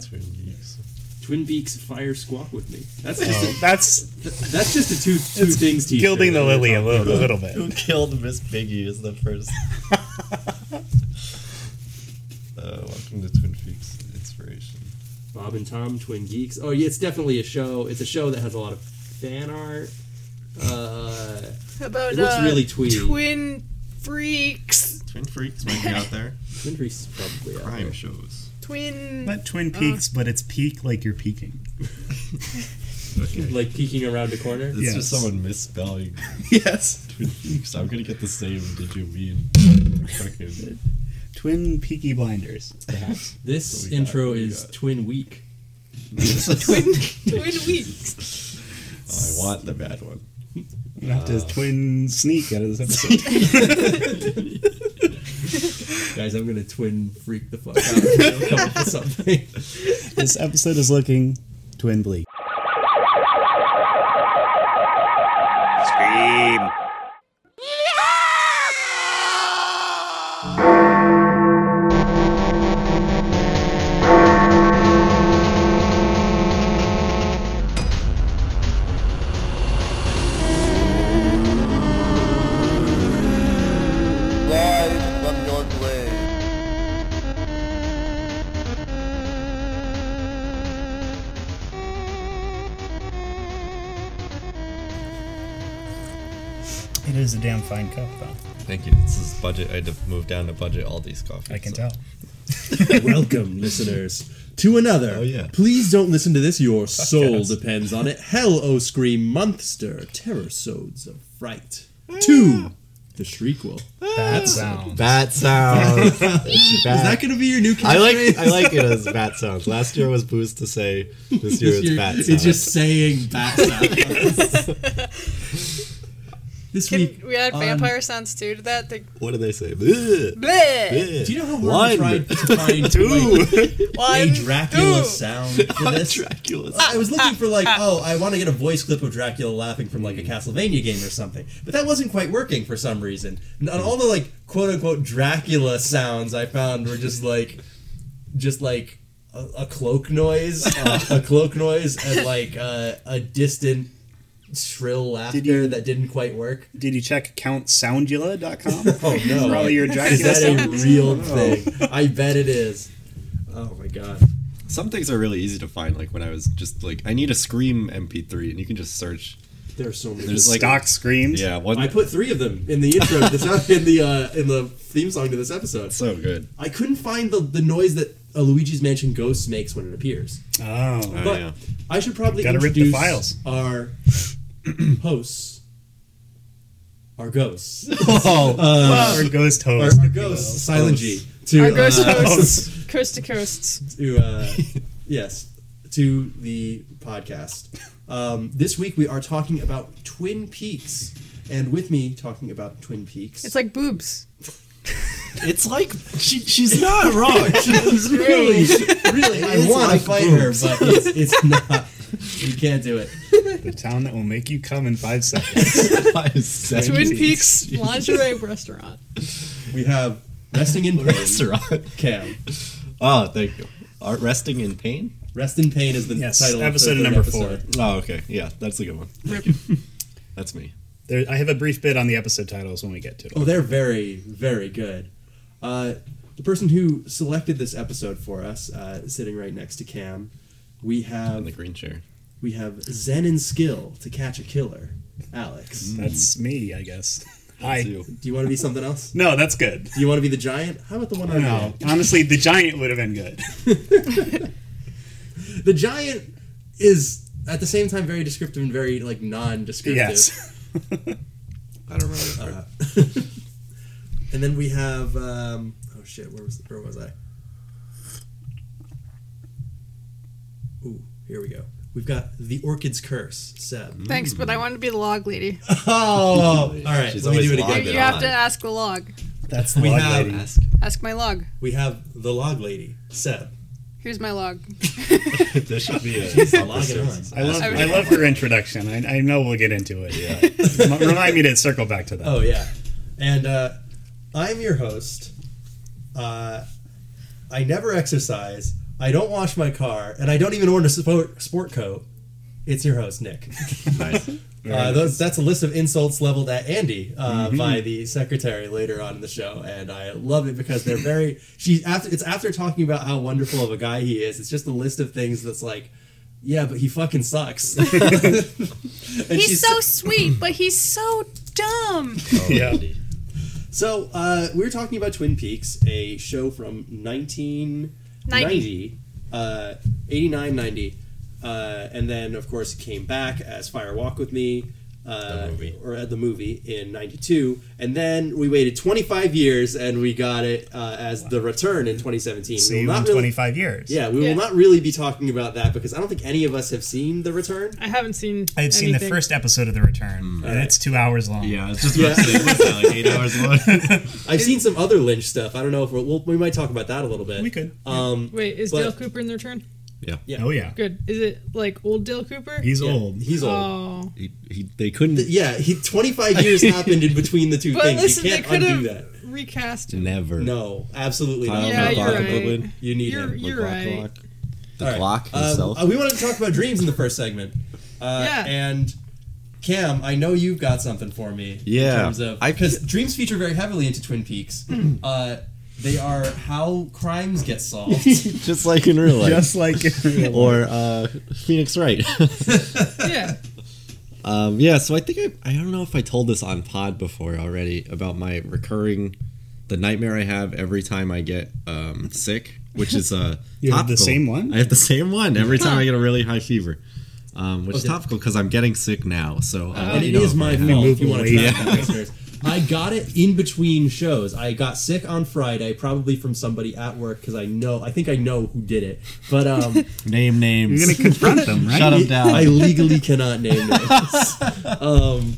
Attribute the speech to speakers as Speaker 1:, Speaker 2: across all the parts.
Speaker 1: Twin Geeks.
Speaker 2: Twin Beaks Fire Squawk with me. That's
Speaker 1: Oh.
Speaker 2: just
Speaker 3: Oh.
Speaker 2: a,
Speaker 4: That's
Speaker 2: that's just a two two things. T-shirt.
Speaker 4: gilding the lily a little, a little bit.
Speaker 1: Who killed Miss Biggie is the first. uh, welcome to Twin Peaks Inspiration.
Speaker 2: Bob and Tom Twin Geeks. Oh yeah, it's definitely a show. It's a show that has a lot of fan art. Uh,
Speaker 5: How about
Speaker 2: It looks
Speaker 5: uh,
Speaker 2: really twee.
Speaker 5: twin freaks,
Speaker 1: Twin Freaks might be out there.
Speaker 2: Twin Peaks probably. out
Speaker 1: Crime
Speaker 2: there.
Speaker 1: shows.
Speaker 5: twin
Speaker 3: Not Twin Peaks, but it's peak like you're peaking.
Speaker 1: Okay.
Speaker 2: Like peeking around a corner.
Speaker 1: It's just
Speaker 3: Yes.
Speaker 1: someone misspelling
Speaker 3: Yes.
Speaker 1: Twin Peaks. I'm gonna get the same. Did you mean? Fucking
Speaker 3: Twin Peaky Blinders, perhaps.
Speaker 2: This
Speaker 1: What we got,
Speaker 2: intro
Speaker 1: what we
Speaker 2: is
Speaker 1: got.
Speaker 2: Twin Week.
Speaker 5: twin twin weeks.
Speaker 1: Oh, I want the bad one.
Speaker 3: You have to twin sneak out of this episode.
Speaker 2: Guys, I'm gonna twin freak the fuck out. I'm gonna come up with something.
Speaker 3: this episode is looking twin bleak.
Speaker 6: Scream.
Speaker 7: Live from your grave.
Speaker 3: It is a damn fine cup, though.
Speaker 1: Thank you. This is budget. I had to move down to budget all these coffees.
Speaker 3: I can
Speaker 1: so-
Speaker 3: tell.
Speaker 2: Welcome, listeners, to another.
Speaker 1: Oh, yeah.
Speaker 2: Please don't listen to this. Your soul depends on it. Hell, oh, scream, monster, terror sodes of fright.
Speaker 6: Ah.
Speaker 2: Two, the shriekwell.
Speaker 4: That sound.
Speaker 6: Bat sounds.
Speaker 2: Is that going to be your new?
Speaker 6: I
Speaker 2: catchphrase?
Speaker 6: like I like it as bat sounds. Last year was booze to say. This year
Speaker 2: It's
Speaker 6: it's
Speaker 2: your-
Speaker 6: bat sounds.
Speaker 2: It's just saying bat sound. this week,
Speaker 5: Can we add
Speaker 2: on-
Speaker 5: vampire sounds too to that? They,
Speaker 6: what do they say? Bleh,
Speaker 5: bleh.
Speaker 6: bleh.
Speaker 2: Do you know how
Speaker 6: One,
Speaker 2: hard I tried to find like,
Speaker 5: One,
Speaker 2: a Dracula
Speaker 5: two.
Speaker 2: sound for this?
Speaker 6: Dracula's.
Speaker 2: Ah, I was looking for like, oh, I want to get a voice clip of Dracula laughing from like a Castlevania game or something, but that wasn't quite working for some reason. And all the like quote unquote Dracula sounds I found were just like, just like a, a cloak noise, uh, a cloak noise, and like uh, a distant shrill laughter
Speaker 3: you-
Speaker 2: that didn't quite work.
Speaker 3: Did you check countsoundula.com?
Speaker 2: Oh no!
Speaker 3: For all your Dracula
Speaker 2: is that a
Speaker 3: sounds?
Speaker 2: real
Speaker 3: Oh.
Speaker 2: thing? I bet it is. Oh my god!
Speaker 1: Some things are really easy to find. Like when I was just like, I need a scream MP3, and you can just search.
Speaker 2: There are so many.
Speaker 1: There's like
Speaker 3: Stock screams.
Speaker 1: yeah, one.
Speaker 2: I put three of them in the intro, to this, in the uh, in the theme song to this episode.
Speaker 1: so good.
Speaker 2: I couldn't find the, the noise that a Luigi's Mansion ghost makes when it appears.
Speaker 3: Oh.
Speaker 2: But
Speaker 1: yeah.
Speaker 2: I should probably
Speaker 3: Gotta rip
Speaker 2: introduce
Speaker 3: the files.
Speaker 2: our hosts, our ghosts,
Speaker 3: Our ghost
Speaker 2: our,
Speaker 3: host.
Speaker 2: our ghosts, Silent G, to
Speaker 5: Our ghost
Speaker 2: uh,
Speaker 5: coasts, coast to coast.
Speaker 2: to uh, yes to the podcast. Um, this week we are talking about Twin Peaks, and with me talking about Twin Peaks,
Speaker 5: It's like boobs.
Speaker 6: It's like she, she's not wrong. She's
Speaker 2: really, really, I
Speaker 6: It's
Speaker 2: want to
Speaker 6: like
Speaker 2: fight her, but it's, it's not. You can't do it.
Speaker 3: The town that will make you come in five seconds.
Speaker 1: Five, seven,
Speaker 5: Twin
Speaker 1: eight.
Speaker 5: Peaks lingerie restaurant.
Speaker 2: We have resting in pain.
Speaker 1: Restaurant.
Speaker 2: Cam,
Speaker 1: Oh, thank you. Art resting in pain.
Speaker 2: rest in pain is the
Speaker 3: Yes,
Speaker 2: title. of the
Speaker 3: episode
Speaker 2: third
Speaker 3: number
Speaker 2: episode.
Speaker 1: Oh, okay. Yeah, that's a good one.
Speaker 5: Rip.
Speaker 1: That's me.
Speaker 3: There, I have a brief bit on the episode titles when we get to it.
Speaker 2: Oh, they're very, very good. Uh, the person who selected this episode for us, uh, sitting right next to Cam,
Speaker 1: In
Speaker 2: we
Speaker 1: the
Speaker 2: have
Speaker 1: green chair.
Speaker 2: we have Zen and skill to catch a killer. Alex,
Speaker 3: That's me, I guess.
Speaker 1: That's
Speaker 3: Hi.
Speaker 1: you.
Speaker 2: do you want to be something else?
Speaker 3: No, that's good.
Speaker 2: Do you want to be the giant? How about the one on
Speaker 3: No, honestly, the giant would have been good.
Speaker 2: The giant is at the same time very descriptive and very like non-descriptive.
Speaker 3: Yes.
Speaker 1: I don't remember. that part.
Speaker 2: Uh, And then we have um, oh shit, where was where was I? Ooh, here we go. We've got the Orchid's Curse, Seb.
Speaker 5: Thanks, but I wanted to be the log lady.
Speaker 2: Oh, all right.
Speaker 1: She's
Speaker 2: let me do
Speaker 1: always
Speaker 2: it
Speaker 1: logged
Speaker 2: again.
Speaker 1: it
Speaker 5: You have
Speaker 1: on.
Speaker 5: to ask the log.
Speaker 3: That's the
Speaker 2: We
Speaker 3: log
Speaker 2: have-
Speaker 3: lady.
Speaker 5: Ask my log.
Speaker 2: We have the Log Lady, Seb.
Speaker 5: Here's my log.
Speaker 1: This should be a.
Speaker 2: Log it on.
Speaker 3: I love,
Speaker 5: Ask
Speaker 3: I love her introduction. I, I know we'll get into it. Yeah. Remind me to circle back to that.
Speaker 2: Oh yeah, and uh, I'm your host. Uh, I never exercise. I don't wash my car, and I don't even own a sport, sport coat. It's your host, Nick.
Speaker 1: Nice. Mm-hmm.
Speaker 2: Uh, those, that's a list of insults leveled at Andy uh, by the secretary later on in the show, and I love it because they're very. She after it's after talking about how wonderful of a guy he is. It's just a list of things that's like, yeah, but he fucking sucks. and
Speaker 5: He's
Speaker 2: she's-
Speaker 5: so sweet, but he's so dumb.
Speaker 3: yeah.
Speaker 2: So uh, we were talking about Twin Peaks, a show from 1990, uh, 89, 90. Uh, and then, of course, it came back as Fire Walk With Me, uh,
Speaker 1: movie.
Speaker 2: or at the movie in 92. And then we waited 25 years and we got it uh, as The Return in 2017.
Speaker 3: See
Speaker 2: we will
Speaker 3: you in
Speaker 2: not really,
Speaker 3: 25 years.
Speaker 2: yeah, we
Speaker 5: Yeah.
Speaker 2: will not really be talking about that because I don't think any of us have seen The Return.
Speaker 5: I haven't seen.
Speaker 3: I've seen the
Speaker 5: anything.
Speaker 3: first episode of The Return, and it's two hours long.
Speaker 8: Yeah, it's just about to say, what's that, like eight hours long.
Speaker 2: I've seen some other Lynch stuff. I don't know if we'll, we'll, we might talk about that a little bit.
Speaker 3: We could.
Speaker 2: Um,
Speaker 5: Wait, is
Speaker 2: But-
Speaker 5: Dale Cooper in the return?
Speaker 1: Yeah.
Speaker 3: Oh, yeah.
Speaker 5: Good. Is it like old Dale Cooper?
Speaker 3: He's
Speaker 2: yeah,
Speaker 3: old.
Speaker 2: He's old.
Speaker 5: oh.
Speaker 1: He, he, they couldn't
Speaker 2: Yeah, he 25 years happened in between the two
Speaker 5: But
Speaker 2: things.
Speaker 5: listen,
Speaker 2: you
Speaker 5: they
Speaker 2: can't
Speaker 5: could
Speaker 2: undo that.
Speaker 5: have
Speaker 3: Uh,
Speaker 5: recast him.
Speaker 1: never.
Speaker 2: No, absolutely not.
Speaker 5: Yeah,
Speaker 1: the
Speaker 5: you're
Speaker 1: Glock
Speaker 5: right.
Speaker 1: Goblin,
Speaker 2: You need
Speaker 5: You're,
Speaker 2: him.
Speaker 1: the
Speaker 5: you're
Speaker 1: Glock
Speaker 5: right.
Speaker 1: Glock, The
Speaker 2: All right.
Speaker 1: Glock
Speaker 2: Um,
Speaker 1: himself.
Speaker 2: uh, we wanted to talk about dreams in the first segment. Uh,
Speaker 5: Yeah.
Speaker 2: And Cam, I know you've got something for me.
Speaker 1: Yeah.
Speaker 2: In terms of
Speaker 1: I-
Speaker 2: because dreams feature very heavily into Twin Peaks.
Speaker 5: Hmm.
Speaker 2: uh, they are how crimes get solved.
Speaker 1: just like in real life.
Speaker 3: Just like in real life.
Speaker 1: or uh, Phoenix Wright.
Speaker 5: Yeah.
Speaker 1: um, yeah, so I think I, I don't know if I told this on pod before already about my recurring, the nightmare I have every time I get um, sick, which is uh,
Speaker 3: You have the
Speaker 1: topical.
Speaker 3: same one?
Speaker 1: I have the same one every time I get a really high fever, um, which is
Speaker 2: Okay.
Speaker 1: topical because I'm getting sick now.
Speaker 3: Oh.
Speaker 1: So uh, I
Speaker 2: and it is my
Speaker 1: fault.
Speaker 2: fault. If
Speaker 3: move
Speaker 2: you want to
Speaker 3: away.
Speaker 2: track that, listeners. I got it in between shows. I got sick on Friday, probably from somebody at work because I know. I think I know who did it, but um,
Speaker 1: Name names.
Speaker 3: You're going to confront them, right?
Speaker 1: Shut 'em down.
Speaker 2: I legally cannot name names. um,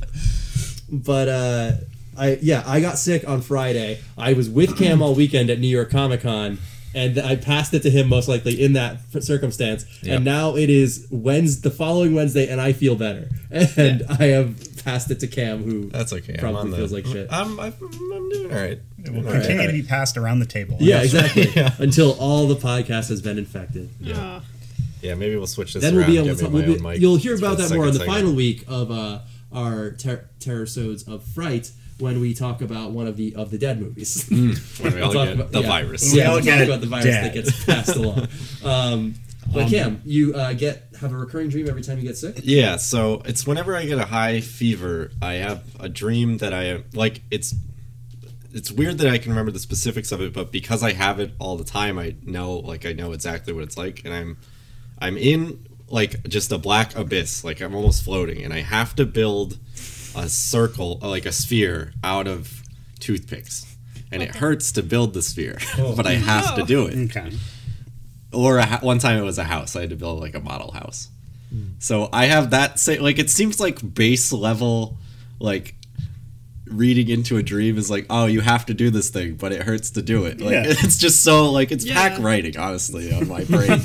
Speaker 2: but uh, I yeah, I got sick on Friday. I was with Cam all weekend at New York Comic Con, and I passed it to him most likely in that f- circumstance.
Speaker 1: Yeah.
Speaker 2: And now it is Wednesday, the following Wednesday, and I feel better. And I have passed it to Cam, who
Speaker 1: That's okay.
Speaker 2: Probably
Speaker 1: I'm on
Speaker 2: feels
Speaker 1: the,
Speaker 2: like shit.
Speaker 1: I'm, I'm, I'm doing all right.
Speaker 3: It will continue
Speaker 2: right.
Speaker 3: to be passed around the table.
Speaker 2: yeah, exactly. Until all the podcast has been infected.
Speaker 5: Uh,
Speaker 1: Yeah, maybe we'll switch this
Speaker 2: then we'll
Speaker 1: around.
Speaker 2: be able to
Speaker 1: get me my
Speaker 2: talk. We'll
Speaker 1: own
Speaker 2: be,
Speaker 1: mic.
Speaker 2: you'll hear about
Speaker 1: It's
Speaker 2: that
Speaker 1: my
Speaker 2: more in the
Speaker 1: second
Speaker 2: final
Speaker 1: segment.
Speaker 2: week of uh, our ter- Terrorsodes of Fright when we talk about one of the of the dead movies.
Speaker 1: When we all
Speaker 2: Talk
Speaker 1: get
Speaker 2: about-
Speaker 1: the
Speaker 2: yeah.
Speaker 1: virus.
Speaker 2: yeah,
Speaker 3: all
Speaker 2: we'll
Speaker 3: get
Speaker 2: talk about the virus that
Speaker 3: dead.
Speaker 2: gets passed along. Um, but Cam, you uh, get have a recurring dream every time you get sick.
Speaker 1: Yeah, so it's whenever I get a high fever, I have a dream that I like it's it's weird that I can remember the specifics of it, but because I have it all the time, I know like I know exactly what it's like and I'm I'm in like just a black abyss, like I'm almost floating and I have to build a circle, like a sphere out of toothpicks. And it hurts to build the sphere, but I have to do it
Speaker 3: Okay.
Speaker 1: or a, ho- one time it was a house. I had to build like a model house. So I have that say like it seems like base level like reading into a dream is like oh you have to do this thing but it hurts to do it like
Speaker 3: Yeah.
Speaker 1: it's just so like it's pack
Speaker 5: Yeah.
Speaker 1: writing honestly on my brain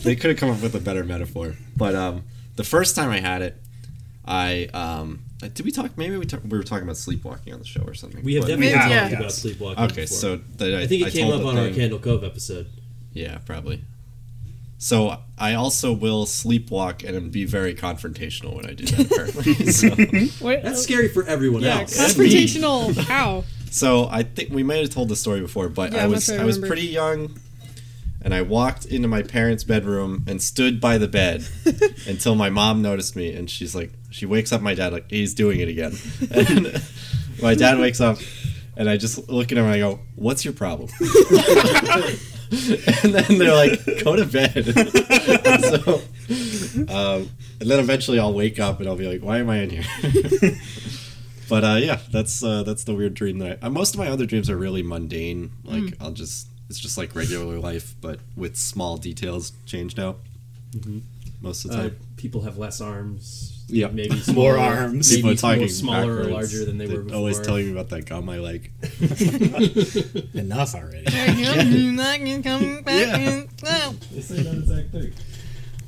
Speaker 1: they could have come up with a better metaphor but um the first time i had it i um did we talk maybe we, talk, we were talking about sleepwalking on the show or something
Speaker 2: We have
Speaker 1: but-
Speaker 2: definitely
Speaker 3: Yeah.
Speaker 2: talked
Speaker 3: Yeah.
Speaker 2: about sleepwalking.
Speaker 1: okay
Speaker 2: before.
Speaker 1: so that i,
Speaker 2: I think it came
Speaker 1: told
Speaker 2: up
Speaker 1: the
Speaker 2: on our
Speaker 1: thing.
Speaker 2: Candle Cove episode.
Speaker 1: Yeah, probably. So I also will sleepwalk and be very confrontational when I do that. Apparently. so,
Speaker 5: what,
Speaker 2: That's scary for everyone
Speaker 5: oh, yeah,
Speaker 2: else.
Speaker 5: confrontational. How?
Speaker 1: so I think we might have told the story before, but
Speaker 5: Yeah,
Speaker 1: I
Speaker 5: I'm not
Speaker 1: was
Speaker 5: sure I
Speaker 1: I was
Speaker 5: remember.
Speaker 1: pretty young, and I walked into my parents' bedroom and stood by the bed until my mom noticed me, and she's like, she wakes up my dad like he's doing it again. And my dad wakes up, and I just look at him and I go, "What's your problem?" and then they're like, "Go to bed." so, um, and then eventually I'll wake up and I'll be like, "Why am I in here?" but uh, yeah, that's uh, that's the weird dream that I, uh, most of my other dreams are really mundane. Like
Speaker 2: Hmm.
Speaker 1: I'll just it's just like regular life, but with small details changed out. Most of the
Speaker 2: Uh,
Speaker 1: time,
Speaker 2: people have less arms.
Speaker 1: Yeah.
Speaker 2: maybe
Speaker 3: More
Speaker 2: smaller-
Speaker 3: arms.
Speaker 2: Maybe
Speaker 1: People are
Speaker 2: more smaller or
Speaker 1: backwards.
Speaker 2: larger than they were before.
Speaker 1: Always telling me about that gum I like.
Speaker 3: Enough already.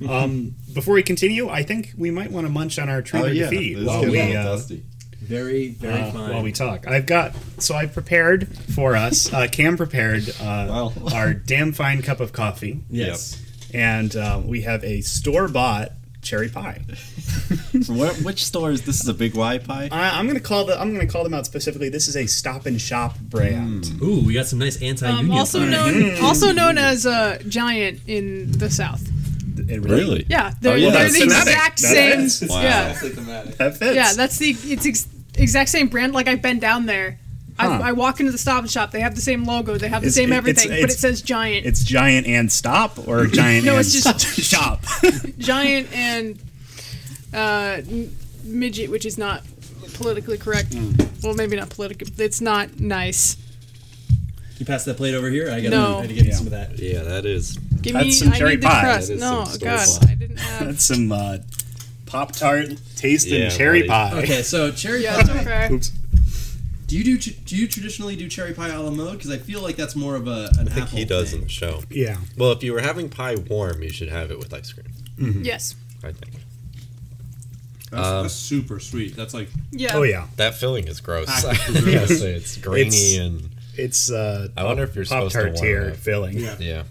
Speaker 3: Um, before we continue, I think we might want to munch on our tree
Speaker 1: Oh,
Speaker 3: or
Speaker 1: yeah.
Speaker 3: defeat
Speaker 1: Let's
Speaker 3: while
Speaker 1: Oh, get
Speaker 3: we
Speaker 1: a little
Speaker 3: uh,
Speaker 1: dusty.
Speaker 9: Very, very
Speaker 2: Oh,
Speaker 3: uh,
Speaker 9: fine.
Speaker 3: while we talk. I've got so I prepared for us. Uh, Cam prepared uh,
Speaker 1: Wow.
Speaker 3: our damn fine cup of coffee,
Speaker 9: yes.
Speaker 3: and uh, we have a store bought cherry pie.
Speaker 1: Where, which store is this? Is a big Y pie?
Speaker 3: I, I'm gonna call the I'm gonna call them out specifically. This is a Stop and Shop brand.
Speaker 1: Mm.
Speaker 2: Ooh, we got some nice anti-union.
Speaker 5: Um, also
Speaker 2: signs.
Speaker 5: known, also known as uh, giant in the South.
Speaker 3: It
Speaker 1: Really?
Speaker 5: Yeah, they're,
Speaker 1: yeah,
Speaker 5: they're
Speaker 1: that's
Speaker 3: Oh,
Speaker 5: the
Speaker 3: thematic.
Speaker 5: exact
Speaker 3: That
Speaker 5: same.
Speaker 3: is.
Speaker 1: Wow.
Speaker 5: Yeah,
Speaker 3: That fits.
Speaker 5: yeah, that's the it's ex- exact same brand. Like I've been down there.
Speaker 3: Huh.
Speaker 5: I, I walk into the Stop and Shop. They have the same logo. They have the
Speaker 3: It's-
Speaker 5: same
Speaker 3: it- it's-
Speaker 5: everything, but
Speaker 3: it's-
Speaker 5: it says Giant.
Speaker 3: it's giant and stop or giant
Speaker 5: No,
Speaker 3: and
Speaker 5: it's just-
Speaker 3: shop.
Speaker 5: giant and uh, m- midget, which is not politically correct. Well, maybe not political. It's not nice.
Speaker 2: you pass that plate over here. I gotta,
Speaker 5: No.
Speaker 2: I gotta get
Speaker 3: Yeah.
Speaker 2: some of that.
Speaker 1: Yeah, that is.
Speaker 5: Give
Speaker 3: That's
Speaker 5: me.
Speaker 3: some
Speaker 5: I
Speaker 3: cherry
Speaker 5: need the
Speaker 3: pie.
Speaker 5: crust.
Speaker 1: That is
Speaker 5: No,
Speaker 1: some
Speaker 5: God,
Speaker 1: store-bought.
Speaker 5: I didn't have.
Speaker 3: That's some uh, Pop Tart taste
Speaker 1: Yeah,
Speaker 3: and cherry
Speaker 1: buddy.
Speaker 3: pie.
Speaker 2: Okay, so cherry
Speaker 5: Yeah, it's
Speaker 2: pie.
Speaker 5: okay.
Speaker 3: Oops.
Speaker 2: Do you do do you traditionally do cherry pie a la mode? Because I feel like that's more of a an
Speaker 1: I think he does in the show.
Speaker 3: Yeah.
Speaker 1: Well, if you were having pie warm, you should have it with ice cream.
Speaker 5: Yes.
Speaker 1: I think
Speaker 10: That's,
Speaker 1: um,
Speaker 10: that's super sweet. That's like
Speaker 5: Yeah.
Speaker 3: Oh yeah.
Speaker 1: that filling is gross.
Speaker 10: Ah,
Speaker 1: Honestly, it's grainy
Speaker 3: It's-
Speaker 1: and
Speaker 3: It's uh,
Speaker 1: I wonder if you're
Speaker 3: Pop
Speaker 1: supposed to warm
Speaker 3: Tart tier
Speaker 1: it up.
Speaker 3: filling.
Speaker 10: yeah.
Speaker 1: yeah,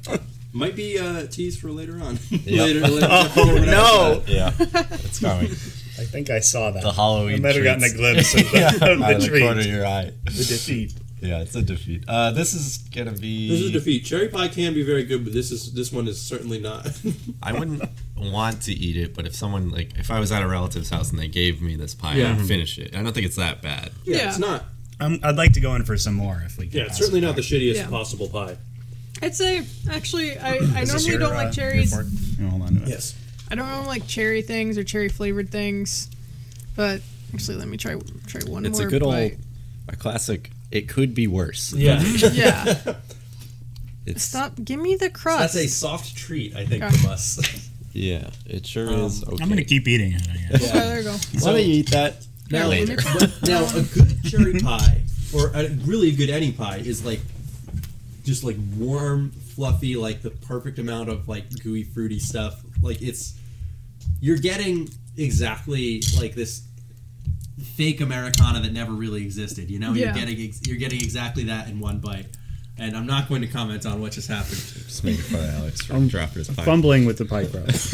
Speaker 10: Might be uh, teased for later on.
Speaker 2: Later, later.
Speaker 3: Oh no!
Speaker 1: yeah. It's coming.
Speaker 3: I think I saw that.
Speaker 1: The Halloween
Speaker 3: I might have gotten a
Speaker 1: treats.
Speaker 3: glimpse of the,
Speaker 1: yeah,
Speaker 3: of
Speaker 1: out of
Speaker 3: the
Speaker 1: the corner of
Speaker 3: treat.
Speaker 1: your eye.
Speaker 3: The defeat.
Speaker 1: Yeah, it's a defeat. Uh, this is gonna be.
Speaker 10: this is a defeat. Cherry pie can be very good, but this is this one is certainly not.
Speaker 1: I wouldn't want to eat it, but if someone like if I was at a relative's house and they gave me this pie,
Speaker 10: Yeah.
Speaker 1: I'd finish it. I don't think it's that bad.
Speaker 10: yeah,
Speaker 5: Yeah.
Speaker 10: it's not.
Speaker 3: Um, I'd like to go in for some more if we can.
Speaker 10: Yeah, it's certainly not the shittiest
Speaker 5: Yeah.
Speaker 10: possible pie.
Speaker 5: I'd say actually, I, I normally don't
Speaker 3: uh,
Speaker 5: like cherries.
Speaker 3: hold on to it.
Speaker 2: Yes.
Speaker 5: I don't really like cherry things or cherry flavored things. But actually, let me try try one
Speaker 1: It's
Speaker 5: more.
Speaker 1: a good old,
Speaker 5: bite.
Speaker 1: a classic. It could be worse.
Speaker 2: Yeah.
Speaker 5: Yeah.
Speaker 1: It's
Speaker 5: Stop. Give me the crust.
Speaker 2: That's a soft treat, I think,
Speaker 5: Okay.
Speaker 2: from us.
Speaker 1: yeah. It sure is. Okay.
Speaker 3: I'm gonna keep eating it. I guess.
Speaker 5: Okay, there you go.
Speaker 1: Why don't you eat that
Speaker 2: Now,
Speaker 1: later?
Speaker 2: what- now a good cherry pie, or a really good any pie, is like just like warm, fluffy, like the perfect amount of like gooey, fruity stuff. Like it's you're getting exactly like this fake Americana that never really existed. You know,
Speaker 5: Yeah.
Speaker 2: you're getting ex- you're getting exactly that in one bite. And I'm not going to comment on what just happened.
Speaker 1: Just making fun of Alex for dropping his pie.
Speaker 3: Fumbling with the pie crust.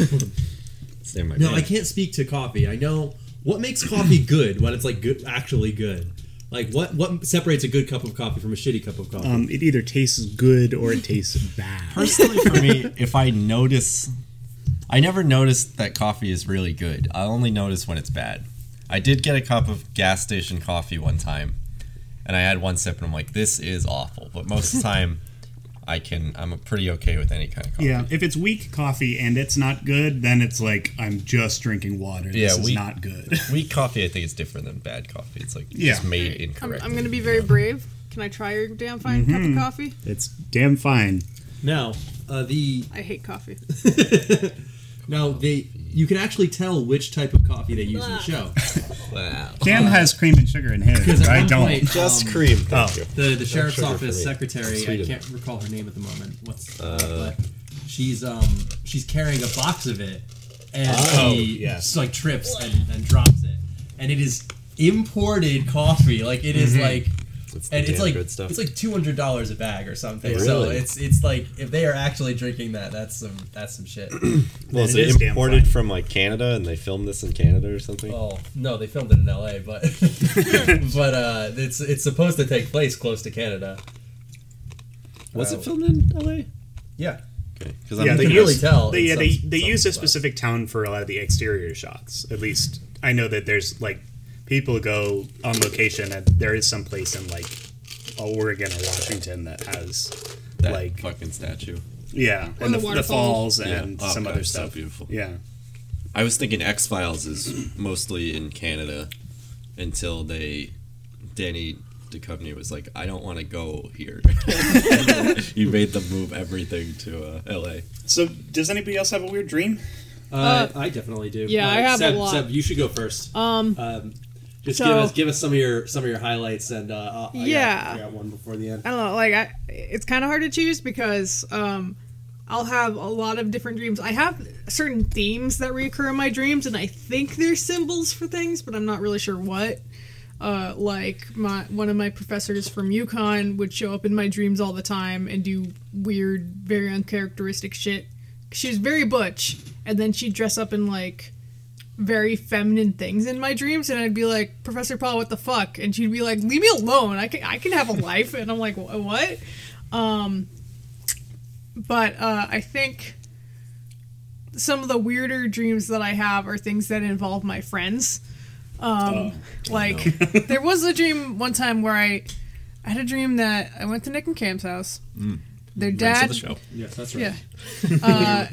Speaker 1: It's in my
Speaker 2: No,
Speaker 1: bag.
Speaker 2: I can't speak to coffee. I know what makes coffee good when it's like good, actually good. Like what what separates a good cup of coffee from a shitty cup of coffee?
Speaker 3: um, it either tastes good or it tastes bad.
Speaker 1: Personally, for me, if I notice, I never noticed that coffee is really good. I only notice when it's bad. I did get a cup of gas station coffee one time, and I had one sip, and I'm like, "This is awful." But most of the time, I can. I'm pretty okay with any kind of coffee.
Speaker 3: Yeah, if it's weak coffee and it's not good, then it's like I'm just drinking water. This
Speaker 1: Yeah,
Speaker 3: is
Speaker 1: we-
Speaker 3: not good.
Speaker 1: Weak coffee, I think, is different than bad coffee. It's like
Speaker 3: Yeah.
Speaker 1: just made
Speaker 5: I'm,
Speaker 1: incorrectly.
Speaker 5: I'm gonna be very brave. Can I try your damn fine cup of coffee?
Speaker 3: It's damn fine.
Speaker 2: now, uh, the
Speaker 5: I hate coffee.
Speaker 2: now they you can actually tell which type of coffee they use in the show.
Speaker 1: Wow.
Speaker 3: Cam has cream and sugar in his.
Speaker 2: Because
Speaker 3: I don't.
Speaker 2: Point,
Speaker 1: Just
Speaker 2: um,
Speaker 1: cream. Thank
Speaker 3: Oh.
Speaker 1: you.
Speaker 2: The the sheriff's
Speaker 1: sugar for
Speaker 2: office
Speaker 1: me.
Speaker 2: secretary.
Speaker 1: Sweet
Speaker 2: I
Speaker 1: of
Speaker 2: can't recall her name at the moment. What's uh, but she's um she's carrying a box of it, and
Speaker 1: Oh,
Speaker 2: she
Speaker 3: yes.
Speaker 2: just, like trips and, and drops it, and it is imported coffee. Like it
Speaker 3: Mm-hmm.
Speaker 2: is, like.
Speaker 1: It's the
Speaker 2: and it's
Speaker 1: damn
Speaker 2: like
Speaker 1: good stuff.
Speaker 2: it's like two hundred dollars a bag or something.
Speaker 1: Yeah.
Speaker 2: So
Speaker 1: Really?
Speaker 2: it's it's like if they are actually drinking that, that's some that's some shit.
Speaker 1: well, is
Speaker 3: it
Speaker 1: it
Speaker 3: is damn
Speaker 1: imported
Speaker 3: fine.
Speaker 1: from like Canada, and they filmed this in Canada or something?
Speaker 2: well, no, they filmed it in L.A., but but uh, it's it's supposed to take place close to Canada.
Speaker 1: Was
Speaker 2: uh,
Speaker 1: it filmed in L.A.?
Speaker 2: Yeah,
Speaker 1: Okay, because
Speaker 3: Yeah,
Speaker 1: I'm
Speaker 3: they
Speaker 1: thinking
Speaker 2: really
Speaker 3: use-
Speaker 2: tell
Speaker 3: They,
Speaker 2: in
Speaker 3: yeah,
Speaker 2: some-
Speaker 3: they, they
Speaker 2: some
Speaker 3: use a
Speaker 2: spots.
Speaker 3: specific town for a lot of the exterior shots. At least I know that there's like people go on location, and there is some place in like Oregon or Washington that has
Speaker 1: that
Speaker 3: like
Speaker 1: fucking statue.
Speaker 3: yeah,
Speaker 5: Or
Speaker 3: and the,
Speaker 5: the
Speaker 3: the
Speaker 5: waterfall.
Speaker 3: falls and
Speaker 1: Oh,
Speaker 3: some
Speaker 1: God,
Speaker 3: other
Speaker 1: it's so
Speaker 3: stuff.
Speaker 1: beautiful.
Speaker 3: Yeah,
Speaker 1: I was thinking X Files is mostly in Canada until they Danny Duchovny was like, I don't want to go here. you made them move everything to uh, L.A.
Speaker 3: So, does anybody else have a weird dream?
Speaker 10: Uh, I definitely do.
Speaker 5: yeah,
Speaker 10: Uh,
Speaker 5: I have a
Speaker 10: Seb,
Speaker 5: lot.
Speaker 10: Seb, you should go first.
Speaker 5: Um,
Speaker 10: Um, just
Speaker 5: so-
Speaker 10: give us give us some of your some of your highlights, and uh, I'll- I got-
Speaker 5: Yeah.
Speaker 10: I got one before the end.
Speaker 5: I don't know. Like, I, it's kind of hard to choose because um, I'll have a lot of different dreams. I have certain themes that reoccur in my dreams, and I think they're symbols for things, but I'm not really sure what. uh, like my one of my professors from UConn would show up in my dreams all the time and do weird, very uncharacteristic shit. She was very butch, and then she'd dress up in like very feminine things in my dreams, and I'd be like, Professor Paul, what the fuck? And she'd be like, Leave me alone. I can I can have a life. And I'm like, "Wha- What? Um, but uh, I think some of the weirder dreams that I have are things that involve my friends.
Speaker 1: Oh,
Speaker 5: Um, like there was a dream one time where I, I had a dream that I went to Nick and Cam's house. Their
Speaker 1: Friends
Speaker 5: dad,
Speaker 1: of Mm. the show.
Speaker 2: Yes, that's right.
Speaker 5: yeah, uh,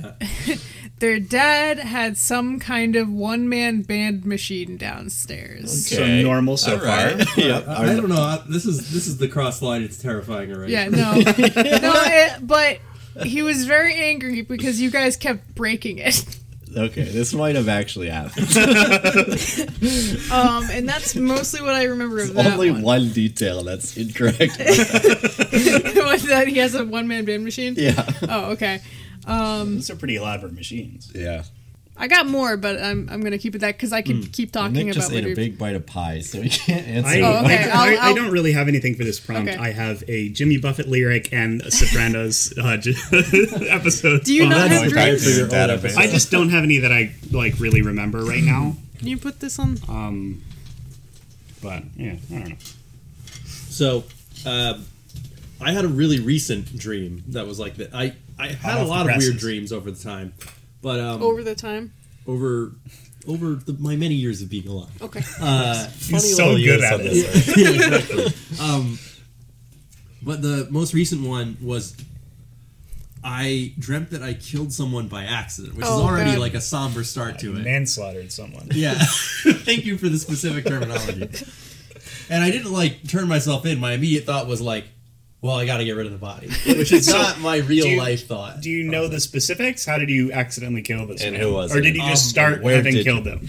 Speaker 5: their dad had some kind of one man band machine downstairs.
Speaker 1: Okay.
Speaker 11: So normal so
Speaker 1: All right. yep.
Speaker 2: I, I don't know. I- This is this is the cross line. It's terrifying already.
Speaker 5: Yeah, no, no, it, but he was very angry because you guys kept breaking it.
Speaker 1: Okay, this might have actually happened.
Speaker 5: Um, and that's mostly what I remember of that
Speaker 1: Only
Speaker 5: one.
Speaker 1: one detail that's incorrect.
Speaker 5: Was that he has a one man band machine.
Speaker 1: yeah.
Speaker 5: Oh, okay.
Speaker 11: Those are pretty elaborate machines.
Speaker 1: Yeah.
Speaker 5: I got more, but I'm, I'm gonna keep it that because I could keep talking
Speaker 1: Hmm. Nick
Speaker 5: about
Speaker 1: just ate
Speaker 5: later.
Speaker 1: a big bite of pie, so he can't answer.
Speaker 3: I,
Speaker 1: it.
Speaker 5: Oh, okay,
Speaker 3: I- I,
Speaker 5: I'll-
Speaker 3: I
Speaker 5: I'll-
Speaker 3: don't really have anything for this prompt.
Speaker 5: Okay.
Speaker 3: I have a Jimmy Buffett lyric and a Sopranos uh, j- episode.
Speaker 2: Oh,
Speaker 5: Do you
Speaker 3: prompt.
Speaker 5: not have
Speaker 1: That's
Speaker 5: dreams?
Speaker 1: entirely
Speaker 2: dreams.
Speaker 1: your own episode.
Speaker 3: I just don't have any that I like really remember right now.
Speaker 5: Can you put this on?
Speaker 3: Um, but yeah, I don't know.
Speaker 2: So, um, I had a really recent dream that was like that. I I had
Speaker 11: off
Speaker 2: a
Speaker 11: the
Speaker 2: lot of weird
Speaker 11: presses.
Speaker 2: dreams over the time, but um, over
Speaker 5: Over the time.
Speaker 2: over over the, my many years of being alive.
Speaker 5: Okay.
Speaker 2: Uh,
Speaker 11: He's so good at it.
Speaker 2: But the most recent one was I dreamt that I killed someone by accident, which
Speaker 5: Oh,
Speaker 2: is already
Speaker 5: God.
Speaker 2: like a somber start to it.
Speaker 11: Manslaughtered someone.
Speaker 2: Yeah. Thank you for the specific terminology. and I didn't like turn myself in. My immediate thought was like, well, I got to get rid of the body, which is
Speaker 3: So,
Speaker 2: not my real
Speaker 3: do you-
Speaker 2: life thought.
Speaker 3: Do you know the specifics? How did you accidentally kill this?
Speaker 1: And
Speaker 3: man?
Speaker 1: who was
Speaker 3: Or
Speaker 1: it?
Speaker 3: did you just
Speaker 2: Um,
Speaker 3: start
Speaker 1: where
Speaker 3: having
Speaker 1: did-
Speaker 3: killed them?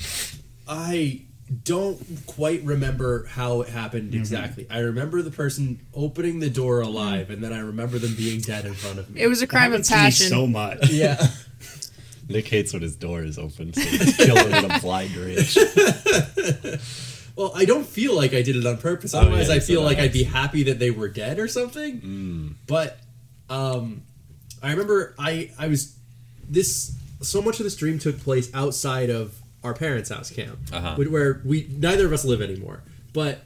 Speaker 2: I don't quite remember how it happened
Speaker 3: Mm-hmm.
Speaker 2: exactly. I remember the person opening the door alive, and then I remember them being dead in front of me.
Speaker 5: It was a crime of
Speaker 3: Happens to me
Speaker 5: passion.
Speaker 3: So much.
Speaker 2: yeah.
Speaker 1: Nick hates when his door is open, so he's killing in a blind rage.
Speaker 2: Well, I don't feel like I did it on purpose. Otherwise,
Speaker 1: Oh, yeah,
Speaker 2: I
Speaker 1: so Mm.
Speaker 2: feel
Speaker 1: that
Speaker 2: like I'd be happy that they were dead or something. But um, I remember I I was this so much of this dream took place outside of our parents' house camp,
Speaker 1: Uh-huh.
Speaker 2: wh- where we neither of us live anymore. But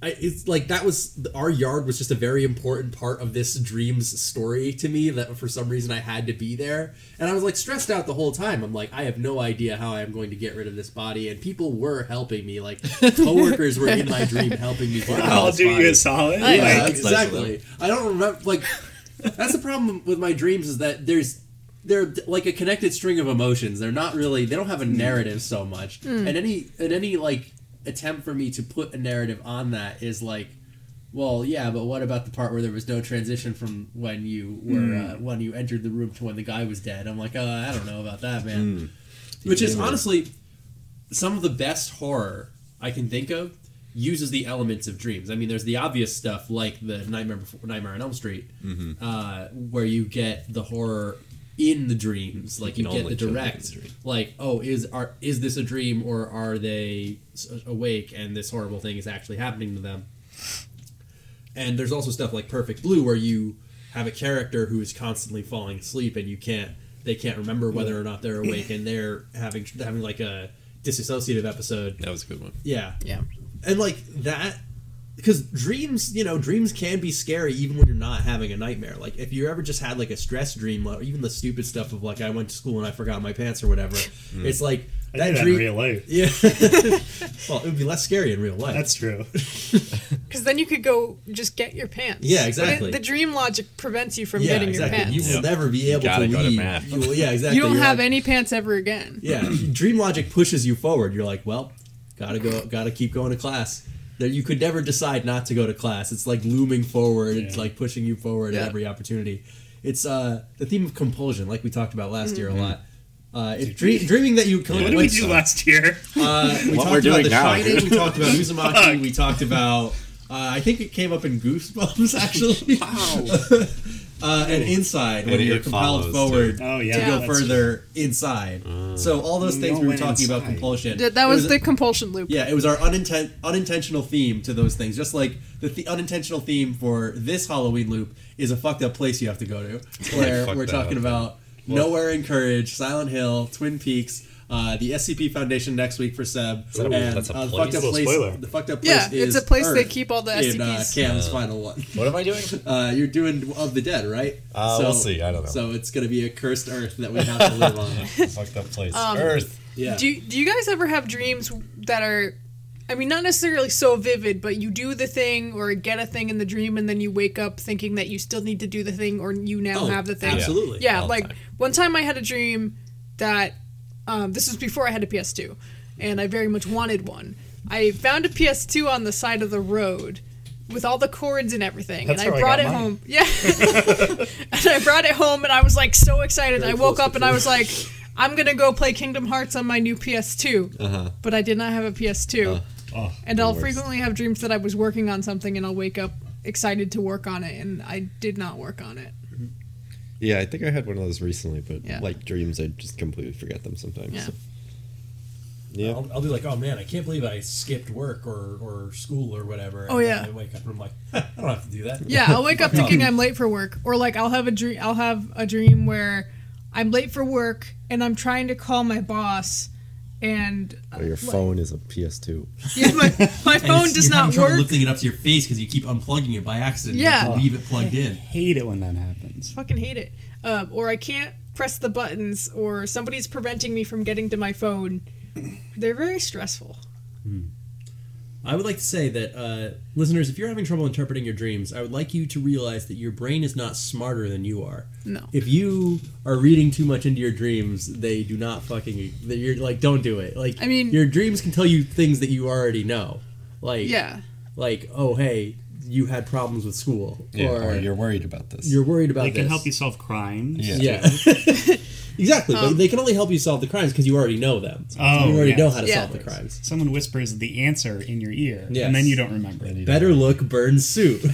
Speaker 2: I, it's like that was our yard was just a very important part of this dream's story to me that for some reason I had to be there and I was like stressed out the whole time I'm like I have no idea how I am going to get rid of this body and people were helping me like coworkers were in my dream helping me get rid of
Speaker 3: I'll
Speaker 2: this
Speaker 3: do
Speaker 2: body.
Speaker 3: you a solid.
Speaker 2: yeah,
Speaker 3: Like,
Speaker 1: that's nice of
Speaker 2: exactly I don't remember like that's the problem with my dreams is that there's they're like a connected string of emotions they're not really they don't have a
Speaker 1: Hmm.
Speaker 2: narrative so much and any and any like attempt for me to put a narrative on that is like well yeah but what about the part where there was no transition from when you were
Speaker 1: Hmm.
Speaker 2: uh, when you entered the room to when the guy was dead i'm like uh, i don't know about that
Speaker 1: Hmm.
Speaker 2: man which is honestly some of the best horror I can think of uses the elements of dreams. I mean, there's the obvious stuff like the Nightmare Before Nightmare on Elm Street,
Speaker 1: Mm-hmm.
Speaker 2: uh, where you get the horror in the dreams, like you,
Speaker 1: can
Speaker 2: get
Speaker 1: only
Speaker 2: the
Speaker 1: jump in
Speaker 2: direct,
Speaker 1: the dream.
Speaker 2: like oh, is are is this a dream or are they s- awake and this horrible thing is actually happening to them? And there's also stuff like Perfect Blue, where you have a character who is constantly falling asleep, and you can't they can't remember whether or not they're awake, and they're having having like a disassociative episode.
Speaker 1: That was a good one.
Speaker 2: Yeah,
Speaker 5: yeah.
Speaker 2: and like that because dreams, you know, dreams can be scary even when you're not having a nightmare. Like if you ever just had like a stress dream, or even the stupid stuff of like I went to school and I forgot my pants or whatever. It's like
Speaker 3: Hmm. I did
Speaker 2: that
Speaker 3: that in
Speaker 2: dream.
Speaker 3: real life.
Speaker 2: yeah. well, it would be less scary in real life.
Speaker 3: That's true.
Speaker 5: Because then you could go just get your pants.
Speaker 2: Yeah,
Speaker 5: But it-
Speaker 2: exactly.
Speaker 5: the dream logic prevents you from
Speaker 2: yeah,
Speaker 5: getting
Speaker 2: exactly.
Speaker 5: your pants.
Speaker 2: You
Speaker 5: You,
Speaker 2: will never be able
Speaker 1: gotta
Speaker 2: to
Speaker 1: go to
Speaker 2: leave.
Speaker 1: math.
Speaker 2: You will- yeah, exactly.
Speaker 5: don't
Speaker 2: You're
Speaker 5: have
Speaker 2: like-
Speaker 5: any pants ever again.
Speaker 2: Yeah, dream logic pushes you forward. You're like, well, gotta go, gotta keep going to class. There, you could never decide not to go to class. It's like looming forward. It's
Speaker 3: Yeah.
Speaker 2: like pushing you forward
Speaker 5: Yeah.
Speaker 2: at every opportunity. It's uh, the theme of compulsion, like we talked about
Speaker 5: Mm-hmm.
Speaker 2: last year a lot. Uh, if dream, dreaming that you
Speaker 3: What did we do last year?
Speaker 2: uh, we
Speaker 1: What
Speaker 2: talked
Speaker 1: we're
Speaker 2: about
Speaker 1: doing
Speaker 2: the
Speaker 1: now,
Speaker 2: Shining. We talked about
Speaker 3: Fuck.
Speaker 2: Uzumaki. we talked about. Uh, I think it came up in Goosebumps actually. Wow.
Speaker 12: uh, and inside when
Speaker 1: And
Speaker 12: you're
Speaker 1: it
Speaker 12: compelled
Speaker 1: follows, Mm.
Speaker 12: forward
Speaker 1: too.
Speaker 3: Oh,
Speaker 12: to
Speaker 3: yeah,
Speaker 12: go
Speaker 3: that's
Speaker 12: further inside. So all those things
Speaker 3: No
Speaker 12: we were
Speaker 3: went
Speaker 12: talking about
Speaker 3: inside.
Speaker 12: compulsion.
Speaker 5: That, that
Speaker 12: it
Speaker 5: was, the compulsion loop.
Speaker 12: yeah, it was our uninten- unintentional theme to those things. Just like the th- unintentional theme for this Halloween loop is a fucked up place you have to go to, where
Speaker 1: fucked
Speaker 12: we're
Speaker 1: that
Speaker 12: talking
Speaker 1: up.
Speaker 12: about Nowhere in Courage, Silent Hill, Twin Peaks. Uh, the SCP Foundation next week for Seb,
Speaker 1: that-
Speaker 12: and
Speaker 1: that's a
Speaker 12: uh, the
Speaker 1: place?
Speaker 12: fucked up
Speaker 3: Little
Speaker 12: place.
Speaker 3: spoiler.
Speaker 12: The fucked up place
Speaker 5: Yeah,
Speaker 12: is
Speaker 5: it's a place they
Speaker 12: Earth
Speaker 5: keep all the
Speaker 12: in, uh,
Speaker 5: SCPs.
Speaker 12: Cam's final one.
Speaker 1: What am I doing?
Speaker 12: Uh, you're doing of the dead, right?
Speaker 1: Uh, we'll see. I don't know.
Speaker 12: So it's gonna be a cursed earth that we have to live on.
Speaker 1: Fucked up place.
Speaker 5: Um,
Speaker 1: Earth.
Speaker 12: Yeah.
Speaker 5: Do you, do you guys ever have dreams that are I mean not necessarily so vivid, but you do the thing or get a thing in the dream and then you wake up thinking that you still need to do the thing or you now
Speaker 12: Oh,
Speaker 5: have the thing.
Speaker 12: absolutely.
Speaker 1: All
Speaker 5: Yeah,
Speaker 1: the
Speaker 5: like
Speaker 1: time.
Speaker 5: one time I had a dream that um, this was before I had a PS2 and I very much wanted one. I found a PS2 on the side of the road with all the cords and everything
Speaker 13: That's
Speaker 5: and
Speaker 13: how
Speaker 5: I
Speaker 13: I
Speaker 5: brought
Speaker 13: got
Speaker 5: it
Speaker 13: mine.
Speaker 5: home. Yeah. and I brought it home and I was like so excited. I woke up and I was like, I'm gonna go play Kingdom Hearts on my new PS2. But I did not have a PS2. and I'll frequently have dreams that I was working on something and I'll wake up excited to work on it and I did not work on it.
Speaker 1: Yeah, I think I had one of those recently, but
Speaker 5: Yeah.
Speaker 1: like dreams, I just completely forget them sometimes.
Speaker 5: Yeah.
Speaker 1: so. Yeah.
Speaker 14: I'll, I'll be like, oh man, I can't believe I skipped work or, or school or whatever. And
Speaker 5: Oh,
Speaker 14: then
Speaker 5: yeah.
Speaker 14: I wake up and I'm like, I don't have to do that.
Speaker 5: Yeah, I'll wake up thinking I'm late for work, or like I'll have a dream. I'll have a dream where I'm late for work and I'm trying to call my boss, and uh,
Speaker 1: Or your phone is a PS2.
Speaker 5: yeah, my, my
Speaker 12: And it's-
Speaker 5: phone does
Speaker 12: you're having
Speaker 5: not
Speaker 12: trouble
Speaker 5: work.
Speaker 12: Lifting it up to your face because you keep unplugging it by accident. You have to
Speaker 5: Yeah.
Speaker 12: leave it plugged in.
Speaker 3: Hate it when that happens.
Speaker 5: Fucking hate it. Um, or I can't press the buttons, or somebody's preventing me from getting to my phone. They're very stressful.
Speaker 2: I would like to say that, uh, listeners, if you're having trouble interpreting your dreams, I would like you to realize that your brain is not smarter than you are.
Speaker 5: No.
Speaker 2: If you are reading too much into your dreams, they do not fucking. That you're like, don't do it. Like,
Speaker 5: I mean-
Speaker 2: your dreams can tell you things that you already know. Like,
Speaker 5: Yeah.
Speaker 2: like oh hey, you had problems with school,
Speaker 1: or
Speaker 2: or, you're,
Speaker 1: you're worried about this.
Speaker 2: worried about.
Speaker 3: They can
Speaker 2: this.
Speaker 3: help you solve crimes.
Speaker 1: Yeah.
Speaker 2: Yeah. exactly. but
Speaker 5: Um,
Speaker 2: they can only help you solve the crimes because you already know them.
Speaker 3: Oh,
Speaker 2: you already
Speaker 3: yeah.
Speaker 2: know how to
Speaker 5: Yeah.
Speaker 2: solve the crimes.
Speaker 3: Someone whispers the answer in your ear,
Speaker 2: Yes.
Speaker 3: and then you don't remember it.
Speaker 2: Better look, burn suit.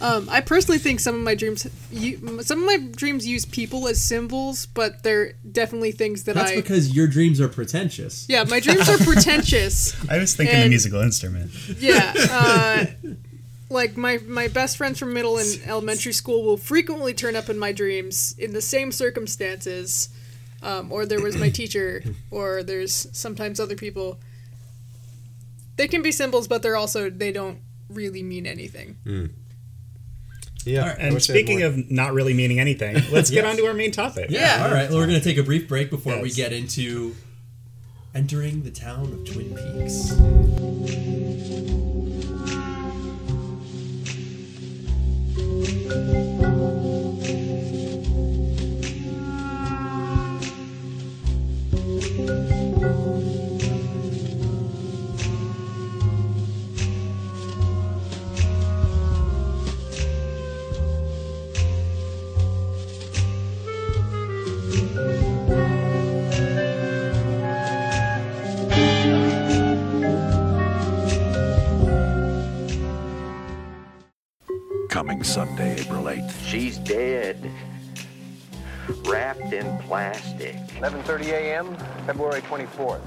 Speaker 5: Um, I personally think some of my dreams, you, some of my dreams use people as symbols, but they're definitely things that
Speaker 2: That's
Speaker 5: I.
Speaker 2: because your dreams are pretentious.
Speaker 5: yeah, my dreams are pretentious.
Speaker 3: I was thinking the
Speaker 5: And-
Speaker 3: musical instrument.
Speaker 5: Yeah. Uh, like my my best friends from middle and elementary school will frequently turn up in my dreams in the same circumstances, um, or there was my teacher, or there's sometimes other people. They can be symbols, but they're also they don't really mean anything.
Speaker 3: Mm.
Speaker 1: Yeah.
Speaker 3: And speaking of not really meaning anything, let's get on to our main topic.
Speaker 5: Yeah.
Speaker 2: All right. Well, we're going to take a brief break before we
Speaker 3: Yes.
Speaker 2: get into entering the town of Twin Peaks.
Speaker 15: Coming Sunday, April 8th.
Speaker 16: She's dead, wrapped in plastic.
Speaker 17: 11:30 a.m., February 24th.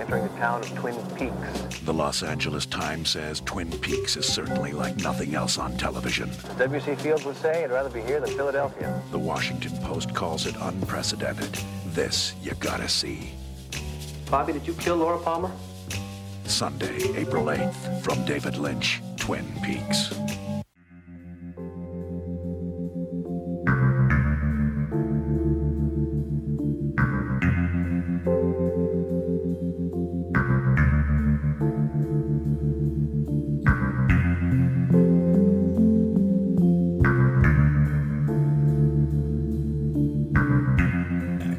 Speaker 17: Entering the town of Twin Peaks.
Speaker 15: The Los Angeles Times says Twin Peaks is certainly like nothing else on television.
Speaker 17: As W.C. Fields would say, I'd rather be here than Philadelphia.
Speaker 15: The Washington Post calls it unprecedented. This you gotta see.
Speaker 16: Bobby, did you kill Laura Palmer?
Speaker 15: Sunday, April 8th, from David Lynch, Twin Peaks.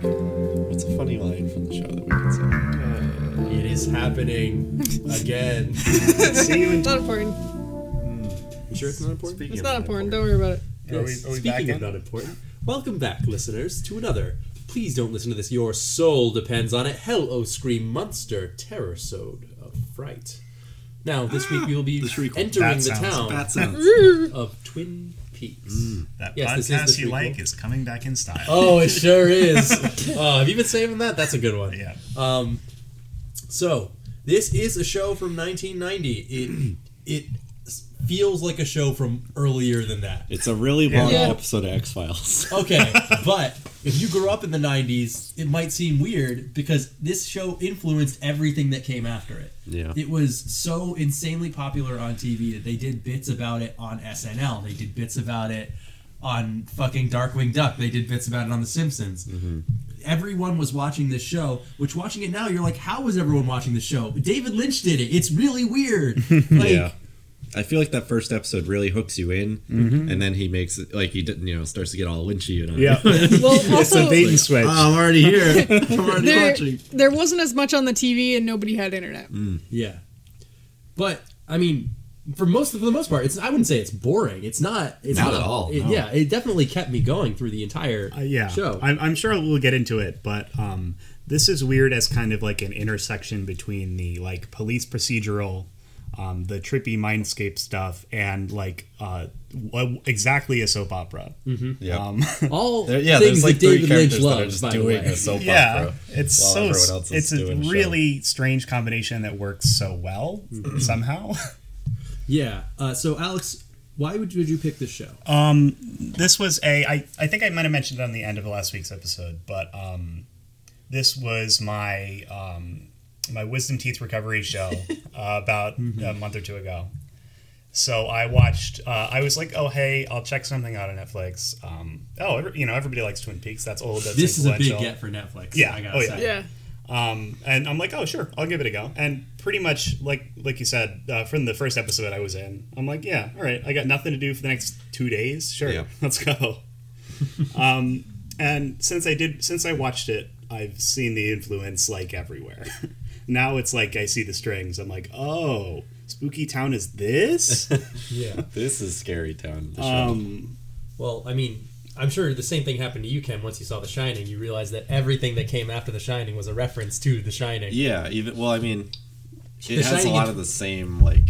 Speaker 1: What's a funny line from the show that we can say?
Speaker 2: It is happening again.
Speaker 3: See you in
Speaker 5: Not important.
Speaker 1: sure it's not important?
Speaker 5: It's not important. Don't worry about it.
Speaker 3: Are we- are we back
Speaker 2: Speaking of
Speaker 3: in?
Speaker 2: not important, welcome back, listeners, to another. Please don't listen to this. Your soul depends on it. Hell, oh, scream monster terror sode of fright. Now, this week we will be entering
Speaker 3: That
Speaker 2: the
Speaker 3: sounds-
Speaker 2: town
Speaker 1: That sounds.
Speaker 2: of Twin Peaks. Peaks.
Speaker 18: That
Speaker 2: Yes, this is
Speaker 18: podcast
Speaker 2: the
Speaker 18: you
Speaker 2: prequel.
Speaker 18: like is coming back in style.
Speaker 2: Oh, it sure is. oh, have you been saving that? That's a good one.
Speaker 18: Yeah.
Speaker 2: Um,
Speaker 19: So this is a show from 1990. It it s- feels like a show from earlier than that.
Speaker 1: It's a really long
Speaker 19: Yeah.
Speaker 1: episode of X Files.
Speaker 19: Okay, but if you grew up in the 90s, it might seem weird because this show influenced everything that came after it.
Speaker 1: Yeah.
Speaker 19: It was so insanely popular on TV that they did bits about it on SNL. They did bits about it on fucking Darkwing Duck. They did bits about it on The Simpsons.
Speaker 1: Mm-hmm.
Speaker 19: Everyone was watching this show, which watching it now, you're like, how was everyone watching this show? David Lynch did it. It's really weird. Like,
Speaker 1: yeah. I feel like that first episode really hooks you in,
Speaker 19: Mhm.
Speaker 1: and then he makes it like he didn't, you know, starts to get all lynchy and
Speaker 3: Yeah. Well, It's a also- Um, bait and switch.
Speaker 1: Oh, I'm already here. I'm already
Speaker 5: there,
Speaker 1: watching.
Speaker 5: there wasn't as much on the TV and nobody had internet.
Speaker 3: Mm.
Speaker 19: Yeah.
Speaker 2: But I mean,
Speaker 19: for most for the most part, it's I wouldn't say it's boring. It's not. It's
Speaker 3: Not at all,
Speaker 19: it-
Speaker 3: no.
Speaker 19: Yeah, it definitely kept me going through the entire
Speaker 3: Uh, yeah,
Speaker 19: show.
Speaker 3: I'm, I'm sure we'll get into it, but um, this is weird as kind of like an intersection between the like police procedural, um, the trippy mindscape stuff, and like uh, what exactly a soap opera.
Speaker 19: Mhm.
Speaker 1: Yeah.
Speaker 3: Um,
Speaker 19: All There- yeah, there's, things like, that three David characters Lynch that are loves, just by the
Speaker 1: doing way. a soap
Speaker 3: yeah,
Speaker 1: opera
Speaker 3: it's
Speaker 1: while
Speaker 3: so
Speaker 1: everyone else is
Speaker 3: it's a
Speaker 1: doing a show.
Speaker 3: really strange combination that works so well
Speaker 1: Mm-hmm.
Speaker 3: somehow.
Speaker 19: yeah. Uh, so Alex, why would you, would you pick this show?
Speaker 3: Um, this was a. I, I think I might have mentioned it on the end of last week's episode, but um, this was my um, my wisdom teeth recovery show uh, about
Speaker 1: Mm-hmm.
Speaker 3: a month or two ago. So I watched. Uh, I was like, "Oh, hey, I'll check something out on Netflix." Um, oh, every, you know, everybody likes Twin Peaks. That's old. That's
Speaker 19: This is a big
Speaker 3: influential.
Speaker 19: get for Netflix,
Speaker 3: Yeah.
Speaker 19: I gotta
Speaker 3: oh,
Speaker 19: say. Yeah.
Speaker 3: yeah. Um, and I'm like, "Oh, sure, I'll give it a go." And pretty much, like like you said, uh, from the first episode I was in, I'm like, "Yeah, all right, I got nothing to do for the next two days. Sure,
Speaker 1: Yeah.
Speaker 3: let's go." um, and since I did, since I watched it, I've seen the influence like everywhere. now it's like I see the strings. I'm like, oh, Spooky Town is this?
Speaker 2: Yeah.
Speaker 1: this is scary town. the show.
Speaker 3: um,
Speaker 2: well, I mean, I'm sure the same thing happened to you, Ken. Once you saw The Shining, you realized that everything that came after The Shining was a reference to The Shining.
Speaker 1: yeah, even well, I mean,
Speaker 2: The
Speaker 1: it has a
Speaker 2: Shining
Speaker 1: lot
Speaker 2: and-
Speaker 1: of the same like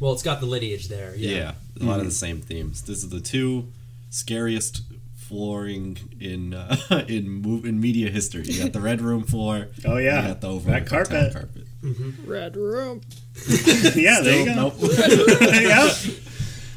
Speaker 2: Well, it's got the lineage there.
Speaker 1: yeah, a
Speaker 2: Yeah.
Speaker 1: lot of
Speaker 2: Mhm.
Speaker 1: the same themes. This is the two scariest flooring in uh, in move in media history. You got the red room floor.
Speaker 3: Oh, yeah.
Speaker 1: you got the over
Speaker 3: That
Speaker 1: town
Speaker 3: carpet.
Speaker 1: carpet.
Speaker 5: Red room.
Speaker 3: yeah, there you go.
Speaker 1: Nope.
Speaker 3: There you go.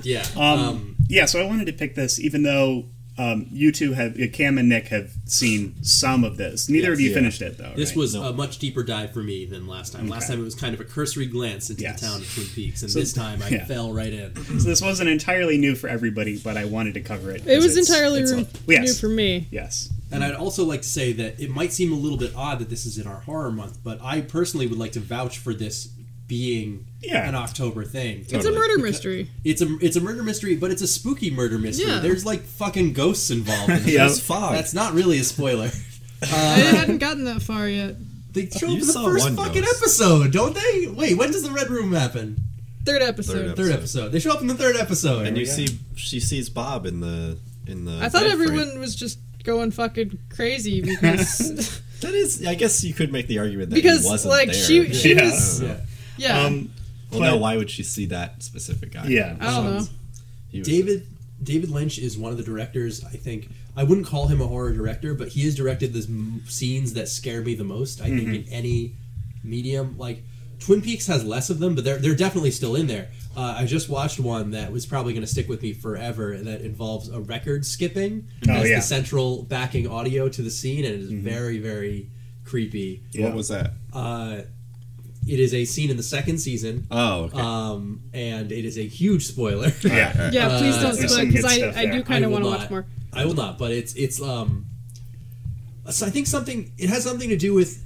Speaker 2: Yeah,
Speaker 3: Um,
Speaker 2: um,
Speaker 3: yeah. So I wanted to pick this, even though um, you two have uh, Cam and Nick have seen some of this. Neither of you finished it though.
Speaker 2: This
Speaker 3: right?
Speaker 2: was a much deeper dive for me than last time. Last
Speaker 3: Okay.
Speaker 2: time it was kind of a cursory glance into
Speaker 3: Yes.
Speaker 2: the town of Twin Peaks, and
Speaker 3: So-
Speaker 2: this time I
Speaker 3: yeah.
Speaker 2: fell right in.
Speaker 3: So this wasn't entirely new for everybody, but I wanted to cover it.
Speaker 5: It
Speaker 3: 'cause
Speaker 5: was
Speaker 3: it's-
Speaker 5: entirely
Speaker 3: it's
Speaker 5: room,
Speaker 3: a- yes.
Speaker 5: new for me.
Speaker 3: Yes.
Speaker 2: And I'd also like to say that it might seem a little bit odd that this is in our horror month, but I personally would like to vouch for this being
Speaker 5: Yeah.
Speaker 2: an October thing.
Speaker 5: It's a murder mystery.
Speaker 2: It's a it's a murder mystery, but it's a spooky murder mystery.
Speaker 5: Yeah.
Speaker 2: There's like fucking ghosts involved. In
Speaker 1: Yeah.
Speaker 2: this.
Speaker 1: There's fog.
Speaker 2: That's not really a spoiler.
Speaker 5: I hadn't gotten that far yet.
Speaker 2: They show
Speaker 5: You
Speaker 2: up in the
Speaker 5: saw
Speaker 2: first
Speaker 5: one
Speaker 2: fucking
Speaker 5: ghost.
Speaker 2: episode, don't they? Wait, when does the red room happen?
Speaker 5: Third episode.
Speaker 2: Third, episode. They show up in the third episode.
Speaker 1: and you
Speaker 2: Yeah.
Speaker 1: see she sees Bob in the in the.
Speaker 5: I thought
Speaker 1: bed frame.
Speaker 5: everyone was just going fucking crazy because
Speaker 1: that is. I guess you could make the argument that
Speaker 5: Because,
Speaker 1: he wasn't
Speaker 5: like,
Speaker 1: there.
Speaker 5: she- she Yeah. was- yeah. Um,
Speaker 1: well, no.
Speaker 5: but-
Speaker 1: Why would she see that specific guy? He was-
Speaker 2: David David Lynch is one of the directors. I think I wouldn't call him a horror director, but he has directed the m- scenes that scare me the most. I think in any medium, like Twin Peaks has less of them, but they're they're definitely still in there. Uh, I just watched one that was probably going to stick with me forever, and that involves a record skipping
Speaker 3: Oh,
Speaker 2: as
Speaker 3: yeah.
Speaker 2: the central backing audio to the scene, and it is very very creepy.
Speaker 1: What Yeah. was that?
Speaker 2: Uh, it is a scene in the second season.
Speaker 1: Oh, okay.
Speaker 2: Um, and it is a huge spoiler.
Speaker 1: Yeah, all right.
Speaker 5: Yeah, please don't
Speaker 2: Uh,
Speaker 5: spoil it, 'cause I- I do kinda
Speaker 2: will
Speaker 5: wanna watch
Speaker 2: not.
Speaker 5: more.
Speaker 2: I will not, but it's it's um. So I think something it has something to do with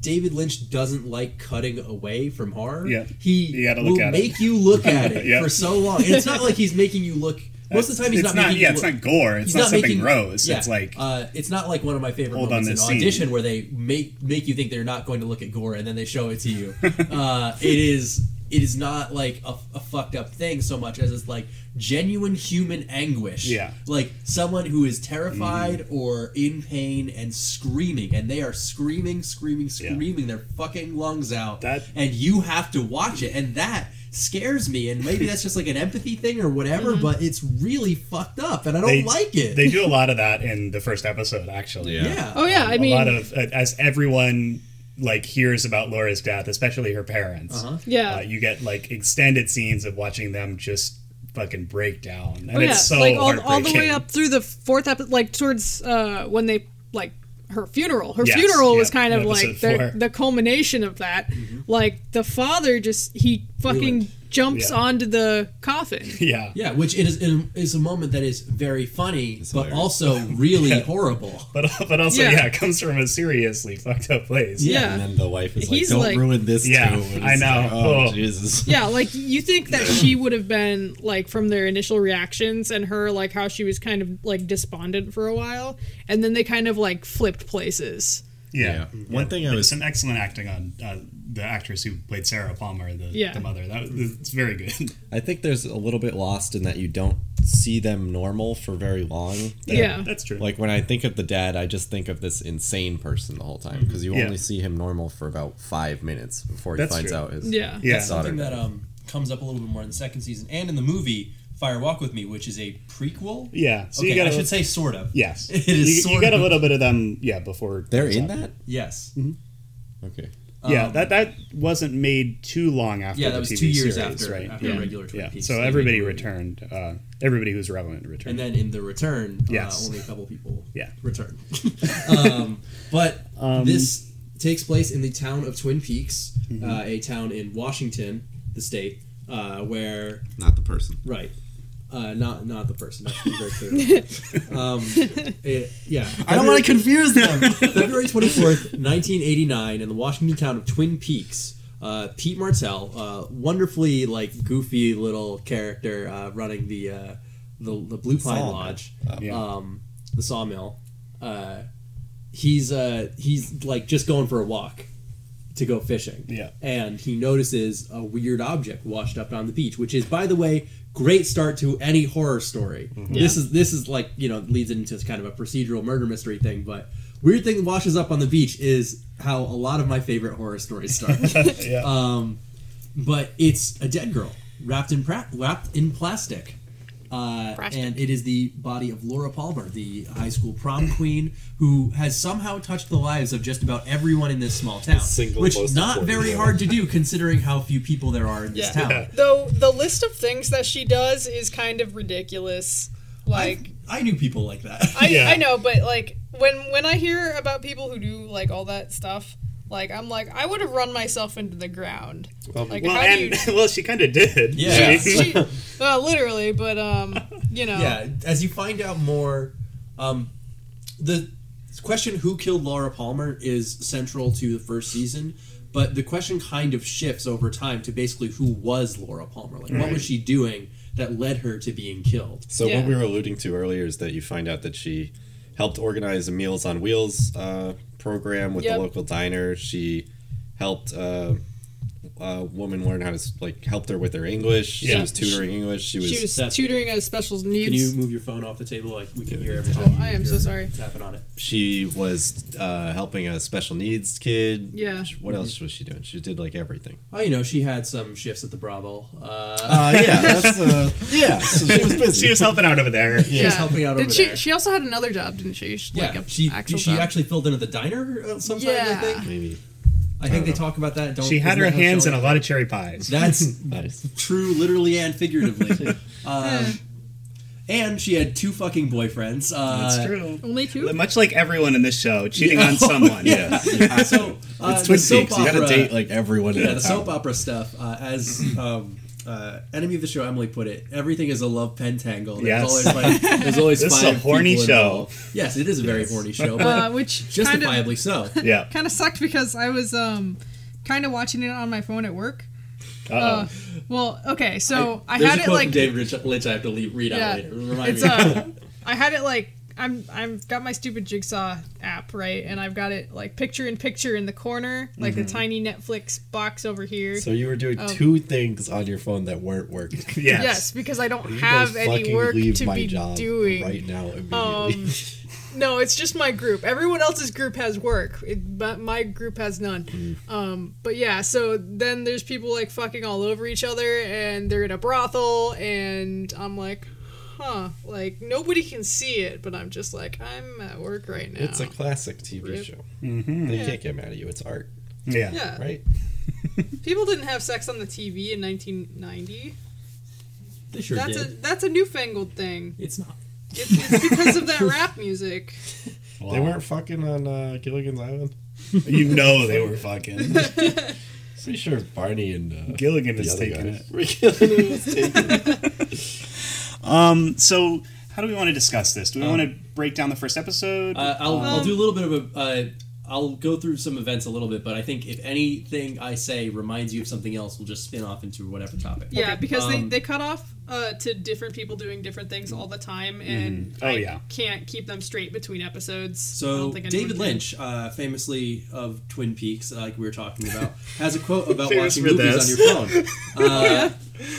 Speaker 2: David Lynch doesn't like cutting away from horror.
Speaker 3: Yeah.
Speaker 2: he
Speaker 3: You gotta look
Speaker 2: will
Speaker 3: at it.
Speaker 2: make you look at it
Speaker 3: Yep.
Speaker 2: for so long. And it's not like he's making you look. Most of the time, he's
Speaker 3: It's
Speaker 2: not,
Speaker 3: not-
Speaker 2: making
Speaker 3: yeah,
Speaker 2: you
Speaker 3: it's
Speaker 2: look-
Speaker 3: not gore. It's
Speaker 2: he's
Speaker 3: not something gross.
Speaker 2: yeah.
Speaker 3: It's like,
Speaker 2: uh, it's not like one of my favorite
Speaker 3: hold on
Speaker 2: moments in
Speaker 3: this scene.
Speaker 2: audition where they make make you think they're not going to look at gore and then they show it to you. uh, it is it is not like a, a fucked up thing so much as it's like genuine human anguish.
Speaker 3: Yeah. Mm-hmm.
Speaker 2: like someone who is terrified or in pain and screaming, and they are screaming, screaming, screaming their fucking lungs out, and you have to watch it, and that scares me, and maybe that's just like an empathy thing or whatever.
Speaker 3: Mm-hmm.
Speaker 2: But it's really fucked up, and I don't
Speaker 20: They-
Speaker 2: like it.
Speaker 20: They do a lot of that in the first episode, actually.
Speaker 2: Yeah. Yeah.
Speaker 5: Oh, yeah, I mean-
Speaker 20: a lot of
Speaker 3: uh,
Speaker 20: as everyone like hears about Laura's death, especially her parents.
Speaker 5: Uh-huh. Yeah.
Speaker 20: uh, you get like extended scenes of watching them just fucking break down, and
Speaker 5: oh, yeah.
Speaker 20: it's so
Speaker 5: like all,
Speaker 20: heartbreaking.
Speaker 5: all the way up through the fourth episode, like towards uh, when they like her funeral. Her
Speaker 20: Yes,
Speaker 5: funeral was
Speaker 20: yeah,
Speaker 5: kind of
Speaker 20: in
Speaker 5: like
Speaker 20: episode
Speaker 5: the,
Speaker 20: four. Mm-hmm.
Speaker 5: the culmination of that. Like the father just he fucking jumps
Speaker 2: Yeah.
Speaker 5: onto the coffin.
Speaker 20: Yeah.
Speaker 2: Yeah, which it is it is a moment that is very funny, but also really
Speaker 20: Yeah.
Speaker 2: horrible.
Speaker 20: But but also
Speaker 2: Yeah.
Speaker 20: yeah. it comes from a seriously fucked up place.
Speaker 2: Yeah.
Speaker 1: And then the wife is like,
Speaker 5: He's
Speaker 1: "Don't
Speaker 5: like-
Speaker 1: ruin this
Speaker 20: Yeah,
Speaker 1: too." And
Speaker 20: I
Speaker 1: it's
Speaker 20: know.
Speaker 1: like, oh,
Speaker 20: Oh.
Speaker 1: Jesus.
Speaker 5: Yeah, like you think that she would have been like from their initial reactions and her like how she was kind of like despondent for a while, and then they kind of like flipped places.
Speaker 20: Yeah.
Speaker 1: Yeah. One thing I
Speaker 20: There's
Speaker 1: was-
Speaker 20: some excellent acting on uh, the actress who played Sarah Palmer, the,
Speaker 5: Yeah.
Speaker 20: the mother. That was, it's very good.
Speaker 1: I think there's a little bit lost in that you don't see them normal for very long. They're-
Speaker 20: Yeah, that's true.
Speaker 1: Like when I think of the dad, I just think of this insane person the whole time because you
Speaker 20: Yeah.
Speaker 1: only see him normal for about five minutes before he
Speaker 20: That's
Speaker 1: finds
Speaker 20: true.
Speaker 1: out his
Speaker 2: That's
Speaker 1: daughter.
Speaker 2: something that um, comes up a little bit more in the second season and in the movie Fire Walk with Me, which is a prequel.
Speaker 20: Yeah.
Speaker 2: okay,
Speaker 20: got
Speaker 2: I
Speaker 20: a-
Speaker 2: should say sort of.
Speaker 20: Yes.
Speaker 2: it is.
Speaker 20: You,
Speaker 2: sort
Speaker 20: you got
Speaker 2: of.
Speaker 20: a little bit of them. Yeah. Before
Speaker 1: They're
Speaker 20: it's
Speaker 1: in
Speaker 20: happening.
Speaker 1: that.
Speaker 2: Yes.
Speaker 20: Mm-hmm.
Speaker 1: Okay.
Speaker 20: Yeah,
Speaker 2: Um,
Speaker 20: that that wasn't made too long after.
Speaker 2: Yeah, that
Speaker 20: the
Speaker 2: was
Speaker 20: TV
Speaker 2: two years
Speaker 20: series,
Speaker 2: after-
Speaker 20: right?
Speaker 2: after
Speaker 20: yeah.
Speaker 2: regular Twin
Speaker 20: yeah.
Speaker 2: Peaks,
Speaker 20: So
Speaker 2: they
Speaker 20: everybody
Speaker 2: made a
Speaker 20: returned. Uh, everybody who's relevant returned.
Speaker 2: And then in the return,
Speaker 20: Yes.
Speaker 2: uh, only a couple people
Speaker 20: Yeah.
Speaker 2: returned. um, but
Speaker 20: Um,
Speaker 2: this takes place in the town of Twin Peaks,
Speaker 20: Mm-hmm.
Speaker 2: uh, a town in Washington, the state, uh, where
Speaker 1: Not the person.
Speaker 2: right. Uh, not not the person. That's very clear. um, it- yeah,
Speaker 1: I don't want to confuse them.
Speaker 2: February 24th, 1989, in the Washington town of Twin Peaks, uh, Pete Martell, uh, wonderfully like goofy little character uh, running the, uh, the the Blue Pine
Speaker 1: Sawmill.
Speaker 2: Lodge,
Speaker 20: Yeah.
Speaker 2: um, the sawmill. Uh, he's uh, he's like just going for a walk to go fishing.
Speaker 20: Yeah.
Speaker 2: And he notices a weird object washed up on the beach, which is, by the way, great start to any horror story. This is this is like you know leads into kind of a procedural murder mystery thing, but weird thing that washes up on the beach is how a lot of my favorite horror stories start.
Speaker 20: yeah.
Speaker 2: um, but it's a dead girl wrapped in pra- wrapped in plastic. Uh, and it is the body of Laura Palmer, the high school prom queen, who has somehow touched the lives of just about everyone in this small town,
Speaker 1: single
Speaker 2: which
Speaker 1: most
Speaker 2: not
Speaker 1: important
Speaker 2: very
Speaker 1: thing.
Speaker 2: hard to do considering how few people there are in this town.
Speaker 5: Though the list of things that she does is kind of ridiculous. Like
Speaker 2: I knew people like that.
Speaker 5: I, I know, but like when when I hear about people who do like all that stuff, like I'm like I would have run myself into the ground. like
Speaker 20: well,
Speaker 5: how do
Speaker 20: and,
Speaker 5: you?
Speaker 20: well, she kind of did.
Speaker 2: Yeah.
Speaker 5: She, uh, literally, but um, you know,
Speaker 2: Yeah, as you find out more, um, the question who killed Laura Palmer is central to the first season, but the question kind of shifts over time to basically who was Laura Palmer? Like, what
Speaker 1: Right.
Speaker 2: was she doing that led her to being killed?
Speaker 1: So
Speaker 5: Yeah.
Speaker 1: what we were alluding to earlier is that you find out that she helped organize a Meals on Wheels uh, program with
Speaker 5: Yep.
Speaker 1: the local diner. She helped uh, a woman learn how to s- like helped her with her English. She
Speaker 20: Yeah.
Speaker 1: was tutoring English. She was,
Speaker 5: she was tutoring a special
Speaker 2: Can you
Speaker 5: needs.
Speaker 2: move your phone off the table? Like, we can hear every time.
Speaker 5: Oh, I am so sorry.
Speaker 2: Tapping on it.
Speaker 1: she was uh, helping a special needs kid.
Speaker 5: Yeah.
Speaker 1: She- What else was she doing? She did like everything.
Speaker 2: Oh, you know, she had some shifts at the Bravo. Uh,
Speaker 1: Uh, yeah, that's uh, yeah. So she was busy.
Speaker 20: she was helping out over there.
Speaker 2: She was helping out
Speaker 5: Did
Speaker 2: over
Speaker 5: she?
Speaker 2: there.
Speaker 5: She also had another job, didn't she? She-
Speaker 2: yeah,
Speaker 5: like a
Speaker 2: she,
Speaker 5: actual
Speaker 2: she
Speaker 5: job.
Speaker 2: actually filled in at the diner uh, sometimes, I
Speaker 5: Yeah.
Speaker 2: think.
Speaker 1: Maybe
Speaker 2: I
Speaker 1: don't
Speaker 2: think they
Speaker 1: know.
Speaker 2: talk about that. Don't,
Speaker 20: She had
Speaker 2: isn't
Speaker 20: her
Speaker 2: that how
Speaker 20: hands in
Speaker 2: Sheldon-
Speaker 20: a lot of cherry pies.
Speaker 2: That's
Speaker 1: nice.
Speaker 2: true, literally and figuratively.
Speaker 5: Uh,
Speaker 2: um, and she had two fucking boyfriends. Uh,
Speaker 20: That's true.
Speaker 5: Only two.
Speaker 20: Much like everyone in this show, cheating on someone.
Speaker 1: Yeah, you have to.
Speaker 2: uh,
Speaker 1: it's Twin
Speaker 2: the soap
Speaker 1: Peaks. You gotta
Speaker 2: opera-
Speaker 1: date like everyone.
Speaker 2: yeah,
Speaker 1: in
Speaker 2: the soap opera stuff. Uh, as um, uh, enemy of the show Emily put it, everything is a love pentangle. There's
Speaker 20: Yes.
Speaker 2: always like there's always
Speaker 20: This is a
Speaker 2: five
Speaker 20: horny
Speaker 2: people
Speaker 20: show.
Speaker 2: involved. Yes, it is a very horny show, but
Speaker 5: uh, which kind of
Speaker 2: justifiably so.
Speaker 20: Yeah.
Speaker 5: kind of sucked because I was um kind of watching it on my phone at work.
Speaker 20: Uh-oh.
Speaker 5: Uh, well, okay, so I,
Speaker 2: There's
Speaker 5: had
Speaker 2: a
Speaker 5: it
Speaker 2: quote
Speaker 5: like
Speaker 2: from David Lynch, Lynch I have to leave, read out
Speaker 5: yeah,
Speaker 2: later. Remind
Speaker 5: it's
Speaker 2: me.
Speaker 5: uh, I had it like I'm I've got my stupid jigsaw app right, and I've got it like picture in picture in the corner, like
Speaker 2: Mm-hmm.
Speaker 1: Mhm.
Speaker 5: the tiny Netflix box over here.
Speaker 1: So you were doing
Speaker 5: Um,
Speaker 1: two things on your phone that weren't working.
Speaker 5: Yes. Yes, because I don't have any
Speaker 1: fucking
Speaker 5: work to be doing.
Speaker 1: right now. Immediately.
Speaker 5: Um, no, it's just my group. Everyone else's group has work, it, but my group has none.
Speaker 21: Mm.
Speaker 5: Um, but yeah, so then there's people like fucking all over each other, and they're in a brothel, and I'm like, huh, like nobody can see it, but I'm just like, I'm at work right now.
Speaker 1: It's a classic TV
Speaker 5: Yep.
Speaker 1: show.
Speaker 3: Mhm.
Speaker 1: They
Speaker 5: Yeah. Uh,
Speaker 1: can't get mad at you. It's art.
Speaker 5: Yeah.
Speaker 1: Right.
Speaker 5: People didn't have sex on the TV in 1990.
Speaker 21: They sure
Speaker 5: that's
Speaker 21: did.
Speaker 5: A, that's a newfangled thing.
Speaker 21: It's not.
Speaker 5: It's, it's because of that rap music.
Speaker 1: They weren't fucking on uh, Gilligan's Island.
Speaker 3: You know they were fucking.
Speaker 1: Pretty sure Barney and uh,
Speaker 3: Gilligan
Speaker 1: the
Speaker 3: is
Speaker 1: other
Speaker 3: taking
Speaker 1: guys.
Speaker 3: it.
Speaker 1: Gilligan was taking it.
Speaker 3: Um, so how do we want to discuss this? Do we
Speaker 2: Um,
Speaker 3: want to break down the first episode?
Speaker 2: Uh, I'll, I'll do a little bit of a. Uh, I'll go through some events a little bit, but I think if anything I say reminds you of something else, we'll just spin off into whatever topic.
Speaker 5: Yeah, because
Speaker 2: Um,
Speaker 5: they, they cut off uh, to different people doing different things all the time,
Speaker 1: Mm-hmm.
Speaker 5: and
Speaker 2: Mhm. Oh,
Speaker 5: I
Speaker 2: yeah.
Speaker 5: can't keep them straight between episodes. I
Speaker 2: So
Speaker 5: don't think anyone
Speaker 2: David
Speaker 5: can.
Speaker 2: Lynch, uh, famously of Twin Peaks, uh, like we were talking about, has a quote about
Speaker 3: Famous
Speaker 2: watching
Speaker 3: for
Speaker 2: movies
Speaker 3: this.
Speaker 2: on your phone. Uh,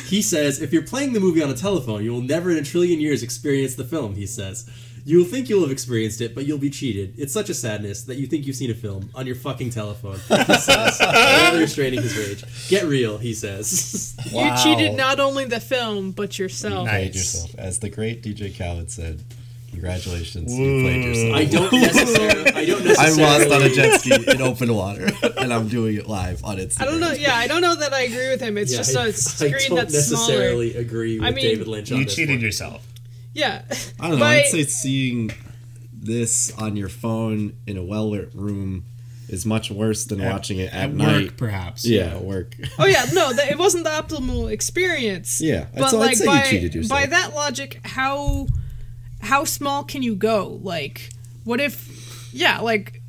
Speaker 2: He says, "If you're playing the movie on a telephone, you will never in a trillion years experience the film." He says, "You will think you'll have experienced it, but you'll be cheated. It's such a sadness that you think you've seen a film on your fucking telephone." He says, rather restraining his rage. Get real, he says.
Speaker 5: You cheated not only the film but yourself.
Speaker 1: Played yourself, as the great DJ Khaled said. Congratulations, you played yourself.
Speaker 2: I don't necessarily- I don't
Speaker 1: I'm lost on a
Speaker 2: necessarily-
Speaker 1: jet ski in open water, and I'm doing it live on Instagram.
Speaker 5: I don't know. Yeah, I don't know that I agree with him. It's
Speaker 2: Yeah,
Speaker 5: just
Speaker 2: I-
Speaker 5: a screen
Speaker 2: I don't
Speaker 5: that's
Speaker 2: necessarily
Speaker 5: smaller.
Speaker 2: agree with
Speaker 5: I mean-
Speaker 2: David Lynch on
Speaker 3: you
Speaker 2: this
Speaker 3: cheated
Speaker 2: one.
Speaker 3: yourself.
Speaker 5: Yeah.
Speaker 1: I don't know.
Speaker 5: By-
Speaker 1: I'd say seeing this on your phone in a well lit room is much worse than
Speaker 3: At-
Speaker 1: watching it at,
Speaker 3: at work,
Speaker 1: night,
Speaker 3: perhaps.
Speaker 1: Yeah, at work.
Speaker 5: oh yeah, no, that, it wasn't the optimal experience.
Speaker 1: Yeah, I'd-
Speaker 5: but
Speaker 1: so I'd
Speaker 5: like
Speaker 1: say you
Speaker 5: by,
Speaker 1: cheated yourself.
Speaker 5: by that logic, how how small can you go? Like, what if? Yeah, like.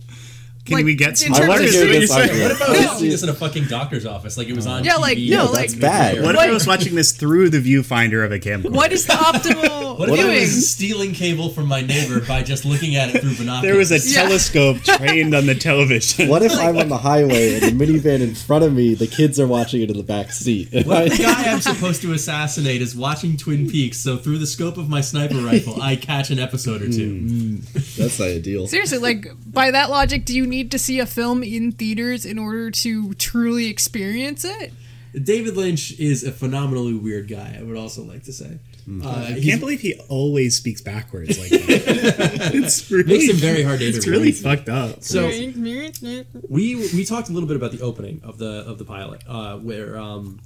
Speaker 3: Can
Speaker 5: like,
Speaker 3: we get
Speaker 5: in
Speaker 3: some- I
Speaker 5: terms
Speaker 3: want
Speaker 5: of
Speaker 3: to hear this
Speaker 5: serious-
Speaker 3: argument.
Speaker 2: What about
Speaker 3: No.
Speaker 2: watching this in a fucking doctor's office? Like it was on
Speaker 5: Yeah,
Speaker 2: TV.
Speaker 5: like, no, No, that's like- bad.
Speaker 3: What if
Speaker 5: What-
Speaker 3: I was watching this through the viewfinder of a camcorder?
Speaker 5: What is the optimal
Speaker 2: What if I
Speaker 5: viewing?
Speaker 2: was stealing cable from my neighbor by just looking at it through
Speaker 3: There
Speaker 2: binoculars?
Speaker 3: was a
Speaker 5: Yeah.
Speaker 3: telescope trained on the television.
Speaker 1: What if I'm on the highway and the minivan in front of me, the kids are watching it in the back seat?
Speaker 2: What the guy I'm supposed to assassinate is watching Twin Peaks, so through the scope of my sniper rifle, I catch an episode or two.
Speaker 1: That's not ideal.
Speaker 5: Seriously, like by that logic, do you need to see a film in theaters in order to truly experience it?
Speaker 2: David Lynch is a phenomenally weird guy. I would also like to say. Uh,
Speaker 3: I
Speaker 2: he's-
Speaker 3: can't believe he always speaks backwards like that. it's really,
Speaker 2: Makes him very hard to
Speaker 3: It's
Speaker 2: interview.
Speaker 3: really fucked up.
Speaker 2: So- we we talked a little bit about the opening of the of the pilot uh, where um,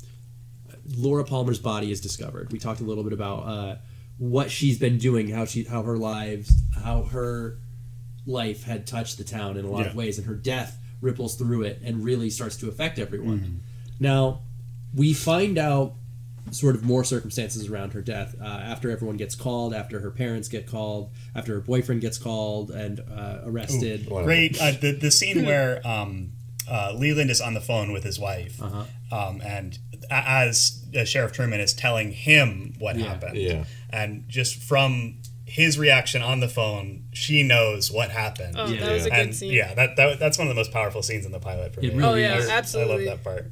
Speaker 2: Laura Palmer's body is discovered. We talked a little bit about uh, what she's been doing, how she how her lives, how her life had touched the town in a lot of
Speaker 3: Yeah.
Speaker 2: ways, and her death ripples through it and really starts to affect everyone. Now we find out sort of more circumstances around her death uh, after everyone gets called, after her parents get called, after her boyfriend gets called and uh, arrested.
Speaker 3: Ooh, great. Uh, the, the scene where um, uh, Leland is on the phone with his wife, um, and a- as uh, Sheriff Truman is telling him what happened,
Speaker 1: Yeah.
Speaker 3: and just from his reaction on the phone, she knows what happened.
Speaker 5: Oh, that was a good
Speaker 3: and,
Speaker 5: scene.
Speaker 3: Yeah, that, that that's one of the most powerful scenes in the pilot for
Speaker 2: It
Speaker 3: me.
Speaker 2: really Oh,
Speaker 5: yeah,
Speaker 3: I-
Speaker 5: is. absolutely.
Speaker 3: I love that part.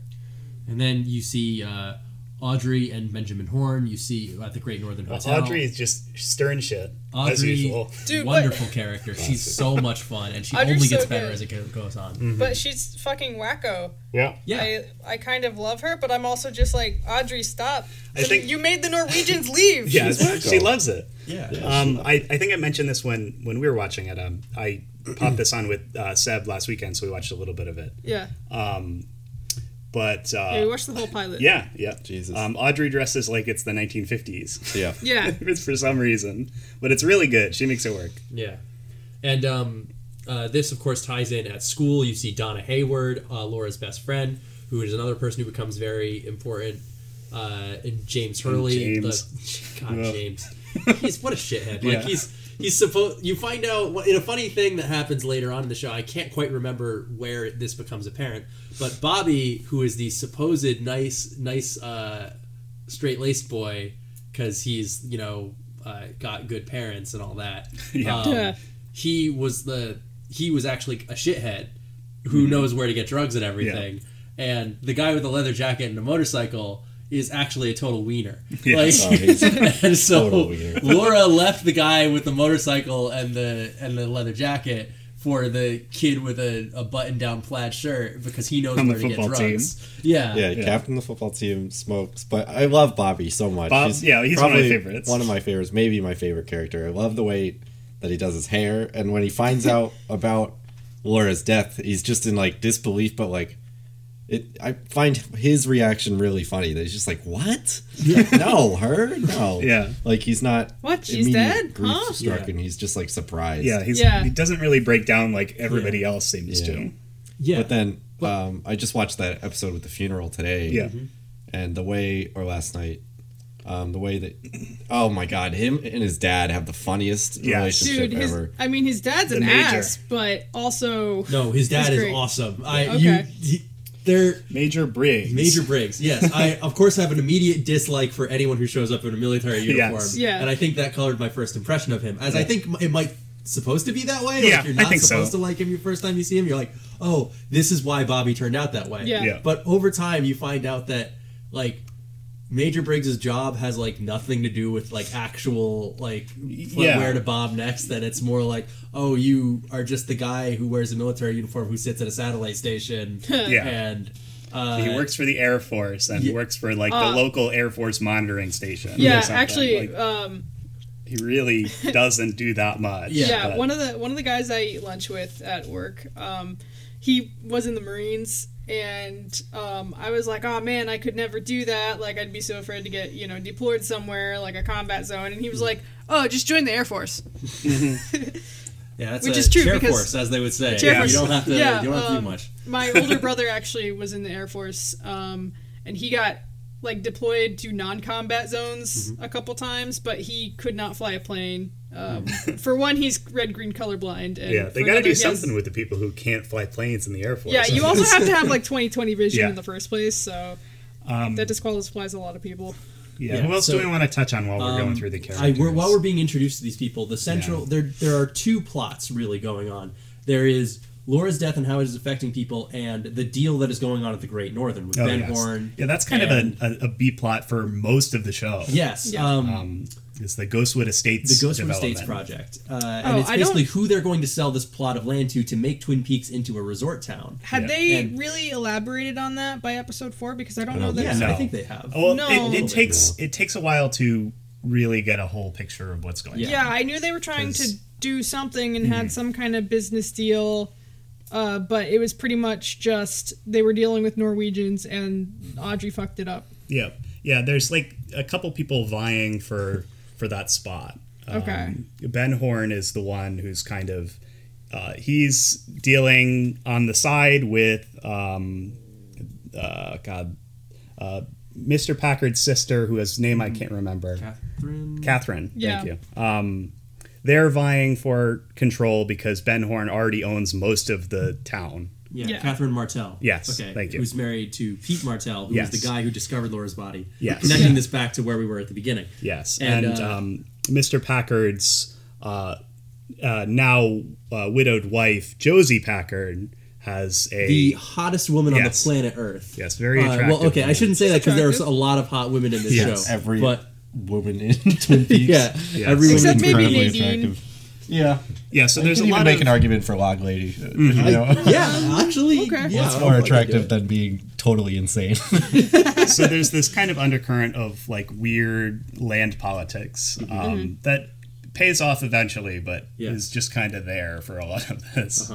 Speaker 2: And then you see uh, Audrey and Benjamin Horn. You see at the Great Northern Hotel.
Speaker 3: Audrey is just stern shit as
Speaker 2: Audrey,
Speaker 3: usual.
Speaker 5: Dude, what-
Speaker 2: wonderful character. She's so much fun, and she
Speaker 5: Audrey's
Speaker 2: only gets
Speaker 5: so
Speaker 2: better
Speaker 5: good.
Speaker 2: as it go- goes on.
Speaker 5: But she's fucking wacko.
Speaker 3: Yeah.
Speaker 2: Yeah.
Speaker 5: I, I kind of love her, but I'm also just like Audrey. Stop!
Speaker 3: I think-
Speaker 5: you made the Norwegians leave.
Speaker 3: Yeah, she loves it.
Speaker 2: Yeah.
Speaker 3: Um, I, I think I mentioned this when when we were watching it. Um, I popped this on with uh, Seb last weekend, so we watched a little bit of it.
Speaker 5: Yeah,
Speaker 3: Um, but
Speaker 5: yeah. We
Speaker 3: uh,
Speaker 5: watched the whole pilot.
Speaker 3: yeah, yeah.
Speaker 1: Jesus.
Speaker 3: Um, Audrey dresses like it's the 1950s.
Speaker 1: Yeah.
Speaker 5: Yeah.
Speaker 3: It's for some reason, but it's really good. She makes it work.
Speaker 2: Yeah, and um, uh, this of course ties in at school. You see Donna Hayward, uh, Laura's best friend, who is another person who becomes very important. Uh, and James Hurley,
Speaker 3: James.
Speaker 2: the God,
Speaker 3: Yeah.
Speaker 2: James, he's what a shithead. Like
Speaker 3: Yeah.
Speaker 2: he's he's supposed. You find out what, in a funny thing that happens later on in the show. I can't quite remember where this becomes apparent, but Bobby, who is the supposed nice nice uh, straight laced boy, because he's you know
Speaker 22: uh, got good parents and all that.
Speaker 23: Yeah.
Speaker 22: um,
Speaker 23: Yeah.
Speaker 22: he was the he was actually a shithead who
Speaker 1: Mm-hmm.
Speaker 23: Mhm.
Speaker 22: knows where to get drugs and everything. And the guy with the leather jacket and the motorcycle is actually a total wiener.
Speaker 23: Yeah.
Speaker 22: Like,
Speaker 23: Oh, he's a
Speaker 22: and so
Speaker 23: total wiener.
Speaker 22: Laura left the guy with the motorcycle and the and the leather jacket for the kid with a, a button down plaid shirt because he knows
Speaker 1: On the
Speaker 22: where to get
Speaker 1: football team.
Speaker 22: drugs. Yeah.
Speaker 1: yeah, Captain of the football team smokes, but I love Bobby so much.
Speaker 22: Bob- yeah, he's one of my
Speaker 1: probably
Speaker 22: favorites.
Speaker 1: One of my favorites, maybe my favorite character. I love the way that he does his hair, and when he finds out about Laura's death, he's just in like disbelief, but like. It, I find his reaction really funny. That he's just like, "What? no, her? No."
Speaker 3: Yeah.
Speaker 1: like he's not.
Speaker 5: What? She's
Speaker 1: immediate
Speaker 5: dead?
Speaker 1: Grief
Speaker 5: Huh?
Speaker 1: struck,
Speaker 3: Yeah.
Speaker 1: and he's just like surprised.
Speaker 3: Yeah, he's-
Speaker 5: Yeah. he
Speaker 1: doesn't really break down like
Speaker 3: everybody
Speaker 1: else seems
Speaker 3: to.
Speaker 1: Yeah, but then um, I just watched that episode with the funeral today.
Speaker 3: Yeah. Mhm.
Speaker 1: and the way or last night, um, the way that oh my god, him and his dad have the funniest
Speaker 5: Yeah.
Speaker 1: relationship
Speaker 5: Dude, his,
Speaker 1: ever.
Speaker 5: I mean, his dad's
Speaker 1: The
Speaker 5: an
Speaker 1: major.
Speaker 5: ass, but also
Speaker 2: No, his dad
Speaker 5: he's
Speaker 2: is
Speaker 5: great.
Speaker 2: awesome. I
Speaker 5: Okay.
Speaker 2: you he, they're
Speaker 3: Major Briggs.
Speaker 2: Major Briggs. Yes, I of course have an immediate dislike for anyone who shows up in a military uniform.
Speaker 3: Yes. Yeah.
Speaker 2: and I think that colored my first impression of him. As I
Speaker 3: Yeah.
Speaker 2: think it might supposed to be that way.
Speaker 3: Yeah,
Speaker 2: like you're
Speaker 3: I
Speaker 2: not
Speaker 3: think so.
Speaker 2: supposed to like him your first time you see him. You're like, oh, this is why Bobby turned out that way.
Speaker 3: Yeah. Yeah.
Speaker 2: But over time, you find out that like. Major Briggs's job has like nothing to do with like actual like
Speaker 3: Yeah.
Speaker 2: where to bomb next. That it's more like, oh, you are just the guy who wears a military uniform who sits at a satellite station.
Speaker 3: Yeah.
Speaker 2: and uh,
Speaker 3: he works for the Air Force and works for like
Speaker 5: Uh,
Speaker 3: the local Air Force monitoring station. or
Speaker 5: Yeah,
Speaker 3: something.
Speaker 5: actually,
Speaker 3: Like,
Speaker 5: um,
Speaker 3: he really doesn't do that much.
Speaker 5: yeah,
Speaker 3: but-
Speaker 5: one of the one of the guys I eat lunch with at work, um, he was in the Marines, and um, I was like, oh man, I could never do that. Like, I'd be so afraid to get you know deployed somewhere like a combat zone. And he
Speaker 3: Hmm.
Speaker 5: was like, oh, just join the Air Force.
Speaker 2: Yeah, that's
Speaker 5: Which
Speaker 2: a
Speaker 5: is true
Speaker 2: chair
Speaker 5: because
Speaker 2: force, as they would say.
Speaker 5: Chair
Speaker 2: Yeah,
Speaker 5: force-
Speaker 2: you don't have to.
Speaker 5: yeah,
Speaker 2: you don't have to
Speaker 5: um,
Speaker 2: do much.
Speaker 5: my older brother actually was in the Air Force, um, and he got like deployed to non-combat zones
Speaker 3: Mm-hmm.
Speaker 5: a couple times, but he could not fly a plane. Um, for one, he's red-green colorblind. And
Speaker 3: Hmm. yeah, they
Speaker 5: for
Speaker 3: got to do
Speaker 5: another, he has-
Speaker 3: something with the people who can't fly planes in the Air Force.
Speaker 5: Yeah, you also have to have like 20/20 vision
Speaker 3: Yeah.
Speaker 5: in the first place, so
Speaker 3: Um,
Speaker 5: that disqualifies a lot of people.
Speaker 3: Yeah, who else do we wanna touch on while we're going through the
Speaker 2: um, I,
Speaker 3: characters?
Speaker 2: we're, while we're being introduced to these people, the central there there are two plots really going on. There is Laura's death and how it is affecting people, and the deal that is going on at the Great Northern with
Speaker 3: Oh,
Speaker 2: Ben
Speaker 3: yes.
Speaker 2: Horn.
Speaker 3: Yeah, that's kind
Speaker 2: and-
Speaker 3: of a, a, a B plot for most of the show.
Speaker 2: Yes, Yeah. um,
Speaker 3: it's the Ghostwood Estates.
Speaker 2: The Ghostwood Estates
Speaker 3: development.
Speaker 2: project, uh, and
Speaker 5: Oh,
Speaker 2: it's
Speaker 5: I don't-
Speaker 2: basically who they're going to sell this plot of land to to make Twin Peaks into a resort town.
Speaker 5: Had they
Speaker 2: And-
Speaker 5: really elaborated on that by episode four? Because I don't know that.
Speaker 2: Yeah, I think they have.
Speaker 3: Oh, Well,
Speaker 5: No.
Speaker 3: it, it takes it takes a while to really get a whole picture of what's going
Speaker 5: Yeah.
Speaker 3: on.
Speaker 5: I knew they were trying to
Speaker 3: 'Cause-
Speaker 5: do something and had
Speaker 3: Mhm.
Speaker 5: some kind of business deal, uh, but it was pretty much just they were dealing with Norwegians and Audrey fucked it up.
Speaker 3: Yeah, yeah. There's like a couple people vying for for that spot.
Speaker 5: Okay.
Speaker 3: ben Horn is the one who's kind of uh, he's dealing on the side with um, uh, God, uh, Mr. Packard's sister, who his name I can't remember.
Speaker 2: Catherine.
Speaker 3: Catherine.
Speaker 2: Yeah.
Speaker 3: Thank you. Um, they're vying for control because Ben Horn already owns most of the town.
Speaker 2: Yeah, Catherine Martell.
Speaker 3: Yes,
Speaker 2: Okay.
Speaker 3: thank you.
Speaker 2: Who's married to Pete Martell, who was
Speaker 3: Yes.
Speaker 2: the guy who discovered Laura's body.
Speaker 3: Yes.
Speaker 2: Connecting
Speaker 3: Yeah.
Speaker 2: this back to where we were at the beginning.
Speaker 3: Yes, and,
Speaker 2: And, uh,
Speaker 3: um, Mr. Packard's uh, uh, now uh, widowed wife, Josie Packard, has a
Speaker 2: The hottest woman on the
Speaker 3: Yes.
Speaker 2: planet Earth.
Speaker 3: Yes, very
Speaker 2: Uh,
Speaker 3: attractive.
Speaker 2: well, okay, I
Speaker 3: woman.
Speaker 2: shouldn't say that because there are a lot of hot women in this
Speaker 1: Yes,
Speaker 2: show.
Speaker 1: every
Speaker 2: but
Speaker 1: woman in Twin Peaks.
Speaker 2: Yeah, Yes. every woman Except in Twin maybe
Speaker 1: Incredibly
Speaker 2: Nadine.
Speaker 1: attractive. Yeah,
Speaker 3: yeah. So there's
Speaker 1: you
Speaker 3: a
Speaker 1: can
Speaker 3: lot
Speaker 1: even make
Speaker 3: of-
Speaker 1: an argument for log lady. uh, You know?
Speaker 2: yeah, actually, yeah,
Speaker 1: What's
Speaker 2: I
Speaker 1: more
Speaker 2: don't fucking do
Speaker 1: attractive
Speaker 2: it.
Speaker 1: than being totally insane?
Speaker 3: so there's this kind of undercurrent of like weird land politics um,
Speaker 2: Mhm.
Speaker 3: that pays off eventually, but
Speaker 2: Yeah.
Speaker 3: is just kind of there for a lot of this.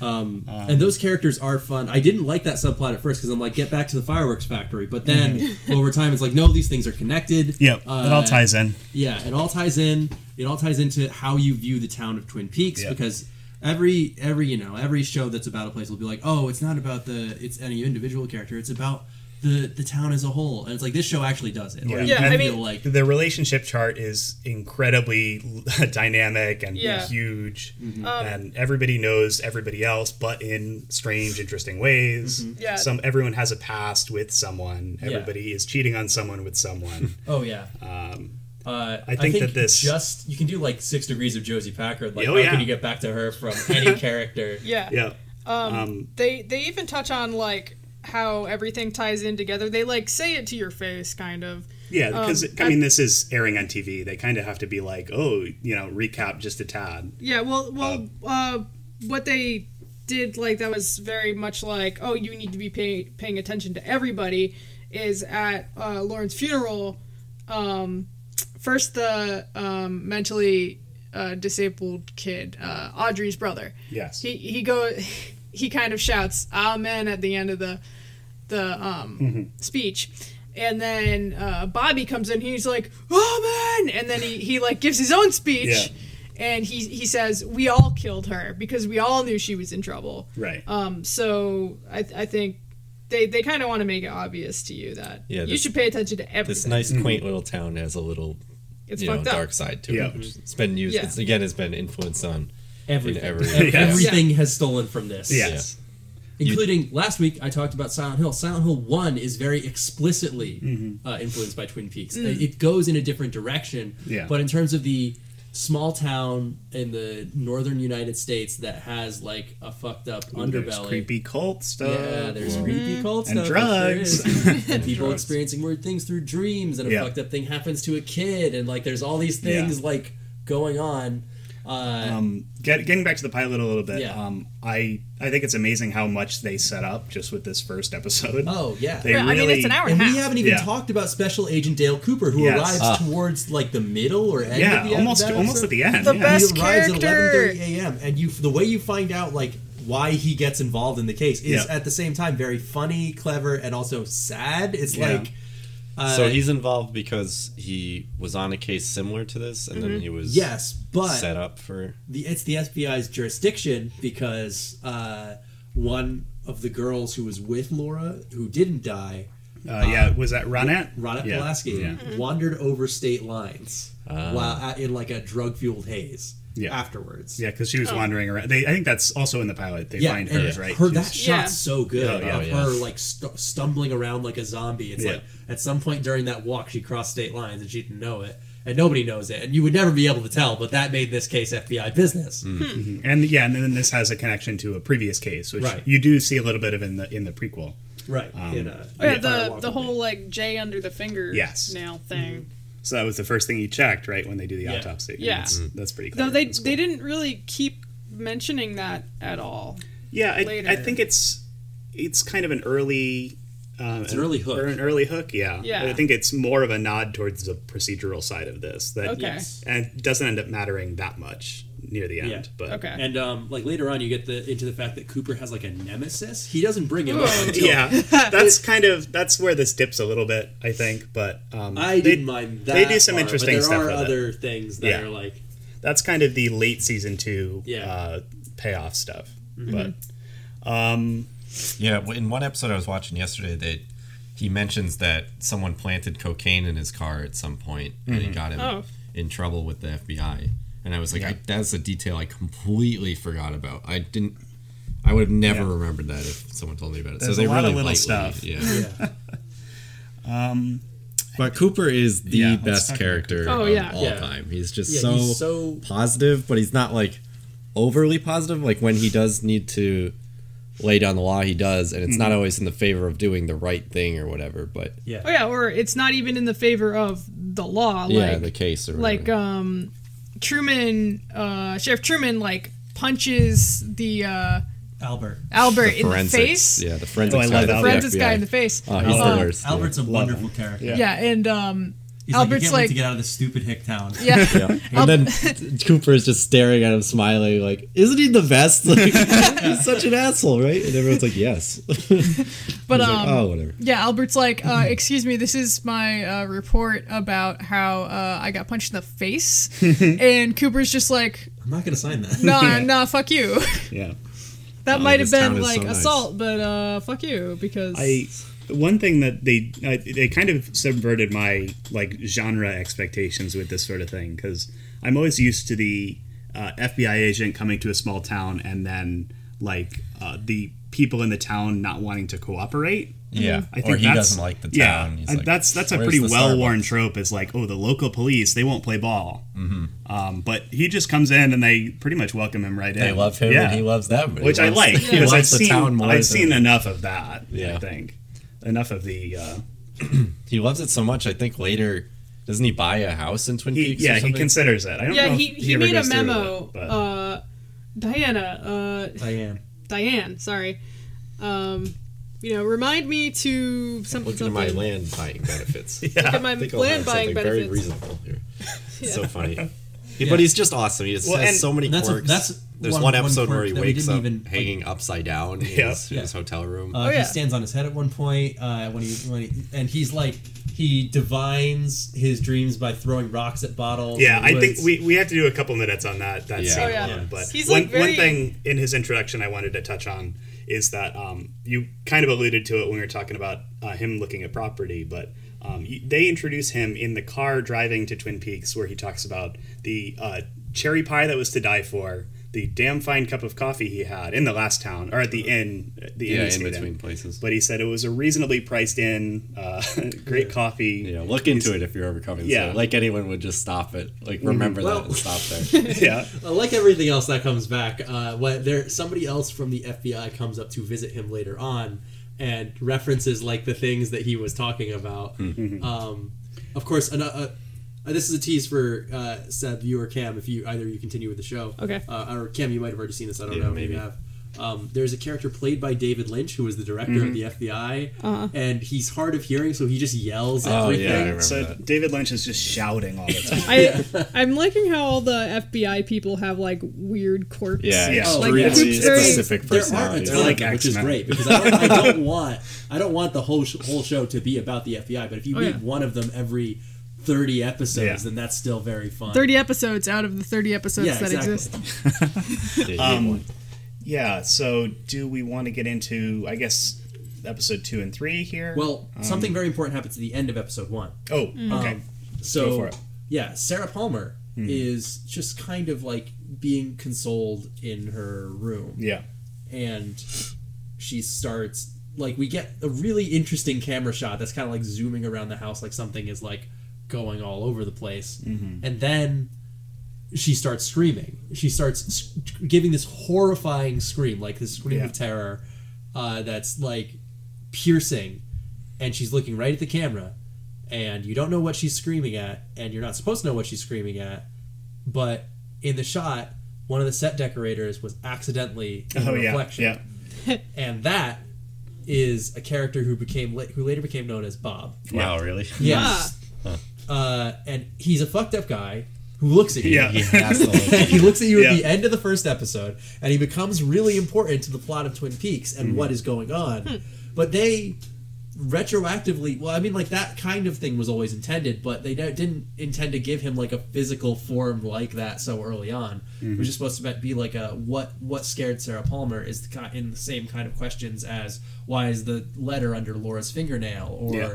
Speaker 2: Um, and those characters are fun. I didn't like that subplot at first because I'm like, get back to the fireworks factory. But then over time, it's like, no, these things are connected.
Speaker 3: Yep, it all
Speaker 2: Uh,
Speaker 3: ties in.
Speaker 2: Yeah, it all ties in. It all ties into how you view the town of Twin Peaks
Speaker 3: Yep.
Speaker 2: because every every you know every show that's about a place will be like, oh, it's not about the it's any individual character. It's about the the town as a whole. And it's like this show actually does it. Or you
Speaker 3: And
Speaker 2: kind of feel like
Speaker 3: the relationship chart is incredibly dynamic and
Speaker 5: Yeah.
Speaker 3: huge,
Speaker 5: Um,
Speaker 3: and everybody knows everybody else, but in strange, interesting ways.
Speaker 5: Yeah.
Speaker 3: Some everyone has a past with someone. Everybody is cheating on someone with someone.
Speaker 2: oh yeah.
Speaker 3: Um,
Speaker 24: Uh,
Speaker 3: I think that this-
Speaker 24: just you can do like six degrees of Josie Packard. Like,
Speaker 3: Oh,
Speaker 24: how
Speaker 3: yeah.
Speaker 24: can you get back to her from any character?
Speaker 5: Yeah. Um, they they even touch on like how everything ties in together. They like say it to your face, kind of.
Speaker 3: Yeah, because
Speaker 5: Um,
Speaker 3: I mean, this is airing on TV. They kind of have to be like, oh, you know, recap just a tad.
Speaker 5: Yeah, well, well, uh, what they did like that was very much like, oh, you need to be pay- paying attention to everybody. Is at uh, Lauren's funeral. Um, first, the um, mentally uh, disabled kid, uh, Audrey's brother.
Speaker 3: Yes.
Speaker 5: He he go he kind of shouts "Amen" at the end of the the um, speech. And then uh, Bobby comes in. He's like, "Oh man!" And then he, he like gives his own speech,
Speaker 3: Yeah.
Speaker 5: and he he says, "We all killed her because we all knew she was in trouble."
Speaker 3: Right.
Speaker 5: Um. So I I think they they kind of want to make it obvious to you that
Speaker 1: Yeah,
Speaker 5: you
Speaker 1: this-
Speaker 5: should pay attention to everything.
Speaker 1: This nice, quaint little town has a little,
Speaker 5: It's
Speaker 1: you know,
Speaker 5: fucked up.
Speaker 1: dark side to
Speaker 3: Yeah.
Speaker 1: it. Which it's been used.
Speaker 5: Yeah.
Speaker 1: It's again, it's been influenced on in
Speaker 24: Everything.
Speaker 1: every-
Speaker 24: Ev-
Speaker 1: yeah.
Speaker 2: Everything has stolen from this.
Speaker 1: Yes. Yeah.
Speaker 2: Including last week, I talked about Silent Hill. Silent Hill 1 is very explicitly
Speaker 24: Mhm.
Speaker 3: Mm-hmm.
Speaker 2: uh, influenced by Twin Peaks.
Speaker 24: Mm.
Speaker 2: It goes in a different direction.
Speaker 24: Yeah.
Speaker 2: But in terms of the small town in the northern United States that has like a fucked up
Speaker 3: Ooh, there's
Speaker 2: underbelly.
Speaker 3: creepy cult stuff.
Speaker 2: Yeah, there's
Speaker 3: Mm.
Speaker 2: creepy cult
Speaker 3: And
Speaker 2: stuff. there
Speaker 3: drugs.
Speaker 2: is.
Speaker 3: And
Speaker 2: and people
Speaker 3: drugs.
Speaker 2: experiencing weird things through dreams and a
Speaker 3: Yeah.
Speaker 2: fucked up thing happens to a kid and like there's all these things like going on. Uh,
Speaker 3: um, get, getting back to the pilot a little bit,
Speaker 2: Yeah.
Speaker 3: um, I I think it's amazing how much they set up just with this first episode.
Speaker 2: Oh yeah,
Speaker 3: they really,
Speaker 2: and we haven't even
Speaker 3: Yeah.
Speaker 2: talked about Special Agent Dale Cooper, who
Speaker 3: Yes.
Speaker 2: arrives
Speaker 3: Ah.
Speaker 2: towards like the middle or end.
Speaker 3: Yeah,
Speaker 2: of the end
Speaker 3: almost-
Speaker 2: of that
Speaker 3: almost
Speaker 2: episode.
Speaker 3: at the end, The yeah. best
Speaker 2: he arrives
Speaker 3: character.
Speaker 2: at 11:30 a.m. and you the way you find out like why he gets involved in the case is
Speaker 1: Yeah.
Speaker 2: at the same time very funny, clever, and also sad. It's
Speaker 1: Yeah.
Speaker 2: like uh,
Speaker 1: so he's involved because he was on a case similar to this, and
Speaker 3: Mm-hmm.
Speaker 1: then
Speaker 2: Mhm.
Speaker 1: he was
Speaker 2: Yes, but-
Speaker 1: set up for
Speaker 2: the it's the FBI's jurisdiction because uh, one of the girls who was with Laura who didn't die.
Speaker 3: Uh, yeah, was that Ronette?
Speaker 2: Ronette
Speaker 3: Yeah.
Speaker 2: Pulaski
Speaker 3: Yeah.
Speaker 5: Mm-hmm.
Speaker 2: wandered over state lines
Speaker 3: Ah.
Speaker 2: while at, in like a drug fueled haze afterwards.
Speaker 3: Yeah, because she was
Speaker 2: Oh.
Speaker 3: wandering around. They, I think that's also in the pilot. They find
Speaker 2: and
Speaker 3: hers, right?
Speaker 2: Her, that
Speaker 3: She's-
Speaker 2: shot's so good
Speaker 3: Oh, yeah.
Speaker 2: of her like st- stumbling around like a zombie. It's
Speaker 3: Yeah.
Speaker 2: like at some point during that walk, she crossed state lines and she didn't know it, and nobody knows it, and you would never be able to tell. But that made this case FBI business.
Speaker 3: Mhm. And yeah, and then this has a connection to a previous case, which
Speaker 2: Right.
Speaker 3: you do see a little bit of in the in the prequel.
Speaker 2: Right.
Speaker 3: Um,
Speaker 5: yeah, the the whole like J under the finger
Speaker 3: Yes.
Speaker 5: nail thing.
Speaker 3: so that was the first thing you checked, right, when they do the autopsy. And
Speaker 5: Yeah.
Speaker 3: That's,
Speaker 2: Mm-hmm.
Speaker 3: that's pretty clever.
Speaker 5: Though they they didn't really keep mentioning that at all.
Speaker 3: Yeah, I,
Speaker 5: later.
Speaker 3: I think it's it's kind of an early. Um,
Speaker 2: It's an early hook.
Speaker 3: Or an early hook, yeah.
Speaker 5: Yeah.
Speaker 3: I think it's more of a nod towards the procedural side of this. That
Speaker 2: Okay. Yes.
Speaker 3: And it doesn't end up mattering that much near the end. But
Speaker 2: And um, like later on, you get the into the fact that Cooper has like a nemesis. He doesn't bring him up.
Speaker 5: Oh.
Speaker 2: Until
Speaker 3: yeah, that's kind of that's where this dips a little bit, I think. But um,
Speaker 2: I
Speaker 3: they,
Speaker 2: didn't mind
Speaker 3: They
Speaker 2: that
Speaker 3: do some
Speaker 2: part, but
Speaker 3: interesting
Speaker 2: there
Speaker 3: stuff.
Speaker 2: are
Speaker 3: with it.
Speaker 2: other things that are like-
Speaker 3: that's kind of the late season two
Speaker 2: Yeah. Mm-hmm.
Speaker 3: uh, payoff stuff.
Speaker 1: Mhm.
Speaker 5: Mm-hmm.
Speaker 3: But um,
Speaker 1: Yeah, w- in one episode I was watching yesterday, that he mentions that someone planted cocaine in his car at some point, and it
Speaker 3: Mhm.
Speaker 1: got him
Speaker 5: Oh.
Speaker 1: in trouble with the FBI. And I was like,
Speaker 3: Yeah.
Speaker 1: I, that's a detail I completely forgot about. I didn't. I would have never
Speaker 3: Yeah.
Speaker 1: remembered that if someone told me about it.
Speaker 3: There's
Speaker 1: so they
Speaker 3: a lot
Speaker 1: really
Speaker 3: of little
Speaker 1: lightly-
Speaker 3: stuff.
Speaker 1: Yeah.
Speaker 3: um,
Speaker 1: But Cooper is the
Speaker 3: Yeah, let's talk
Speaker 1: best
Speaker 3: about
Speaker 1: character
Speaker 3: Cooper. Oh,
Speaker 1: of
Speaker 3: yeah.
Speaker 1: all
Speaker 3: Yeah.
Speaker 1: time. He's just
Speaker 3: Yeah,
Speaker 1: so,
Speaker 3: he's so-
Speaker 1: positive, but he's not like overly positive. Like when he does need to lay down the law, he does, and it's not
Speaker 5: Mhm.
Speaker 1: always in the favor of doing the right thing or whatever. But
Speaker 2: yeah,
Speaker 5: Oh yeah, or it's not even in the favor of the law.
Speaker 1: yeah,
Speaker 5: like,
Speaker 1: the case or whatever.
Speaker 5: like um, Truman, uh, Sheriff Truman, like punches the uh,
Speaker 2: Albert
Speaker 5: Albert
Speaker 1: The
Speaker 5: in the
Speaker 1: forensics.
Speaker 5: face.
Speaker 1: Yeah, the
Speaker 3: Oh,
Speaker 1: forensics guy
Speaker 5: The
Speaker 2: Oh,
Speaker 1: that-
Speaker 5: forensics
Speaker 1: yeah.
Speaker 5: guy in the face.
Speaker 1: Oh, he's
Speaker 5: Um,
Speaker 1: the worst. yeah.
Speaker 2: Albert's a wonderful character.
Speaker 5: Yeah, and um,
Speaker 2: He's like, I
Speaker 5: Albert's
Speaker 2: can't wait
Speaker 5: like,
Speaker 2: to get out of this stupid hick town.
Speaker 5: Yeah.
Speaker 1: Yeah. And then Cooper is just staring at him, smiling, like, "Isn't he the best? Like, he's such an asshole, right?" And everyone's like, "Yes."
Speaker 5: but
Speaker 1: He's
Speaker 5: um,
Speaker 1: like, "Oh, whatever."
Speaker 5: Yeah, Albert's like, uh, excuse me, this is my uh, report about how uh, I got punched in the face, and Cooper's just like,
Speaker 2: I'm not gonna sign that.
Speaker 5: nah, nah, fuck you.
Speaker 3: yeah.
Speaker 5: That
Speaker 3: Oh,
Speaker 5: might have
Speaker 3: this town
Speaker 5: been
Speaker 3: is
Speaker 5: like
Speaker 3: so nice.
Speaker 5: assault, but uh, fuck you because
Speaker 3: I one thing that they uh, they kind of subverted my like genre expectations with this sort of thing because I'm always used to the uh, FBI agent coming to a small town and then like uh, the people in the town not wanting to cooperate.
Speaker 25: Yeah,
Speaker 3: I think
Speaker 25: or he
Speaker 3: that's-
Speaker 25: doesn't like the
Speaker 3: yeah,
Speaker 25: town. He's
Speaker 3: I-
Speaker 25: like,
Speaker 3: that's that's a
Speaker 25: "Where's
Speaker 3: pretty
Speaker 25: the
Speaker 3: well worn trope. Is like, oh, the local police they won't play ball.
Speaker 25: Mhm.
Speaker 3: Um, but he just comes in and they pretty much welcome him right in.
Speaker 25: They love him and he loves them. He
Speaker 3: which I
Speaker 25: loves-
Speaker 3: like
Speaker 25: he
Speaker 3: because
Speaker 25: loves
Speaker 3: I've
Speaker 25: the
Speaker 3: seen
Speaker 25: town more
Speaker 3: I've seen
Speaker 25: than-
Speaker 3: enough of that.
Speaker 1: Yeah.
Speaker 3: I think enough of the. Uh,
Speaker 1: he loves it so much. I think later doesn't he buy a house in Twin Peaks? or
Speaker 3: yeah, he
Speaker 1: something?
Speaker 3: considers it. I
Speaker 5: yeah, he, he, made a memo. uh, Diana, uh,
Speaker 26: Diane.
Speaker 5: Diane, sorry. Um, you know, remind me to something.
Speaker 1: Look at
Speaker 5: something.
Speaker 1: my land buying benefits.
Speaker 5: Look at my
Speaker 1: I think I'll
Speaker 5: land
Speaker 1: have
Speaker 5: buying
Speaker 1: something Very
Speaker 5: benefits.
Speaker 1: reasonable here. It's So
Speaker 5: Yeah.
Speaker 1: funny.
Speaker 5: Yeah.
Speaker 1: But he's just awesome. He just
Speaker 5: Well,
Speaker 1: has
Speaker 5: and
Speaker 1: so many
Speaker 5: that's a-
Speaker 1: quirks.
Speaker 5: that's
Speaker 1: There's
Speaker 5: one-
Speaker 1: one,
Speaker 5: one
Speaker 1: episode
Speaker 5: quirk
Speaker 1: where he
Speaker 5: that we
Speaker 1: wakes
Speaker 5: didn't
Speaker 1: up
Speaker 5: even-
Speaker 1: hanging upside down in his, in his hotel room.
Speaker 5: Oh,
Speaker 2: Uh, He stands on his head at one point. Uh, when he when he and he's like he divines his dreams by throwing rocks at bottles.
Speaker 3: Yeah,
Speaker 2: in the
Speaker 3: I think
Speaker 2: woods.
Speaker 3: we, we have to do a couple minutes on that that
Speaker 2: Yeah.
Speaker 3: scene
Speaker 2: Oh, yeah.
Speaker 3: alone. But
Speaker 2: He's,
Speaker 3: one,
Speaker 2: like, very-
Speaker 3: one thing in his introduction I wanted to touch on is that um, you kind of alluded to it when we were talking about uh, him looking at property, but um, y- they introduce him in the car driving to Twin Peaks, where he talks about the uh, cherry pie that was to die for, the damn fine cup of coffee he had in the last town or at the inn, uh, the
Speaker 1: Uh-huh. Yeah, in
Speaker 3: inn he stayed
Speaker 1: between places.
Speaker 3: But he said it was a reasonably priced inn, uh, great coffee.
Speaker 1: Yeah, look into it if you're ever coming.
Speaker 3: Yeah. Mm-hmm.
Speaker 1: Yeah, like anyone would just stop it. Like remember
Speaker 2: Well-
Speaker 1: that and stop there.
Speaker 2: Uh, like everything else that comes back, uh, when there somebody else from the FBI comes up to visit him later on, and references like the things that he was talking about.
Speaker 5: Hmm.
Speaker 3: Mhm.
Speaker 2: Um, of course, an, uh, uh, this is a tease for uh, Seb, you or Cam. If you either you continue with the show,
Speaker 5: Okay.
Speaker 2: uh, or Cam, you might have already seen this. I don't
Speaker 5: Yeah,
Speaker 2: know. Maybe
Speaker 5: maybe.
Speaker 2: you have. Um, there's a character played by David Lynch who was the director
Speaker 3: Mhm.
Speaker 2: of the FBI,
Speaker 3: Uh-huh.
Speaker 2: and he's hard of hearing, so he just
Speaker 5: Oh,
Speaker 2: yells. at everything.
Speaker 3: so David Lynch is just shouting all the time.
Speaker 5: I, I'm liking how all the FBI people have like weird quirks.
Speaker 2: Oh,
Speaker 5: Like, it's very-
Speaker 2: There are a ton of them, which is great because I don't, I don't want I don't want the whole sh- whole show to be about the FBI. But if you
Speaker 5: Oh,
Speaker 2: read
Speaker 5: yeah.
Speaker 2: one of them every thirty episodes, then that's still very fun.
Speaker 5: 30 episodes out of the 30 episodes
Speaker 2: Yeah,
Speaker 5: that
Speaker 2: exactly.
Speaker 5: exist.
Speaker 3: um, yeah. So, do we want to get into? I guess episode two and three here.
Speaker 2: Well,
Speaker 3: Um,
Speaker 2: something very important happens at the end of episode one.
Speaker 3: Oh, Mm. okay.
Speaker 2: um, so
Speaker 3: Go for it.
Speaker 2: yeah, Sarah Palmer
Speaker 3: Hmm.
Speaker 2: is just kind of like being consoled in her room.
Speaker 3: Yeah.
Speaker 2: and she starts like we get a really interesting camera shot that's kind of like zooming around the house, like something is like going all over the place,
Speaker 3: Mhm.
Speaker 2: and then she starts screaming. She starts sc- giving this horrifying scream, like this scream
Speaker 3: Yeah.
Speaker 2: of terror uh, that's like piercing, and she's looking right at the camera, and you don't know what she's screaming at, and you're not supposed to know what she's screaming at, but in the shot, one of the set decorators was accidentally in
Speaker 3: Oh,
Speaker 2: the
Speaker 3: yeah,
Speaker 2: reflection, and that is a character who became la- who later became known as Bob.
Speaker 3: Wow, really?
Speaker 2: Yes.
Speaker 3: Huh.
Speaker 2: Uh, and he's a fucked up guy who looks at you.
Speaker 3: Yeah. He has to look at
Speaker 2: he
Speaker 3: you.
Speaker 2: looks at you at
Speaker 3: Yeah.
Speaker 2: the end of the first episode, and he becomes really important to the plot of Twin Peaks and
Speaker 3: Mhm.
Speaker 2: what is going on. But they retroactively, well, I mean, like that kind of thing was always intended, but they don't- didn't intend to give him like a physical form like that so early on. It
Speaker 3: Mhm.
Speaker 2: was just supposed to be like a what what scared Sarah Palmer is the, ki- in the same kind of questions as why is the letter under Laura's fingernail or
Speaker 3: Yeah.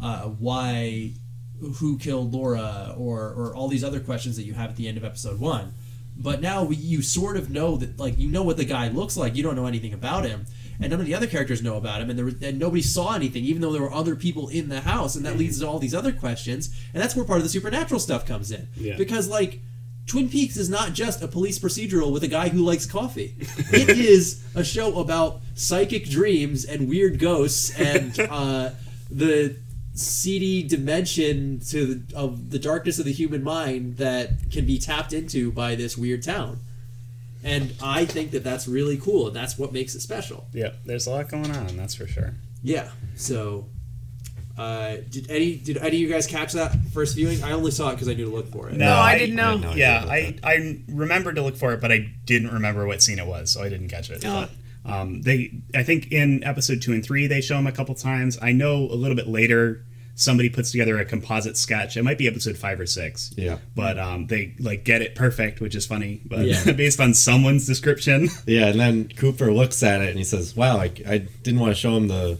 Speaker 2: uh, why who killed Laura or or all these other questions that you have at the end of episode one. But now we, you sort of know that like you know what the guy looks like. You don't know anything about him, and none of the other characters know about him, and there was, and nobody saw anything, even though there were other people in the house, and that leads to all these other questions, and that's where part of the supernatural stuff comes in
Speaker 3: Yeah.
Speaker 2: because like. Twin Peaks is not just a police procedural with a guy who likes coffee. It is a show about psychic dreams and weird ghosts and uh, the seedy dimension to the, of the darkness of the human mind that can be tapped into by this weird town. And I think that that's really cool, and that's what makes it special.
Speaker 3: Yeah, there's a lot going on. That's for sure.
Speaker 2: Yeah. So, uh, did any did any of you guys catch that first viewing? I only saw it because I knew to look for it.
Speaker 3: yeah, I, I remembered to look for it, but I didn't remember what scene it was, so I didn't catch it.
Speaker 2: Oh.
Speaker 3: But, um, they, I think in episode two and three, they show him a couple times. I know a little bit later, somebody puts together a composite sketch. It might be episode five or six.
Speaker 1: Yeah.
Speaker 3: but um, they like get it perfect, which is funny. But
Speaker 1: Yeah.
Speaker 3: based on someone's description,
Speaker 1: Yeah, and then Cooper looks at it and he says, "Wow, I, I didn't want to show him the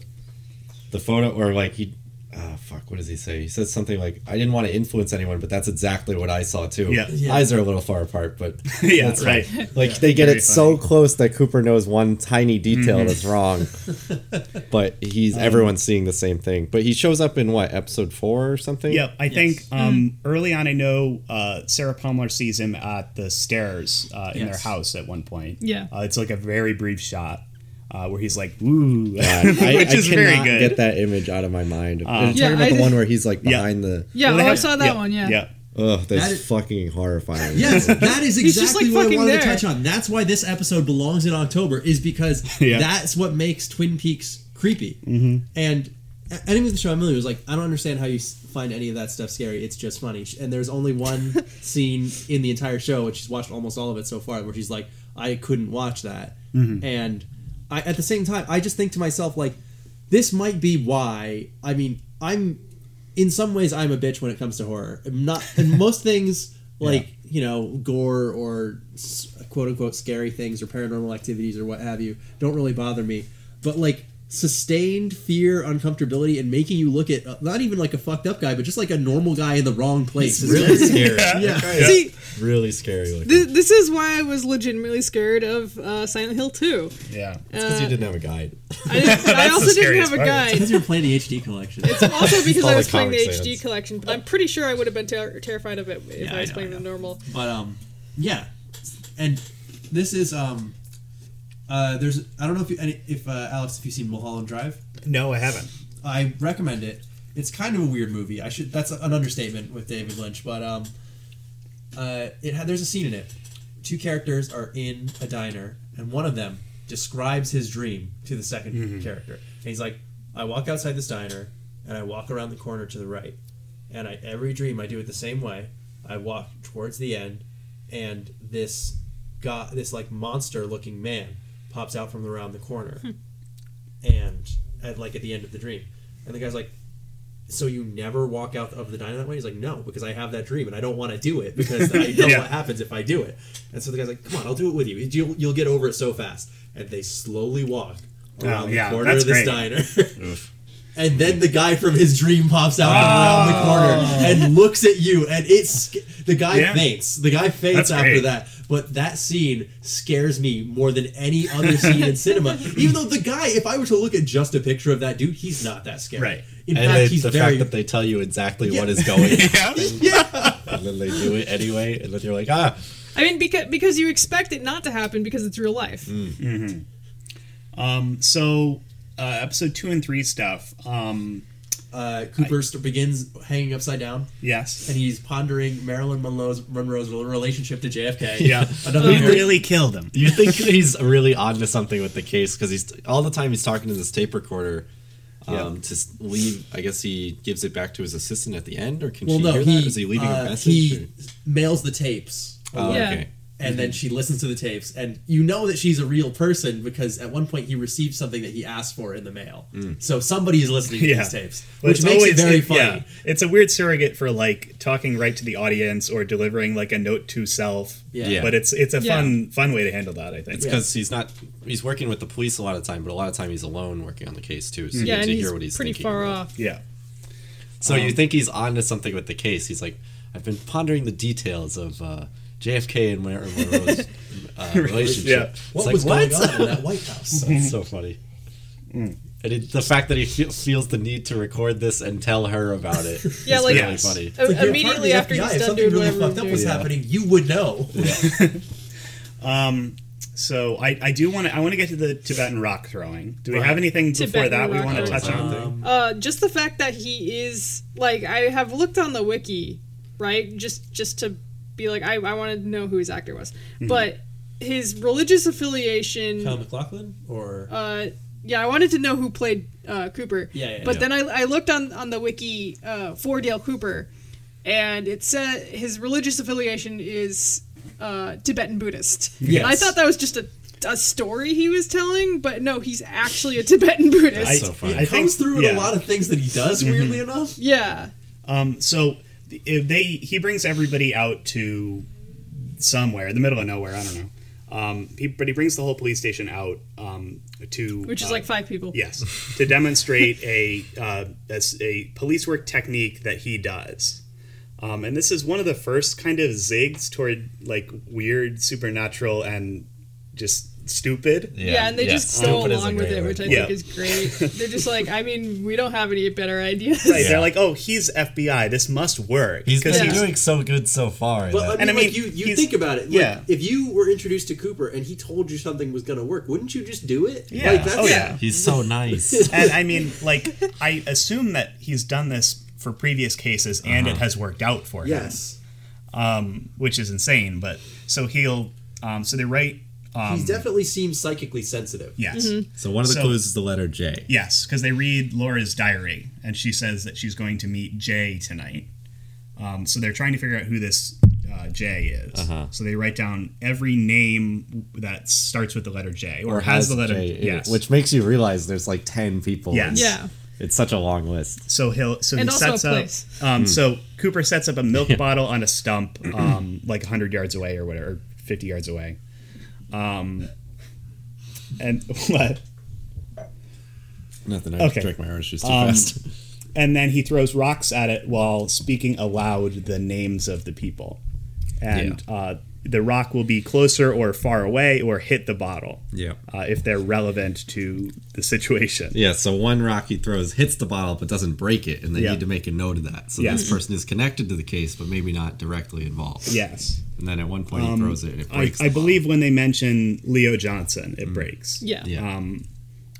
Speaker 1: the photo or like he oh, fuck, what does he say? He says something like, I didn't want to influence anyone, but that's exactly what I saw too.
Speaker 3: Yeah. Yeah.
Speaker 1: Eyes are a little far apart, but
Speaker 3: Yeah,
Speaker 1: that's fine.
Speaker 3: right.
Speaker 1: Like
Speaker 3: Yeah,
Speaker 1: they get it
Speaker 3: very
Speaker 1: so close that Cooper knows one tiny detail
Speaker 3: Mhm.
Speaker 1: that's wrong. but he's
Speaker 3: Um,
Speaker 1: everyone's seeing the same thing. But he shows up in what, episode four or something?
Speaker 3: Yep, I think um,
Speaker 5: Mm.
Speaker 3: early on, I know uh, Sarah Palmer sees him at the stairs uh, in
Speaker 1: Yes.
Speaker 3: their house at one point.
Speaker 5: Yeah.
Speaker 3: uh, it's like a very brief shot uh, where he's like, "Ooh,"
Speaker 1: God, I,
Speaker 3: which
Speaker 1: I
Speaker 3: is
Speaker 1: cannot
Speaker 3: very good.
Speaker 1: get that image out of my mind.
Speaker 3: Um,
Speaker 1: I'm talking
Speaker 3: Yeah,
Speaker 1: about
Speaker 3: I
Speaker 1: the
Speaker 3: just-
Speaker 1: one where he's like
Speaker 3: Yeah.
Speaker 1: behind the.
Speaker 5: Yeah, oh, I saw that one, yeah.
Speaker 1: Ugh, that's
Speaker 2: That is-
Speaker 1: fucking horrifying.
Speaker 2: Yes, that is
Speaker 5: He's just,
Speaker 2: exactly
Speaker 5: like,
Speaker 2: what I
Speaker 5: fucking
Speaker 2: wanted to
Speaker 5: there.
Speaker 2: touch on. That's why this episode belongs in October, is because
Speaker 3: Yeah.
Speaker 2: that's what makes Twin Peaks creepy. Mm-hmm. And a- anyone with the show I'm familiar was like, I don't understand how you s- find any of that stuff scary. It's just funny. Sh- And there's only one scene in the entire show, which she's watched almost all of it so far, where she's like, I couldn't watch that.
Speaker 5: Mm-hmm.
Speaker 27: Mhm.
Speaker 2: And I, at the same time, I just think to myself, like, this might be why. I mean, I'm in some ways I'm a bitch when it comes to horror. I'm not in most things like you know gore or s- quote unquote scary things or paranormal activities or what have you don't really bother me. But like sustained fear, uncomfortability, and making you look at uh, not even like a fucked up guy, but just like a normal guy in the wrong place is
Speaker 1: really scary.
Speaker 2: Yeah.
Speaker 1: Yeah.
Speaker 5: See-
Speaker 1: really scary. Looking.
Speaker 5: Th- this is why I was legitimately scared of uh, Silent Hill 2.
Speaker 3: Yeah.
Speaker 1: It's because you didn't have a guide.
Speaker 5: I, didn't- I also didn't have a guide.
Speaker 2: Because you're playing the HD collection.
Speaker 5: It's also because
Speaker 2: All
Speaker 5: I
Speaker 2: the
Speaker 5: was playing the
Speaker 2: comic
Speaker 5: HD
Speaker 2: sans.
Speaker 5: collection, but I'm pretty sure I would have been ter- terrified of it if
Speaker 2: Yeah,
Speaker 5: I was
Speaker 2: I know,
Speaker 5: playing
Speaker 2: I
Speaker 5: the normal.
Speaker 2: But um, yeah, and this is um, uh, there's I don't know if you, any- if uh, Alex if you've seen Mulholland Drive.
Speaker 3: No, I haven't.
Speaker 2: I recommend it. It's kind of a weird movie. I should that's an understatement with David Lynch, but um, uh, it had there's a scene in it. Two characters are in a diner, and one of them describes his dream to the 2nd character, and he's like, "I walk outside this diner, and I walk around the corner to the right, and I every dream I do it the same way. I walk towards the end, and this got this like monster looking man pops out from around the corner, and at like at the end of the dream, and the guy's like, so you never walk out of the diner that way? He's like, no, because I have that dream and I don't want to do it because I know
Speaker 3: Yeah.
Speaker 2: what happens if I do it. And so the guy's like, come on, I'll do it with you. You'll, you'll get over it so fast. And they slowly walk
Speaker 3: Oh,
Speaker 2: around
Speaker 3: yeah,
Speaker 2: the corner
Speaker 3: that's
Speaker 2: of this
Speaker 3: great.
Speaker 2: diner. and then the guy from his dream pops out from around the corner and looks at you. And it's the guy
Speaker 3: Oh. Yeah.
Speaker 2: faints. The guy faints
Speaker 3: That's
Speaker 2: after
Speaker 3: great.
Speaker 2: that. But that scene scares me more than any other scene in cinema. Even though the guy, if I were to look at just a picture of that dude, he's not that scary.
Speaker 1: Right.
Speaker 2: In
Speaker 1: and
Speaker 2: fact,
Speaker 1: they-
Speaker 2: he's
Speaker 1: the
Speaker 2: very
Speaker 1: fact that they tell you exactly
Speaker 2: Yeah.
Speaker 1: what is going on.
Speaker 2: Yeah.
Speaker 1: And then they do it anyway, and then you're like, ah.
Speaker 5: I mean, because because you expect it not to happen because it's real life.
Speaker 3: hmm Um, so uh, episode two and three stuff. Um,
Speaker 2: uh, Cooper st- begins hanging upside down.
Speaker 3: Yes.
Speaker 2: And he's pondering Marilyn Monroe's, Monroe's relationship to JFK.
Speaker 1: Yeah.
Speaker 2: Another
Speaker 5: Uh-huh.
Speaker 1: He
Speaker 2: very-
Speaker 1: really killed him. You think that he's really onto something with the case because he's all the time he's talking to this tape recorder. Um, to s- leave, I guess he gives it back to his assistant at the end, or can
Speaker 2: Well,
Speaker 1: she
Speaker 2: no,
Speaker 1: hear
Speaker 2: he,
Speaker 1: that? Is he leaving
Speaker 2: uh,
Speaker 1: a message?
Speaker 2: He
Speaker 1: or-
Speaker 2: mails the tapes.
Speaker 1: Oh, Yeah. okay.
Speaker 2: And
Speaker 3: Mm-hmm.
Speaker 2: then she listens to the tapes, and you know that she's a real person because at one point he received something that he asked for in the mail.
Speaker 3: Mm.
Speaker 2: So somebody is listening to
Speaker 3: Yeah.
Speaker 2: these tapes,
Speaker 3: Well,
Speaker 2: which
Speaker 3: it's
Speaker 2: makes it
Speaker 3: always-
Speaker 2: very
Speaker 3: it-
Speaker 2: funny.
Speaker 3: yeah. It's a weird surrogate for like talking right to the audience or delivering like a note to self.
Speaker 1: Yeah. Yeah.
Speaker 3: But it's it's a
Speaker 1: Yeah.
Speaker 3: fun fun way to handle that. I think
Speaker 1: It's because he's not. He's working with the police a lot of time, but a lot of time he's alone working on the case too. So
Speaker 5: Yeah,
Speaker 1: you get
Speaker 5: and
Speaker 1: to
Speaker 5: he's
Speaker 1: hear what he's
Speaker 5: pretty
Speaker 1: thinking
Speaker 5: far
Speaker 1: about.
Speaker 5: off.
Speaker 3: Yeah.
Speaker 1: So you
Speaker 3: Um,
Speaker 1: think he's onto something with the case? He's like, I've been pondering the details of uh, JFK and Mar- Monroe's uh, relationship.
Speaker 3: Yeah.
Speaker 1: It's
Speaker 3: What
Speaker 1: like,
Speaker 3: was going
Speaker 1: what?
Speaker 3: on in that White House?
Speaker 1: That's so funny. And it, the fact that he fe- feels the need to record this and tell her about it.
Speaker 5: Yeah,
Speaker 1: is
Speaker 5: like-
Speaker 1: really
Speaker 5: Yes.
Speaker 1: funny.
Speaker 5: It's like you're Immediately part of the after FBI, he's if done something doing really whatever fucked up he's was doing. happening,
Speaker 2: you would know.
Speaker 3: um, so I, I do want to I want to get to the Tibetan rock throwing. Do we
Speaker 5: Right.
Speaker 3: have anything before
Speaker 5: Tibetan
Speaker 3: that we
Speaker 5: rock
Speaker 3: want to
Speaker 5: throwing.
Speaker 3: touch on?
Speaker 2: Um,
Speaker 5: Uh, just the fact that he is like I have looked on the wiki, right? Just just to be like I, I wanted to know who his actor was,
Speaker 2: Mhm.
Speaker 5: but his religious affiliation.
Speaker 2: Kyle McLaughlin or
Speaker 5: Uh, yeah, I wanted to know who played uh, Cooper.
Speaker 2: Yeah, yeah,
Speaker 5: but
Speaker 2: yeah.
Speaker 5: then I, I looked on on the wiki uh, for Dale Cooper, and it said his religious affiliation is uh, Tibetan Buddhist.
Speaker 3: Yes.
Speaker 5: And I thought that was just a a story he was telling, but no, he's actually a Tibetan Buddhist.
Speaker 3: I- I
Speaker 2: It comes through in a
Speaker 3: yeah.
Speaker 2: lot of things that he does, weirdly
Speaker 3: Mhm.
Speaker 2: enough.
Speaker 5: Yeah.
Speaker 3: Um, so th- if they he brings everybody out to somewhere in the middle of nowhere. I don't know. Um, he, but he brings the whole police station out um, to
Speaker 5: which is
Speaker 3: uh,
Speaker 5: like five people.
Speaker 3: Yes, to demonstrate a uh, as a police work technique that he does, um, and this is one of the first kind of zigs toward like weird, supernatural, and just stupid.
Speaker 5: Yeah, and they just go along with it, which I think is great. They're just like, I mean, we don't have any better ideas.
Speaker 3: Right, they're like, oh, he's FBI. This must work.
Speaker 1: He's been
Speaker 3: he's-
Speaker 1: doing so good so far. in
Speaker 2: But I
Speaker 1: that.
Speaker 2: mean, like, you, you think about it. Like,
Speaker 3: yeah.
Speaker 2: If you were introduced to Cooper and he told you something was going to work, wouldn't you just do it?
Speaker 3: Yeah.
Speaker 2: Like, that's-
Speaker 3: oh yeah.
Speaker 1: He's so nice.
Speaker 3: and I mean, like, I assume that he's done this for previous cases and it
Speaker 2: Uh-huh.
Speaker 3: has worked out for him.
Speaker 2: Yes.
Speaker 3: Um, which is insane, but so he'll um, so they write um,
Speaker 2: he definitely seems psychically sensitive.
Speaker 3: Yes.
Speaker 1: So one of the clues is the letter J.
Speaker 3: Yes, because they read Laura's diary, and she says that she's going to meet Jay tonight. Um, so they're trying to figure out who this uh, Jay is.
Speaker 1: Uh-huh.
Speaker 3: So they write down every name that starts with the letter J or, has, the letter
Speaker 1: J in it,
Speaker 3: Yes.
Speaker 1: which makes you realize there's like ten people.
Speaker 3: Yes.
Speaker 1: It's-
Speaker 3: Yeah.
Speaker 1: It's such a long list.
Speaker 3: So he'll so
Speaker 1: And
Speaker 3: he
Speaker 1: also a
Speaker 3: sets up.
Speaker 1: place.
Speaker 3: Um,
Speaker 1: Mm.
Speaker 3: So Cooper sets up a milk bottle on a stump, um, like hundred yards away or whatever, fifty yards away. Um, and what?
Speaker 1: Nothing. I
Speaker 3: Okay.
Speaker 1: drank my orange juice too
Speaker 3: Um,
Speaker 1: fast.
Speaker 3: And then he throws rocks at it while speaking aloud the names of the people, and uh, the rock will be closer or far away or hit the bottle.
Speaker 1: Yeah.
Speaker 3: Uh, if they're relevant to the situation.
Speaker 1: Yeah, so one rock he throws hits the bottle but doesn't break it, and they
Speaker 3: Yeah.
Speaker 1: need to make a note of that. So
Speaker 3: Yeah.
Speaker 1: this person is connected to the case, but maybe not directly involved.
Speaker 3: Yes.
Speaker 1: And then at one point
Speaker 3: Um,
Speaker 1: he throws it and it
Speaker 3: I-
Speaker 1: breaks. Mm.
Speaker 3: I, believe when they mention Leo Johnson, it breaks.
Speaker 5: Yeah.
Speaker 1: Yeah.
Speaker 3: Um,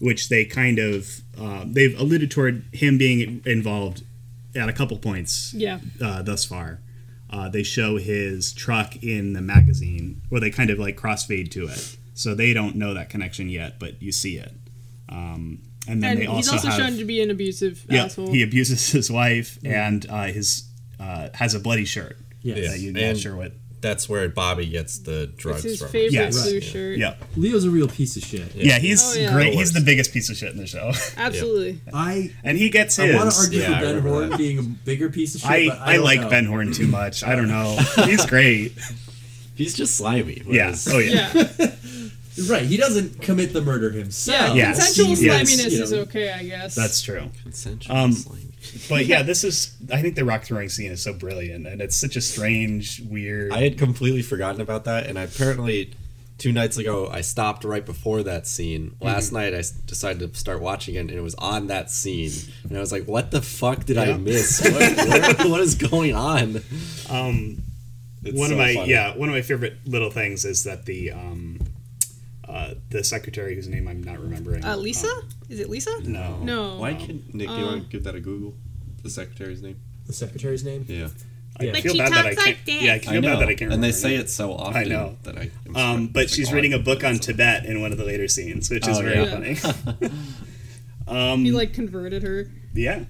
Speaker 3: which they kind of uh, they've alluded toward him being involved at a couple points.
Speaker 5: Yeah.
Speaker 3: Uh, thus far, uh, they show his truck in the magazine, or they kind of like crossfade to it, so they don't know that connection yet, but you see it. Um, and then
Speaker 5: And
Speaker 3: they
Speaker 5: he's
Speaker 3: also,
Speaker 5: also
Speaker 3: have,
Speaker 5: shown to be an abusive
Speaker 3: yeah,
Speaker 5: asshole.
Speaker 3: he abuses his wife
Speaker 5: Mm.
Speaker 3: and uh, his uh, has a bloody shirt.
Speaker 1: Yes.
Speaker 3: that you
Speaker 1: And
Speaker 3: not sure what.
Speaker 1: That's where Bobby gets the drugs
Speaker 5: his from. favorite blue shirt.
Speaker 3: Yeah.
Speaker 2: Leo's a real piece of shit.
Speaker 3: Yeah, he's
Speaker 5: Oh, yeah.
Speaker 3: great. He's the biggest piece of shit in the show.
Speaker 5: Absolutely.
Speaker 2: I
Speaker 3: and he gets
Speaker 2: I
Speaker 3: his.
Speaker 2: want to argue for Ben Horn being a bigger piece of shit.
Speaker 3: I,
Speaker 2: but
Speaker 3: I,
Speaker 2: I, don't
Speaker 3: like
Speaker 2: know.
Speaker 3: Ben Horn too much. I don't know. He's great.
Speaker 1: He's just slimy.
Speaker 3: Yeah.
Speaker 1: whereas-
Speaker 3: Oh yeah.
Speaker 2: right, he doesn't commit the murder
Speaker 5: Yeah,
Speaker 2: himself.
Speaker 3: Yes.
Speaker 5: consensual
Speaker 3: Yes.
Speaker 5: sliminess
Speaker 3: You know,
Speaker 5: is okay, I guess.
Speaker 3: That's true.
Speaker 1: Consensual
Speaker 3: Um, but yeah, this is. I think the rock throwing scene is so brilliant, and it's such a strange, weird.
Speaker 1: I had completely forgotten about that, and I apparently two nights ago I stopped right before that scene. Last night I s- decided to start watching it, and it was on that scene, and I was like, "What the fuck did I
Speaker 3: Yeah.
Speaker 1: miss? What, what- what is going on?"
Speaker 3: Um,
Speaker 1: It's
Speaker 3: one
Speaker 1: so
Speaker 3: of my
Speaker 1: funny.
Speaker 3: yeah, one of my favorite little things is that the um, uh, the secretary whose name I'm not remembering.
Speaker 5: uh, Lisa?
Speaker 3: um,
Speaker 5: Is it Lisa?
Speaker 3: no.
Speaker 5: No.
Speaker 1: Why can't Nick? you
Speaker 5: Uh,
Speaker 1: want to give that a Google? The secretary's name.
Speaker 2: The secretary's name?
Speaker 1: Yeah.
Speaker 3: I
Speaker 1: But
Speaker 3: feel
Speaker 1: she
Speaker 3: bad that I
Speaker 1: talks
Speaker 3: can't.
Speaker 1: like this.
Speaker 3: Yeah, I feel
Speaker 1: I know,
Speaker 3: bad that I can't.
Speaker 1: and they
Speaker 3: remember
Speaker 1: say
Speaker 3: names.
Speaker 1: it so often
Speaker 3: I know
Speaker 1: that I- I'm
Speaker 3: Um,
Speaker 1: sorry.
Speaker 3: but
Speaker 1: It's
Speaker 3: she's
Speaker 1: like,
Speaker 3: reading a book on Tibet in one of the later scenes, which is
Speaker 1: Oh,
Speaker 3: very
Speaker 1: yeah.
Speaker 3: funny. um,
Speaker 5: he like converted her.
Speaker 3: yeah.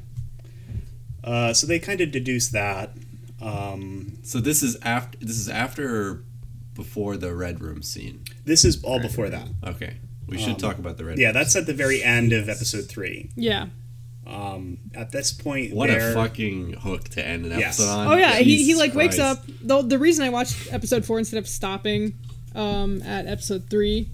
Speaker 3: Uh, so they kind of deduce that. Um,
Speaker 1: So this is after this is after or before the red room scene.
Speaker 3: this is all before that.
Speaker 1: Okay, we should
Speaker 3: Um,
Speaker 1: talk about the red.
Speaker 3: Yeah,
Speaker 1: room
Speaker 3: that's
Speaker 1: scene.
Speaker 3: at the very end of episode three.
Speaker 5: Yeah.
Speaker 3: Um, at this point,
Speaker 1: What
Speaker 3: they're-
Speaker 1: a fucking hook to end an
Speaker 3: Yes.
Speaker 1: episode
Speaker 17: Uh,
Speaker 1: on.
Speaker 5: Oh yeah, he, he
Speaker 1: Jesus
Speaker 5: like wakes
Speaker 1: Christ.
Speaker 5: up. The, the reason I watched episode four instead of stopping um, at episode three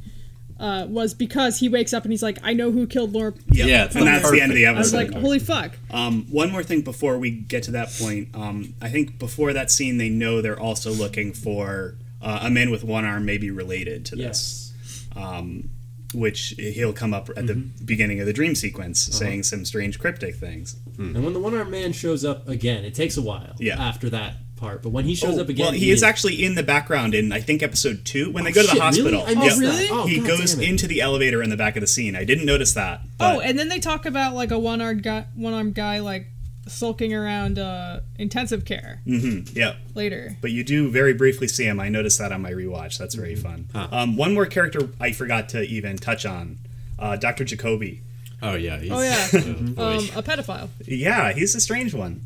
Speaker 5: uh, was because he wakes up and he's like, I know who killed Laura.
Speaker 3: Yeah, Yeah, it's and the that's the end of the
Speaker 5: I was
Speaker 3: episode.
Speaker 5: like, holy fuck.
Speaker 3: Um, one more thing before we get to that point. Um, I think before that scene, they know they're also looking for uh, a man with one arm, maybe related to this. Um, which he'll come up at
Speaker 28: Mm-hmm.
Speaker 3: the beginning of the dream sequence
Speaker 28: Uh-huh.
Speaker 3: saying some strange cryptic things.
Speaker 28: And when the one armed man shows up again, it takes a while
Speaker 3: Hmm. Yeah.
Speaker 28: after that part. But when he shows
Speaker 3: Oh,
Speaker 28: up again,
Speaker 3: Well, he, is actually in the background in, I think, episode two when they go to the
Speaker 28: Oh, shit, really?
Speaker 3: hospital.
Speaker 28: I missed that. Oh,
Speaker 3: he
Speaker 28: God
Speaker 3: goes
Speaker 28: damn it.
Speaker 3: into the elevator in the back of the scene. I didn't notice that.
Speaker 5: oh, and then they talk about like a one armed guy, one armed guy like sulking around uh, intensive care
Speaker 28: Oh.
Speaker 3: hmm yeah.
Speaker 5: later.
Speaker 3: But you do very briefly see him. I noticed that on my rewatch. That's very
Speaker 28: Mm-hmm.
Speaker 3: fun. Um, one more character I forgot to even touch on uh, Dr. Jacoby.
Speaker 1: Oh, yeah. He's,
Speaker 5: Oh yeah, um, a pedophile.
Speaker 3: yeah, he's a strange one.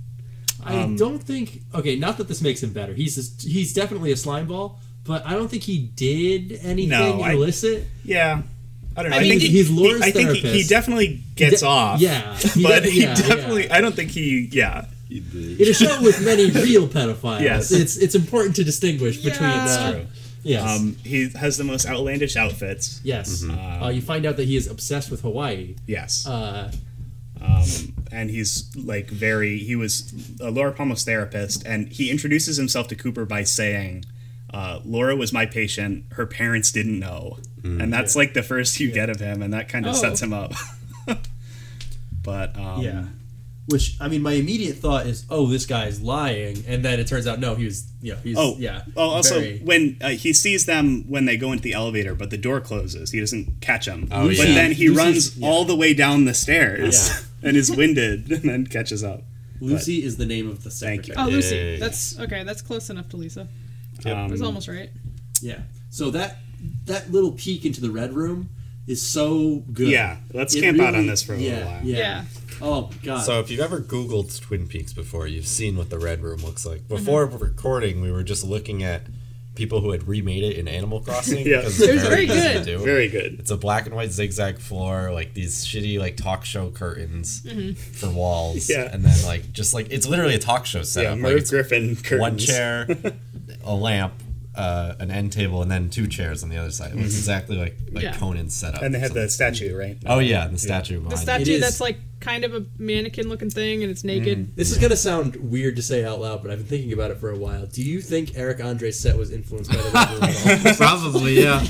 Speaker 3: um,
Speaker 28: I don't think. Okay, not that this makes him better. He's just, he's definitely a slime ball, but I don't think he did anything
Speaker 3: No, I-
Speaker 28: illicit.
Speaker 3: yeah, I don't know.
Speaker 28: I mean,
Speaker 3: think
Speaker 28: he's
Speaker 3: he-
Speaker 28: Laura's
Speaker 3: I think he, he
Speaker 28: therapist.
Speaker 3: definitely gets
Speaker 28: De-
Speaker 3: off.
Speaker 28: yeah, he
Speaker 3: but
Speaker 28: defi-
Speaker 3: he
Speaker 28: yeah,
Speaker 3: definitely. I don't think he. Yeah,
Speaker 28: In a show with many real pedophiles,
Speaker 3: Yes.
Speaker 28: it's it's important to distinguish between
Speaker 5: Yeah.
Speaker 28: uh,
Speaker 5: That's true.
Speaker 3: Yes. Um, he has the most outlandish outfits.
Speaker 2: Yes. Mm-hmm. Uh, you find out that he is obsessed with Hawaii.
Speaker 3: Yes.
Speaker 2: Uh,
Speaker 3: um, and he's like very. He was a Laura Palmer's therapist, and he introduces himself to Cooper by saying, uh, "Laura was my patient. Her parents didn't know," mm, and that's yeah. like the first you yeah. get of him, and that kind of oh. sets him up. but um,
Speaker 2: yeah which I mean, my immediate thought is, oh, this guy's lying, and then it turns out no, he was, you know, he's
Speaker 3: oh
Speaker 2: yeah.
Speaker 3: Oh, also very... when uh, he sees them when they go into the elevator, but the door closes, he doesn't catch them. Oh, but yeah. then he Lucy's, runs yeah. all the way down the stairs yeah. and is winded, and then catches up.
Speaker 2: Lucy but, is the name of the secretary.
Speaker 5: Thank you. Oh, Lucy. That's okay. That's close enough to Lisa. Yep. Um, it was
Speaker 3: Mm.
Speaker 5: almost right.
Speaker 3: Oh.
Speaker 2: Yeah. So that that little peek into the red room is so good.
Speaker 3: Yeah. Let's it camp really, out on this for a little while.
Speaker 5: yeah.
Speaker 2: Oh god.
Speaker 17: So if you've ever googled Twin Peaks before, you've seen what the red room looks like. Before mm-hmm. recording, we were just looking at people who had remade it in Animal Crossing.
Speaker 3: yeah.
Speaker 5: It was very, very good.
Speaker 3: Very good.
Speaker 17: It's a black and white zigzag floor, like these shitty like talk show curtains mm-hmm. for walls.
Speaker 3: Yeah.
Speaker 17: And then like just like it's literally a talk show setup.
Speaker 3: Yeah,
Speaker 17: Merv
Speaker 3: like, Griffin curtains.
Speaker 17: One chair, a lamp, uh, an end table and then two chairs on the other side. It was exactly like, like yeah. Conan's setup.
Speaker 3: Mm-hmm. And they had the statue, right?
Speaker 17: No. Oh yeah, the statue. Yeah.
Speaker 5: The statue that's like kind of a mannequin looking thing and it's naked. Mm.
Speaker 2: This is gonna sound weird to say out loud, but I've been thinking about it for a while. Do you think Eric Andre's set was influenced by the
Speaker 17: Probably, yeah.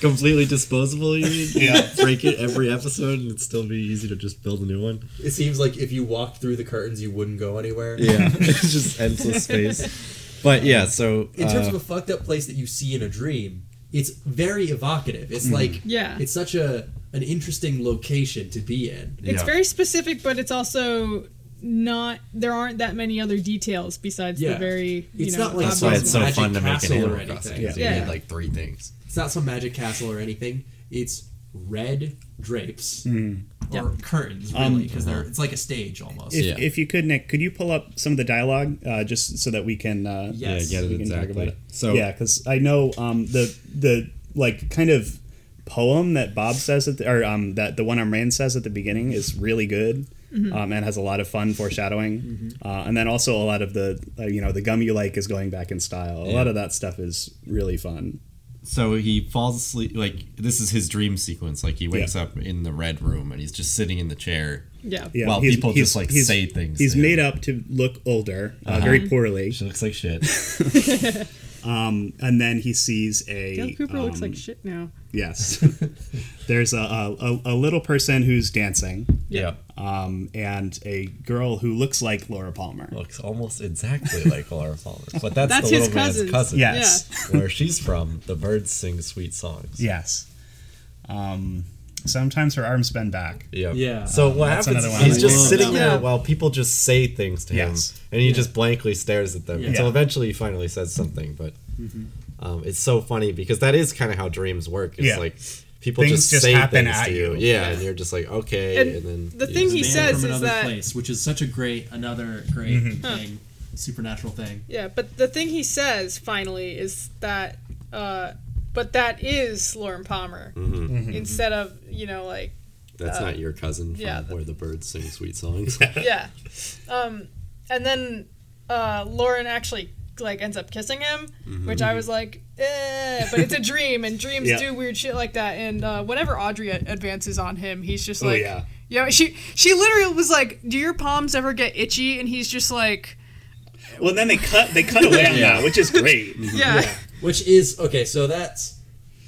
Speaker 17: Completely disposable. You mean? Yeah. Break it every episode and it'd still be easy to just build a new one.
Speaker 2: It seems like if you walked through the curtains, you wouldn't go anywhere.
Speaker 17: Yeah, it's just endless space. But yeah, so
Speaker 2: in terms uh, of a fucked up place that you see in a dream, it's very evocative. It's mm-hmm.
Speaker 17: Mhm.
Speaker 2: like
Speaker 5: yeah,
Speaker 2: it's such a an interesting location to be in.
Speaker 5: It's yeah. very specific, but it's also not there aren't that many other details besides yeah. the very you
Speaker 2: it's
Speaker 5: know
Speaker 2: not like
Speaker 17: that's why it's so fun to make an animal crossing yeah. yeah. you need like three things
Speaker 2: it's not some magic castle or anything it's red drapes
Speaker 3: mm.
Speaker 2: or yep. curtains really because
Speaker 17: uh-huh.
Speaker 2: um, they're it's like a stage almost
Speaker 3: if, yeah. if, you could nick could you pull up some of the dialogue uh, just so that we can uh,
Speaker 2: yes.
Speaker 17: yeah get it exactly about it.
Speaker 3: so yeah because i know um, the the like kind of poem that bob says at the, or um, that the one on rand says at the beginning is really good mm-hmm. um, and has a lot of fun foreshadowing mm-hmm. uh, and then also a lot of the uh, you know the gum you like is going back in style yeah. a lot of that stuff is really fun
Speaker 17: so he falls asleep like this is his dream sequence like he wakes yeah. up in the red room and he's just sitting in the chair
Speaker 5: yeah,
Speaker 17: yeah. while he's, people he's, just like
Speaker 3: he's,
Speaker 17: say things
Speaker 3: he's made him. up to look older uh, uh-huh. very poorly
Speaker 17: she looks like shit
Speaker 3: um, and then he sees a
Speaker 5: Dale Cooper um, looks like shit now
Speaker 3: yes there's a, a, a, little person who's dancing
Speaker 17: yeah
Speaker 3: um, and a girl who looks like Laura Palmer
Speaker 2: Oh,
Speaker 17: looks almost exactly like Laura Palmer but that's, that's the little man's cousin
Speaker 3: yes
Speaker 17: yeah. where she's from the birds sing sweet songs
Speaker 3: yes um, sometimes her arms bend back
Speaker 17: yeah
Speaker 2: yeah
Speaker 17: so what that's happens he's I just love. sitting there while people just say things to yes. him and he yeah. just blankly stares at them yeah. until eventually he finally says something but mm-hmm. Um, it's so funny because that is kind of how dreams work. It's
Speaker 3: yeah.
Speaker 17: like people things just, just say things to you. you. Yeah, yeah, and you're just like, okay, and, and then
Speaker 5: the thing
Speaker 17: just,
Speaker 5: he says is that
Speaker 2: place, which is such a great another great mm-hmm. thing, huh. supernatural thing.
Speaker 5: Yeah, but the thing he says finally is that, uh, but that is Lauren Palmer
Speaker 17: mm-hmm. Mm-hmm.
Speaker 5: instead of you know like.
Speaker 17: That's uh, not your cousin from yeah, the, where the birds sing sweet songs.
Speaker 5: yeah, um, and then uh, Lauren actually like ends up kissing him, mm-hmm. which I was like, eh. but it's a dream, and dreams yeah. do weird shit like that. And uh, whenever Audrey advances on him, he's just like,
Speaker 3: oh, yeah,
Speaker 5: you know, she she literally was like, do your palms ever get itchy? And he's just like,
Speaker 3: well, then they cut they cut away on yeah. that, which is great.
Speaker 5: Mm-hmm. Yeah. yeah,
Speaker 2: which is okay. So that's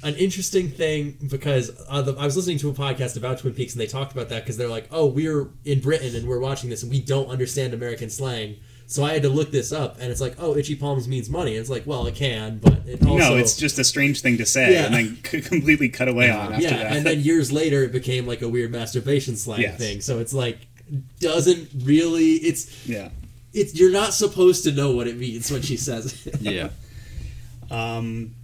Speaker 2: an interesting thing because uh, the, I was listening to a podcast about Twin Peaks, and they talked about that because they're like, oh, we're in Britain and we're watching this, and we don't understand American slang. So I had to look this up, and it's like, oh, itchy palms means money. And it's like, well, it can, but it also...
Speaker 3: no, it's just a strange thing to say, yeah. and then c- completely cut away uh, on after
Speaker 2: yeah.
Speaker 3: that.
Speaker 2: And then years later, it became like a weird masturbation slang yes. thing. So it's like, doesn't really, it's
Speaker 3: yeah,
Speaker 2: it's you're not supposed to know what it means when she says it.
Speaker 17: yeah.
Speaker 3: Um,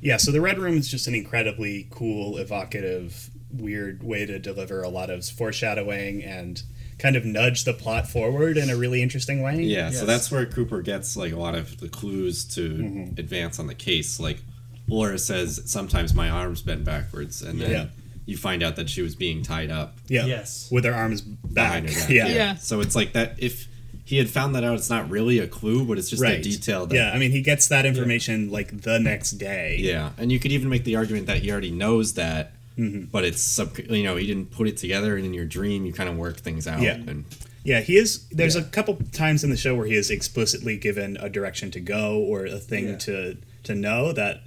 Speaker 3: yeah. So the red room is just an incredibly cool, evocative, weird way to deliver a lot of foreshadowing and kind of nudge the plot forward in a really interesting way.
Speaker 17: Yeah, yes. so that's where Cooper gets like a lot of the clues to mm-hmm. advance on the case. Like Laura says, sometimes my arms bend backwards, and then yeah. you find out that she was being tied up.
Speaker 3: Yeah.
Speaker 2: Yes.
Speaker 3: With her arms back.
Speaker 5: Her
Speaker 3: back. Yeah. yeah.
Speaker 17: So it's like that if he had found that out. It's not really a clue, but it's just
Speaker 3: Right.
Speaker 17: a detail. That,
Speaker 3: yeah, I mean, he gets that information like the next day.
Speaker 17: Yeah, and you could even make the argument that he already knows that,
Speaker 3: Mm-hmm.
Speaker 17: but it's sub. You know, he didn't put it together, and in your dream, you kind of work things out.
Speaker 3: Yeah.
Speaker 17: and
Speaker 3: Yeah, he is. There's a couple times in the show where he is explicitly given a direction to go or a thing
Speaker 2: Yeah.
Speaker 3: to to know that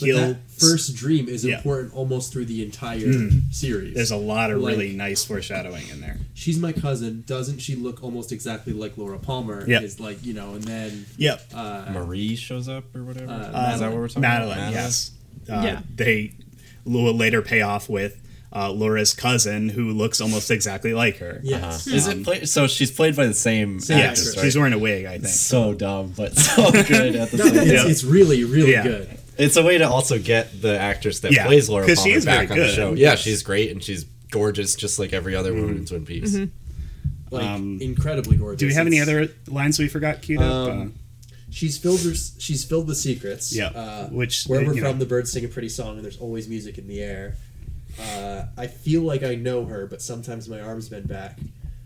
Speaker 2: But
Speaker 3: he'll
Speaker 2: that first dream is
Speaker 3: Yeah.
Speaker 2: important almost through the entire
Speaker 3: Mm.
Speaker 2: series.
Speaker 3: There's a lot of
Speaker 2: Like,
Speaker 3: really nice foreshadowing in there.
Speaker 2: She's my cousin. Doesn't she look almost exactly like Laura Palmer?
Speaker 3: Yeah.
Speaker 2: Is like you know, and then
Speaker 17: Uh-huh.
Speaker 3: Yep.
Speaker 2: uh,
Speaker 17: Marie shows up or whatever.
Speaker 2: Uh,
Speaker 17: Is that what we're talking
Speaker 3: Madeline,
Speaker 17: about?
Speaker 3: yes. Uh,
Speaker 17: Madeline?
Speaker 3: They will later pay off with uh, Laura's cousin, who looks almost exactly like her.
Speaker 17: Yes. Is it play- so? She's played by the same.
Speaker 3: Um, Same
Speaker 17: actress,
Speaker 3: actress.
Speaker 17: right?
Speaker 3: She's wearing a wig, I think.
Speaker 17: So dumb, but so good at the
Speaker 3: No,
Speaker 17: same
Speaker 3: it's-
Speaker 17: time.
Speaker 3: it's really, really Yeah. good.
Speaker 17: It's a way to also get the actress that
Speaker 3: Yeah,
Speaker 17: plays Laura Palmer
Speaker 3: 'cause she is very
Speaker 17: back on the
Speaker 3: good.
Speaker 17: show. Yeah, she's great and she's gorgeous, just like every other
Speaker 3: Mm-hmm.
Speaker 17: woman in Twin Peaks.
Speaker 2: like
Speaker 17: Um,
Speaker 2: incredibly gorgeous.
Speaker 3: Do we have any
Speaker 2: It's-
Speaker 3: other lines we forgot queued up? Uh,
Speaker 2: Um, she's filled. Her, she's filled with secrets.
Speaker 3: Yeah,
Speaker 2: Uh,
Speaker 3: which,
Speaker 2: where we're
Speaker 3: you
Speaker 2: from,
Speaker 3: know.
Speaker 2: the birds sing a pretty song, and there's always music in the air. Uh, I feel like I know her, but sometimes my arms bend back.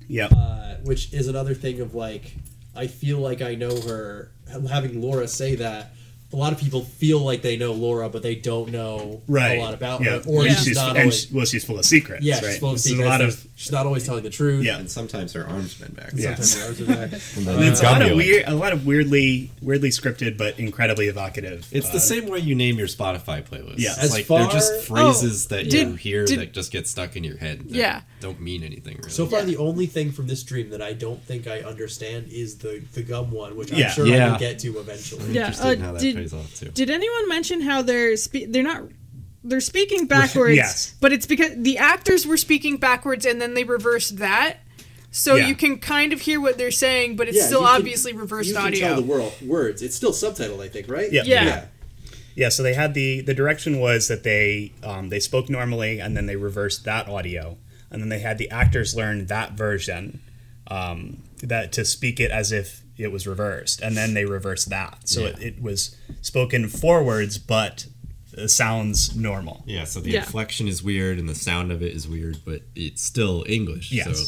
Speaker 3: Yeah.
Speaker 2: Uh, which is another thing of like, I feel like I know her. Having Laura say that, a lot of people feel like they know Laura, but they don't know
Speaker 3: right.
Speaker 2: a lot about
Speaker 3: yeah.
Speaker 2: her, or
Speaker 3: And
Speaker 2: she's,
Speaker 3: she's,
Speaker 2: not
Speaker 3: and
Speaker 2: always.
Speaker 3: she- well, she's full of secrets.
Speaker 2: yeah,
Speaker 3: right?
Speaker 2: she's full of
Speaker 3: This is
Speaker 2: secrets.
Speaker 3: A lot of
Speaker 2: she's not always telling the truth.
Speaker 3: Yeah.
Speaker 17: And sometimes her arms bend back.
Speaker 3: Yeah.
Speaker 2: Sometimes her arms bend back.
Speaker 17: And then
Speaker 3: And it's a lot of
Speaker 17: Gumby-like.
Speaker 3: weird, a lot of weirdly, weirdly scripted, but incredibly evocative. uh,
Speaker 17: It's the same way you name your Spotify playlist.
Speaker 3: Yeah.
Speaker 17: it's
Speaker 3: As
Speaker 17: like
Speaker 3: far-
Speaker 17: they're just phrases
Speaker 2: Oh,
Speaker 17: that
Speaker 2: did-
Speaker 17: you hear
Speaker 2: did-
Speaker 17: that just get stuck in your head. That
Speaker 2: Yeah.
Speaker 17: don't mean anything really.
Speaker 2: So far, the only thing from this dream that I don't think I understand is the the gum one, which
Speaker 17: Yeah.
Speaker 2: I'm sure I
Speaker 17: Yeah.
Speaker 2: will get to eventually.
Speaker 5: Yeah, uh, did, did anyone mention how they're spe- they're not they're speaking backwards?
Speaker 2: Yes.
Speaker 5: But it's because the actors were speaking backwards and then they reversed that, so
Speaker 2: Yeah.
Speaker 5: you can kind of hear what they're saying, but it's
Speaker 2: Yeah,
Speaker 5: still
Speaker 2: you can-
Speaker 5: obviously reversed
Speaker 2: you can
Speaker 5: audio.
Speaker 2: tell the world words. It's still subtitled, I think, right?
Speaker 3: Yeah.
Speaker 5: Yeah.
Speaker 3: yeah. Yeah, so they had the the direction was that they um, they spoke normally and then they reversed that audio and then they had the actors learn that version um, that to speak it as if it was reversed and then they reversed that so it, it was spoken forwards but it sounds normal.
Speaker 17: Yeah, so the
Speaker 3: Yeah.
Speaker 17: inflection is weird and the sound of it is weird, but it's still English.
Speaker 3: Yes.
Speaker 17: So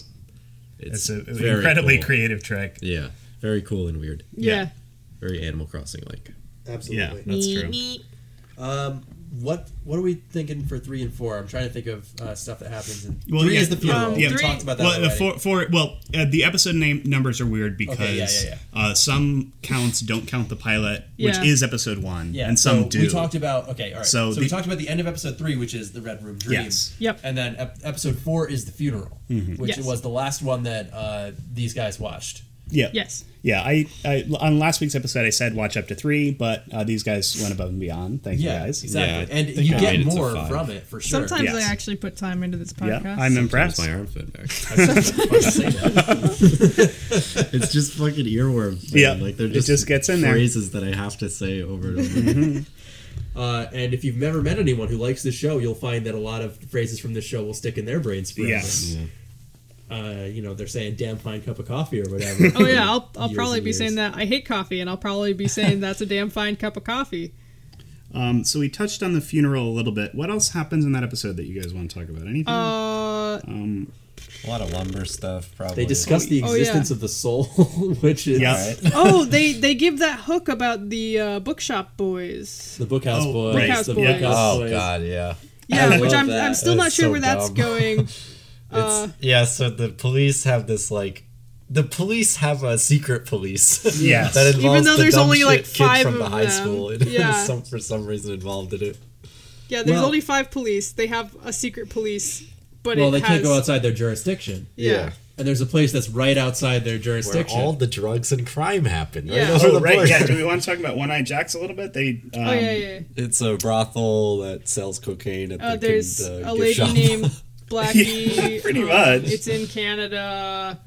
Speaker 3: It's a- an incredibly creative trick.
Speaker 17: Yeah. Very cool and weird.
Speaker 2: Yeah. Yeah.
Speaker 17: Very Animal Crossing like.
Speaker 2: Absolutely. Um, what what are we thinking for three and four? I'm trying to think of uh, stuff that happens. In,
Speaker 3: Well,
Speaker 2: three
Speaker 3: yeah,
Speaker 2: is the funeral.
Speaker 3: yeah.
Speaker 2: we talked about that.
Speaker 3: Well, the
Speaker 2: already.
Speaker 3: four, four, well uh, the episode name numbers are weird because
Speaker 2: Okay, yeah, yeah,
Speaker 3: Uh, some counts don't count the pilot,
Speaker 2: Yeah.
Speaker 3: which is episode one,
Speaker 2: Yeah,
Speaker 3: and some
Speaker 2: so
Speaker 3: do.
Speaker 2: We talked about okay, all right.
Speaker 3: So
Speaker 2: So,
Speaker 3: the-
Speaker 2: we talked about the end of episode three, which is the Red Room Dream.
Speaker 3: Yes.
Speaker 5: Yep.
Speaker 2: And then ep- episode four is the funeral,
Speaker 3: Mhm.
Speaker 2: which
Speaker 3: Yes.
Speaker 2: was the last one that uh, these guys watched.
Speaker 3: Yeah.
Speaker 5: Yes.
Speaker 3: Yeah. I, I on last week's episode I said watch up to three, but uh, these guys went above and beyond. Thank
Speaker 2: Yeah,
Speaker 3: you guys.
Speaker 2: exactly. Yeah, I And think you I get made it to more five. from it, for sure.
Speaker 5: Sometimes
Speaker 3: Yes.
Speaker 5: I actually put time into this
Speaker 3: Yeah,
Speaker 5: podcast.
Speaker 3: I'm impressed.
Speaker 17: my arm fed back.
Speaker 3: it's
Speaker 17: it's just fucking earworms. man.
Speaker 3: Yeah,
Speaker 17: Like they're
Speaker 3: it
Speaker 17: just,
Speaker 3: just gets in there.
Speaker 17: phrases that I have to say over and over.
Speaker 2: Uh, and if you've never met anyone who likes this show, you'll find that a lot of phrases from this show will stick in their brains forever.
Speaker 3: Yes.
Speaker 2: Uh, you know, they're saying "damn fine cup of coffee" or whatever.
Speaker 5: Oh yeah, I'll, I'll
Speaker 2: Years
Speaker 5: probably
Speaker 2: and
Speaker 5: be
Speaker 2: years.
Speaker 5: saying that I hate coffee, and I'll probably be saying that's a damn fine cup of coffee.
Speaker 3: um, so we touched on the funeral a little bit. What else happens in that episode that you guys want to talk about? Anything?
Speaker 5: Uh,
Speaker 3: um,
Speaker 17: a lot of lumber stuff, probably.
Speaker 2: They discuss the
Speaker 5: Oh, yeah.
Speaker 2: existence of the soul, which is
Speaker 5: oh, they they give that hook about the uh, bookshop boys.
Speaker 2: the bookhouse
Speaker 5: Oh,
Speaker 2: boys.
Speaker 5: right.
Speaker 2: The
Speaker 5: Bookhouse
Speaker 2: bookhouse
Speaker 17: Oh
Speaker 2: boys.
Speaker 17: god, yeah.
Speaker 5: Yeah,
Speaker 17: I
Speaker 5: which
Speaker 17: love
Speaker 5: I'm
Speaker 17: that.
Speaker 5: I'm still
Speaker 17: That
Speaker 5: not
Speaker 17: is
Speaker 5: sure
Speaker 17: so
Speaker 5: where that's
Speaker 17: dumb.
Speaker 5: going.
Speaker 17: It's, yeah, so the police have this like the police have a secret police.
Speaker 3: Yes.
Speaker 17: that involves
Speaker 5: Even though
Speaker 17: the
Speaker 5: there's
Speaker 17: dumb
Speaker 5: only,
Speaker 17: shit
Speaker 5: like,
Speaker 17: kid
Speaker 5: five
Speaker 17: from the
Speaker 5: of
Speaker 17: high
Speaker 5: them.
Speaker 17: school. It is
Speaker 5: Yeah.
Speaker 17: some for some reason involved in it.
Speaker 5: Yeah, there's
Speaker 2: Well-
Speaker 5: only five police. They have a secret police, but
Speaker 2: well,
Speaker 5: it
Speaker 2: they
Speaker 5: has,
Speaker 2: can't go outside their jurisdiction.
Speaker 5: Yeah. Yeah.
Speaker 2: And there's a place that's right outside their jurisdiction.
Speaker 17: all the drugs and crime happen. Right
Speaker 5: Yeah.
Speaker 17: over
Speaker 3: oh,
Speaker 17: the
Speaker 3: right.
Speaker 17: border.
Speaker 3: Yeah. Do we want to talk about One Eye Jacks a little bit? They. Um,
Speaker 5: Oh yeah, yeah.
Speaker 17: It's a brothel that sells cocaine at
Speaker 5: yeah. Uh,
Speaker 17: the
Speaker 5: there's
Speaker 17: kid, uh,
Speaker 5: a
Speaker 17: gift
Speaker 5: lady
Speaker 17: shop.
Speaker 5: named Blackie.
Speaker 17: Yeah, pretty
Speaker 5: um,
Speaker 17: much.
Speaker 5: It's in Canada.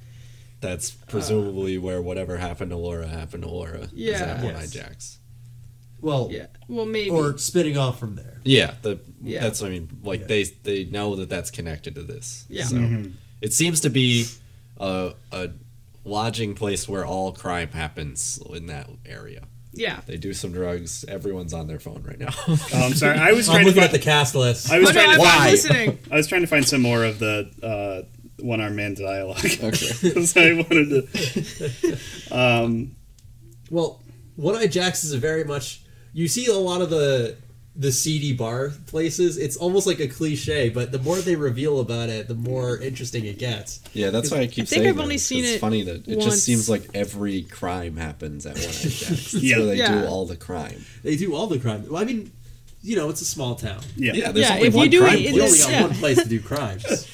Speaker 17: That's presumably where whatever happened to Laura happened to Laura.
Speaker 5: Yeah.
Speaker 17: Is at One Eye
Speaker 2: Yes.
Speaker 17: Jacks.
Speaker 2: Well,
Speaker 5: Well, maybe.
Speaker 2: Or spinning off from there.
Speaker 17: Yeah, the
Speaker 2: Yeah.
Speaker 17: that's what I mean. Like they they know that that's connected to this.
Speaker 2: Yeah.
Speaker 17: So
Speaker 3: Mm-hmm.
Speaker 2: Mhm.
Speaker 17: it seems to be a, a lodging place where all crime happens in that area.
Speaker 5: Yeah.
Speaker 17: They do some drugs. Everyone's on their phone right now.
Speaker 3: Oh, I'm sorry. I was trying to find
Speaker 2: cast list.
Speaker 3: I was
Speaker 17: Oh, no,
Speaker 3: trying
Speaker 17: I'm
Speaker 3: to
Speaker 17: not
Speaker 3: find.
Speaker 17: listening.
Speaker 3: I was trying to find some more of the uh, one arm man dialogue. Okay. so I wanted to. Um,
Speaker 2: well, One Eye Jacks is a very much. You see a lot of the the seedy bar places. It's almost like a cliche, but the more they reveal about it, the more interesting it gets.
Speaker 1: Yeah, that's why I keep I think saying I've only that, seen it. funny that it once. just seems like every crime happens at One Eye Jacks. yeah, they yeah. do all the crime.
Speaker 2: They do all the crime. Well, I mean, you know, it's a small town.
Speaker 3: Yeah,
Speaker 1: yeah. There's yeah, only one crime. Place.
Speaker 2: You only got yeah. one place to do crimes.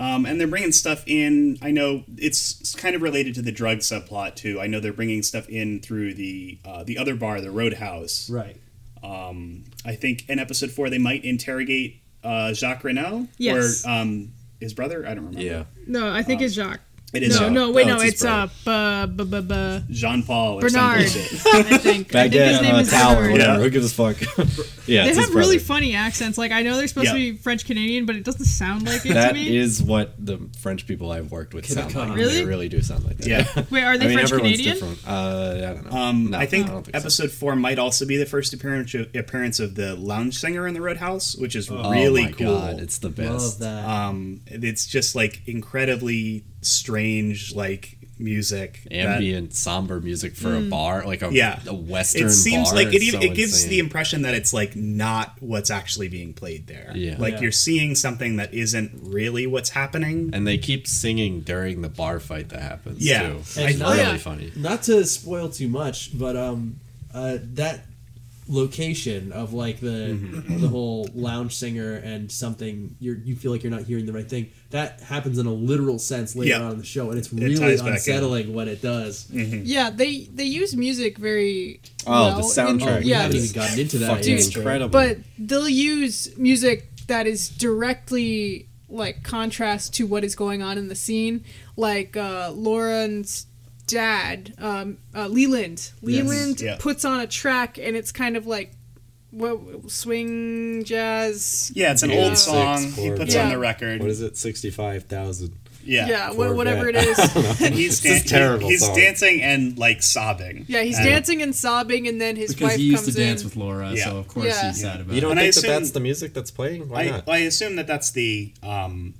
Speaker 3: Um, and they're bringing stuff in. I know it's kind of related to the drug subplot too. I know they're bringing stuff in through the uh, the other bar, the Roadhouse.
Speaker 2: Right.
Speaker 3: Um, I think in episode four they might interrogate uh, Jacques Renel
Speaker 5: yes.
Speaker 3: or um, his brother. I don't remember.
Speaker 1: Yeah.
Speaker 5: No, I think uh, it's Jacques.
Speaker 3: It is
Speaker 5: no,
Speaker 3: Jacques.
Speaker 5: no, wait, no, no it's, it's uh, bu- bu- bu-
Speaker 3: Jean Paul
Speaker 5: Bernard. I think. I think his name is
Speaker 1: Tower,
Speaker 5: Bernard.
Speaker 1: whatever. Who gives a fuck? yeah,
Speaker 5: they have really funny accents. Like I know they're supposed yeah. to be French Canadian, but it doesn't sound like it
Speaker 1: that
Speaker 5: to me.
Speaker 1: That is what the French people I've worked with sound like. Really? They really do sound like that.
Speaker 3: Yeah.
Speaker 5: wait, are they
Speaker 1: I mean,
Speaker 5: French
Speaker 1: everyone's
Speaker 5: Canadian?
Speaker 1: Different. Uh, I don't know.
Speaker 3: Um,
Speaker 1: no,
Speaker 3: I think,
Speaker 1: I think
Speaker 3: episode
Speaker 1: so.
Speaker 3: four might also be the first appearance of, appearance of the lounge singer in the Roadhouse, which is oh, really
Speaker 1: my
Speaker 3: cool.
Speaker 1: God, it's the best.
Speaker 2: Love that.
Speaker 3: Um, it's just like incredibly strange like music
Speaker 1: ambient that, somber music for mm, a bar like a,
Speaker 3: yeah.
Speaker 1: a western
Speaker 3: it seems
Speaker 1: bar
Speaker 3: like it,
Speaker 1: so
Speaker 3: it gives
Speaker 1: insane.
Speaker 3: the impression that it's like not what's actually being played there
Speaker 1: yeah
Speaker 3: like
Speaker 1: yeah.
Speaker 3: you're seeing something that isn't really what's happening
Speaker 1: and they keep singing during the bar fight that happens
Speaker 3: yeah
Speaker 1: too. it's really
Speaker 2: not,
Speaker 1: funny
Speaker 2: not to spoil too much but um uh that location of like the mm-hmm. the whole lounge singer and something you you feel like you're not hearing the right thing that happens in a literal sense later
Speaker 3: yeah.
Speaker 2: on in the show and it's
Speaker 3: it
Speaker 2: really
Speaker 3: unsettling
Speaker 2: what it does
Speaker 3: mm-hmm.
Speaker 5: yeah they they use music very
Speaker 1: oh
Speaker 5: well
Speaker 1: the soundtrack
Speaker 5: in, yeah
Speaker 2: I haven't even gotten into that
Speaker 1: Dude, incredible
Speaker 5: but they'll use music that is directly like contrast to what is going on in the scene like uh Lauren's dad, um, uh, Leland.
Speaker 3: yes,
Speaker 5: Leland
Speaker 3: yeah.
Speaker 5: puts on a track, and it's kind of like what swing jazz.
Speaker 3: Yeah, it's an
Speaker 5: yeah.
Speaker 3: old song. Six, four, he puts
Speaker 5: yeah.
Speaker 3: on the record.
Speaker 1: What is it? Sixty-five thousand.
Speaker 3: Yeah,
Speaker 5: yeah, wh- whatever it is.
Speaker 3: and he's dan-
Speaker 1: terrible.
Speaker 3: He's
Speaker 1: song.
Speaker 3: dancing and like sobbing.
Speaker 5: Yeah, he's
Speaker 3: and,
Speaker 5: dancing and sobbing, and then his
Speaker 29: because
Speaker 5: wife
Speaker 29: he used
Speaker 5: comes
Speaker 29: to dance
Speaker 5: in.
Speaker 29: with Laura,
Speaker 3: Yeah.
Speaker 29: so of course
Speaker 5: Yeah.
Speaker 29: he's sad about
Speaker 1: You
Speaker 29: it.
Speaker 1: don't
Speaker 3: And I
Speaker 1: think that
Speaker 3: assume-
Speaker 1: that's the music that's playing? Why
Speaker 3: I,
Speaker 1: not?
Speaker 3: I assume that that's the um,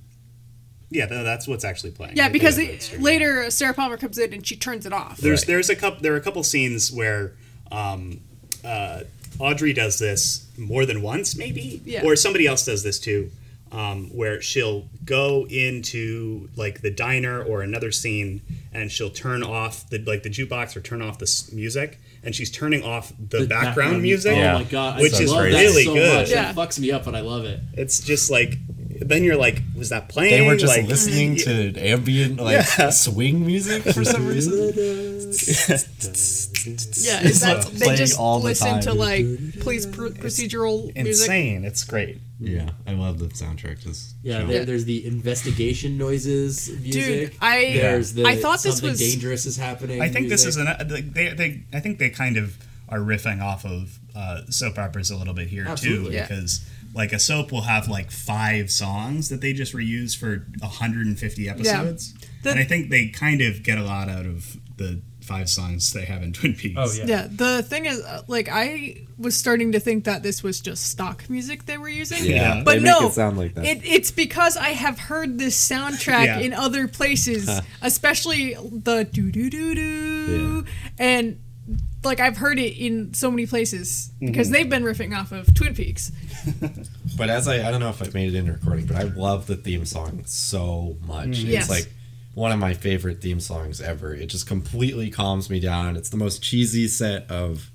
Speaker 3: yeah, th- that's what's actually playing.
Speaker 5: Yeah,
Speaker 3: I think
Speaker 5: because
Speaker 3: that's
Speaker 5: it,
Speaker 3: true.
Speaker 5: later Sarah Palmer comes in and she turns it off.
Speaker 3: There's
Speaker 1: Right.
Speaker 3: there's a couple there are a couple scenes where um, uh, Audrey does this more than once, maybe,
Speaker 5: Yeah.
Speaker 3: or somebody else does this too, um, where she'll go into like the diner or another scene and she'll turn off the like the jukebox or turn off the s- music, and she's turning off the, background, music.
Speaker 2: Oh
Speaker 1: Yeah.
Speaker 2: my god,
Speaker 3: Which
Speaker 2: I
Speaker 3: is
Speaker 2: love
Speaker 3: really
Speaker 2: that so
Speaker 3: good.
Speaker 2: Much.
Speaker 5: Yeah.
Speaker 2: It fucks me up, but I love it.
Speaker 3: It's just like then you're like, was that playing?
Speaker 6: They were just
Speaker 3: Like,
Speaker 6: listening
Speaker 3: y-
Speaker 6: to ambient like
Speaker 3: Yeah.
Speaker 6: swing music for some reason.
Speaker 5: Yeah, it's
Speaker 6: like
Speaker 5: that's, they
Speaker 6: playing
Speaker 5: just
Speaker 6: all the
Speaker 5: listen to
Speaker 6: time.
Speaker 5: like police pr- procedural music.
Speaker 3: insane. It's great.
Speaker 1: yeah, I love the soundtrack. to This
Speaker 2: Yeah,
Speaker 1: show.
Speaker 2: there, there's the investigation noises music.
Speaker 5: Dude, I
Speaker 2: there's the
Speaker 5: I thought this
Speaker 2: something
Speaker 5: was
Speaker 2: dangerous is happening.
Speaker 3: I think this is
Speaker 2: music.
Speaker 3: an. uh, They, they, I think they kind of are riffing off of uh, soap operas a little bit here
Speaker 2: Absolutely.
Speaker 3: too,
Speaker 5: Yeah.
Speaker 3: because like a soap will have like five songs that they just reuse for 150 episodes,
Speaker 5: The-
Speaker 3: and I think they kind of get a lot out of the five songs they have in Twin Peaks.
Speaker 29: Oh yeah.
Speaker 5: Yeah, the thing is, uh, like, I was starting to think that this was just stock music they were using.
Speaker 3: Yeah.
Speaker 1: They
Speaker 5: but
Speaker 1: make
Speaker 5: no,
Speaker 1: it sound like that.
Speaker 5: it- it's because I have heard this soundtrack
Speaker 3: Yeah.
Speaker 5: in other places, especially the doo doo doo doo, and like I've heard it in so many places
Speaker 1: Mm-hmm.
Speaker 5: because they've been riffing off of Twin Peaks.
Speaker 1: But as I, I don't know if I made it in recording, but I love the theme song so much.
Speaker 6: Mm-hmm.
Speaker 1: It's
Speaker 5: Yes.
Speaker 1: like one of my favorite theme songs ever. It just completely calms me down. It's the most cheesy set of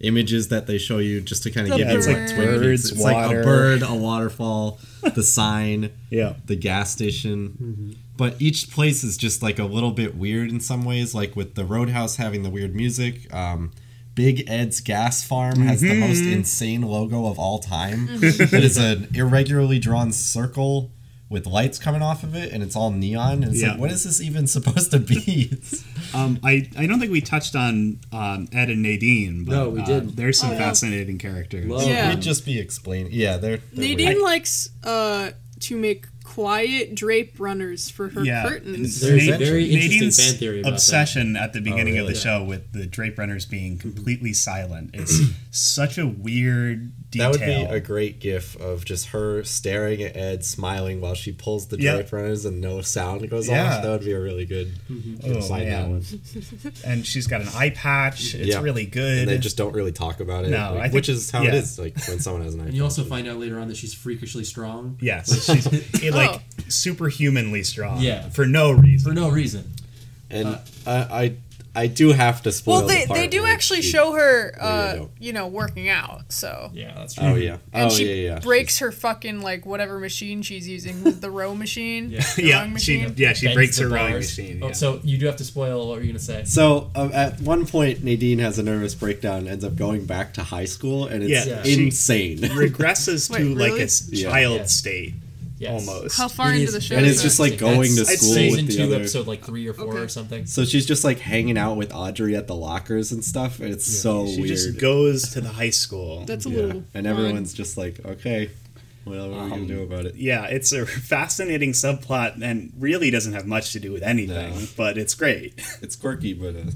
Speaker 1: images that they show you just to kind of
Speaker 5: The
Speaker 1: give you
Speaker 5: Yeah, it's
Speaker 1: what
Speaker 5: like
Speaker 1: Twin Peaks-
Speaker 3: birds,
Speaker 1: It's like
Speaker 3: water.
Speaker 1: a bird, a waterfall, the sign,
Speaker 3: Yeah.
Speaker 1: the gas station. But each place is just like a little bit weird in some ways. Like with the Roadhouse having the weird music. Um, Big Ed's Gas Farm has the most
Speaker 3: Mm-hmm.
Speaker 1: insane logo of all time.
Speaker 5: Mm-hmm.
Speaker 1: it is an irregularly drawn circle with lights coming off of it, and it's all neon. And it's
Speaker 3: Yeah.
Speaker 1: like, what is this even supposed to be? It's-
Speaker 3: Um, I, I don't think we touched on um, Ed and Nadine. But,
Speaker 2: No, we
Speaker 3: uh,
Speaker 2: didn't.
Speaker 3: there's some
Speaker 5: Oh, yeah.
Speaker 3: fascinating characters.
Speaker 2: Love
Speaker 5: Yeah.
Speaker 1: We'd just be explaining. Yeah, they're, they're
Speaker 5: Nadine
Speaker 1: weird.
Speaker 5: likes uh, to make quiet drape runners for her
Speaker 3: Yeah.
Speaker 5: curtains.
Speaker 2: There's
Speaker 3: Nad-
Speaker 2: a very interesting
Speaker 3: Nadine's
Speaker 2: fan theory about that. Oh,
Speaker 3: obsession at the beginning
Speaker 2: really? Mm-hmm.
Speaker 3: of the show with the Drape Runners being completely silent. It's such a weird
Speaker 1: Detail. That would be a great gif of just her staring at Ed, smiling while she pulls the yep. direct runners and no sound goes yeah. off. That would be a really good
Speaker 3: mm-hmm. oh, find that one. and she's got an eye patch. It's yep. really good.
Speaker 1: And they just don't really talk about it.
Speaker 3: No,
Speaker 1: like, which is how yeah. it is. Like when someone has an eye.
Speaker 30: and you also find out later on that she's freakishly strong.
Speaker 3: Yes, she's it, like oh. superhumanly strong.
Speaker 30: Yeah,
Speaker 3: for no reason.
Speaker 30: For no reason.
Speaker 1: And uh, I, I I do have to spoil.
Speaker 5: Well, they, the they do actually she, show her, uh, yeah, you know, working out. So
Speaker 30: yeah, that's
Speaker 1: true. Oh yeah,
Speaker 5: and
Speaker 1: oh,
Speaker 5: she
Speaker 1: yeah, yeah.
Speaker 5: breaks her fucking like whatever machine she's using, the row machine.
Speaker 3: yeah, yeah machine. she yeah she Bends breaks her rowing machine.
Speaker 31: Oh, so you do have to spoil what you're gonna say.
Speaker 1: So um, at one point, Nadine has a nervous breakdown, ends up going back to high school, and it's insane.
Speaker 3: regresses to Wait, really? like a child state. Yes. almost.
Speaker 5: How far it into is, the show?
Speaker 1: And it's just like going to school
Speaker 31: season
Speaker 1: with
Speaker 31: two,
Speaker 1: other...
Speaker 31: episode like three or four okay. or something.
Speaker 1: So she's just like hanging out with Audrey at the lockers and stuff, and it's yeah. so
Speaker 3: she
Speaker 1: weird.
Speaker 3: just goes to the high school.
Speaker 5: That's a yeah. little.
Speaker 1: And everyone's just like, okay. What are we um, gonna do about it?
Speaker 3: Yeah, it's a fascinating subplot and really doesn't have much to do with anything, no. but it's great.
Speaker 1: It's quirky, but uh,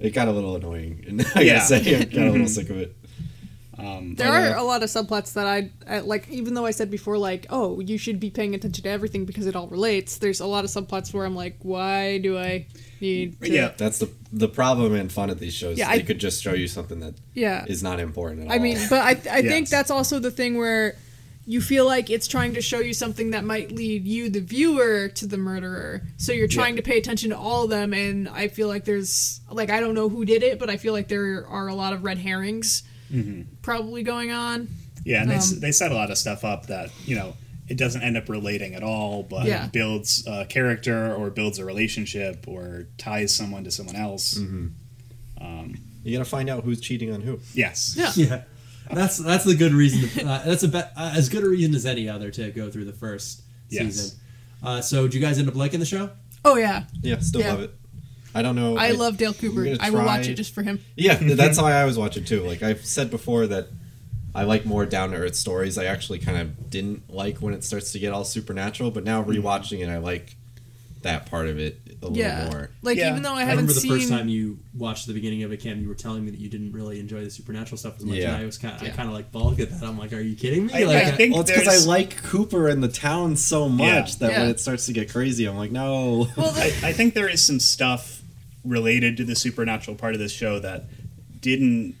Speaker 1: it got a little annoying. And I yeah. gotta say, I got a little sick of it.
Speaker 5: Um, there are a
Speaker 1: "Oh."
Speaker 5: lot of subplots that I, I, like. Even though I said before, like, oh, you should be paying attention to everything because it all relates. There's a lot of subplots where I'm like, why do I need? To...
Speaker 1: Yeah, that's the the problem and fun of these shows. Yeah, they I, could just show you something that
Speaker 5: yeah
Speaker 1: is not important at
Speaker 5: I
Speaker 1: all.
Speaker 5: mean, but I I yes. think that's also the thing where you feel like it's trying to show you something that might lead you, the viewer, to the murderer. So you're trying yeah. to pay attention to all of them, and I feel like there's like I don't know who did it, but I feel like there are a lot of red herrings. Mm-hmm. probably going on.
Speaker 3: Yeah, and um, they, they set a lot of stuff up that, you know, it doesn't end up relating at all, but yeah. builds a character or builds a relationship or ties someone to someone else.
Speaker 1: Mm-hmm. Um, you got to find out who's cheating on who.
Speaker 3: Yes.
Speaker 5: Yeah.
Speaker 2: yeah. That's that's the good reason. To, uh, that's a be- uh, as good a reason as any other to go through the first yes. season. Uh, so, do you guys end up liking the show?
Speaker 5: Oh yeah.
Speaker 1: Yeah, still yeah. love it. I don't know.
Speaker 5: I, I love Dale Cooper. I will watch it just for him.
Speaker 1: Yeah, that's how I always watch it too. Like I've said before that I like more down to earth stories. I actually kind of didn't like when it starts to get all supernatural, but now rewatching it, I like that part of it a
Speaker 5: yeah.
Speaker 1: little more.
Speaker 5: Like
Speaker 1: yeah.
Speaker 5: even though I, I
Speaker 2: haven't
Speaker 5: remember
Speaker 2: the
Speaker 5: seen...
Speaker 2: first time you watched the beginning of it, Cam, you were telling me that you didn't really enjoy the supernatural stuff as much, yeah. and I was kind, of, I kind of like balked at that. I'm like, are you kidding me?
Speaker 3: I,
Speaker 2: like,
Speaker 3: I think
Speaker 1: well, it's because I like Cooper and the town so much that when it starts to get crazy, I'm like, no.
Speaker 3: Well, I think there is some stuff related to the supernatural part of this show that didn't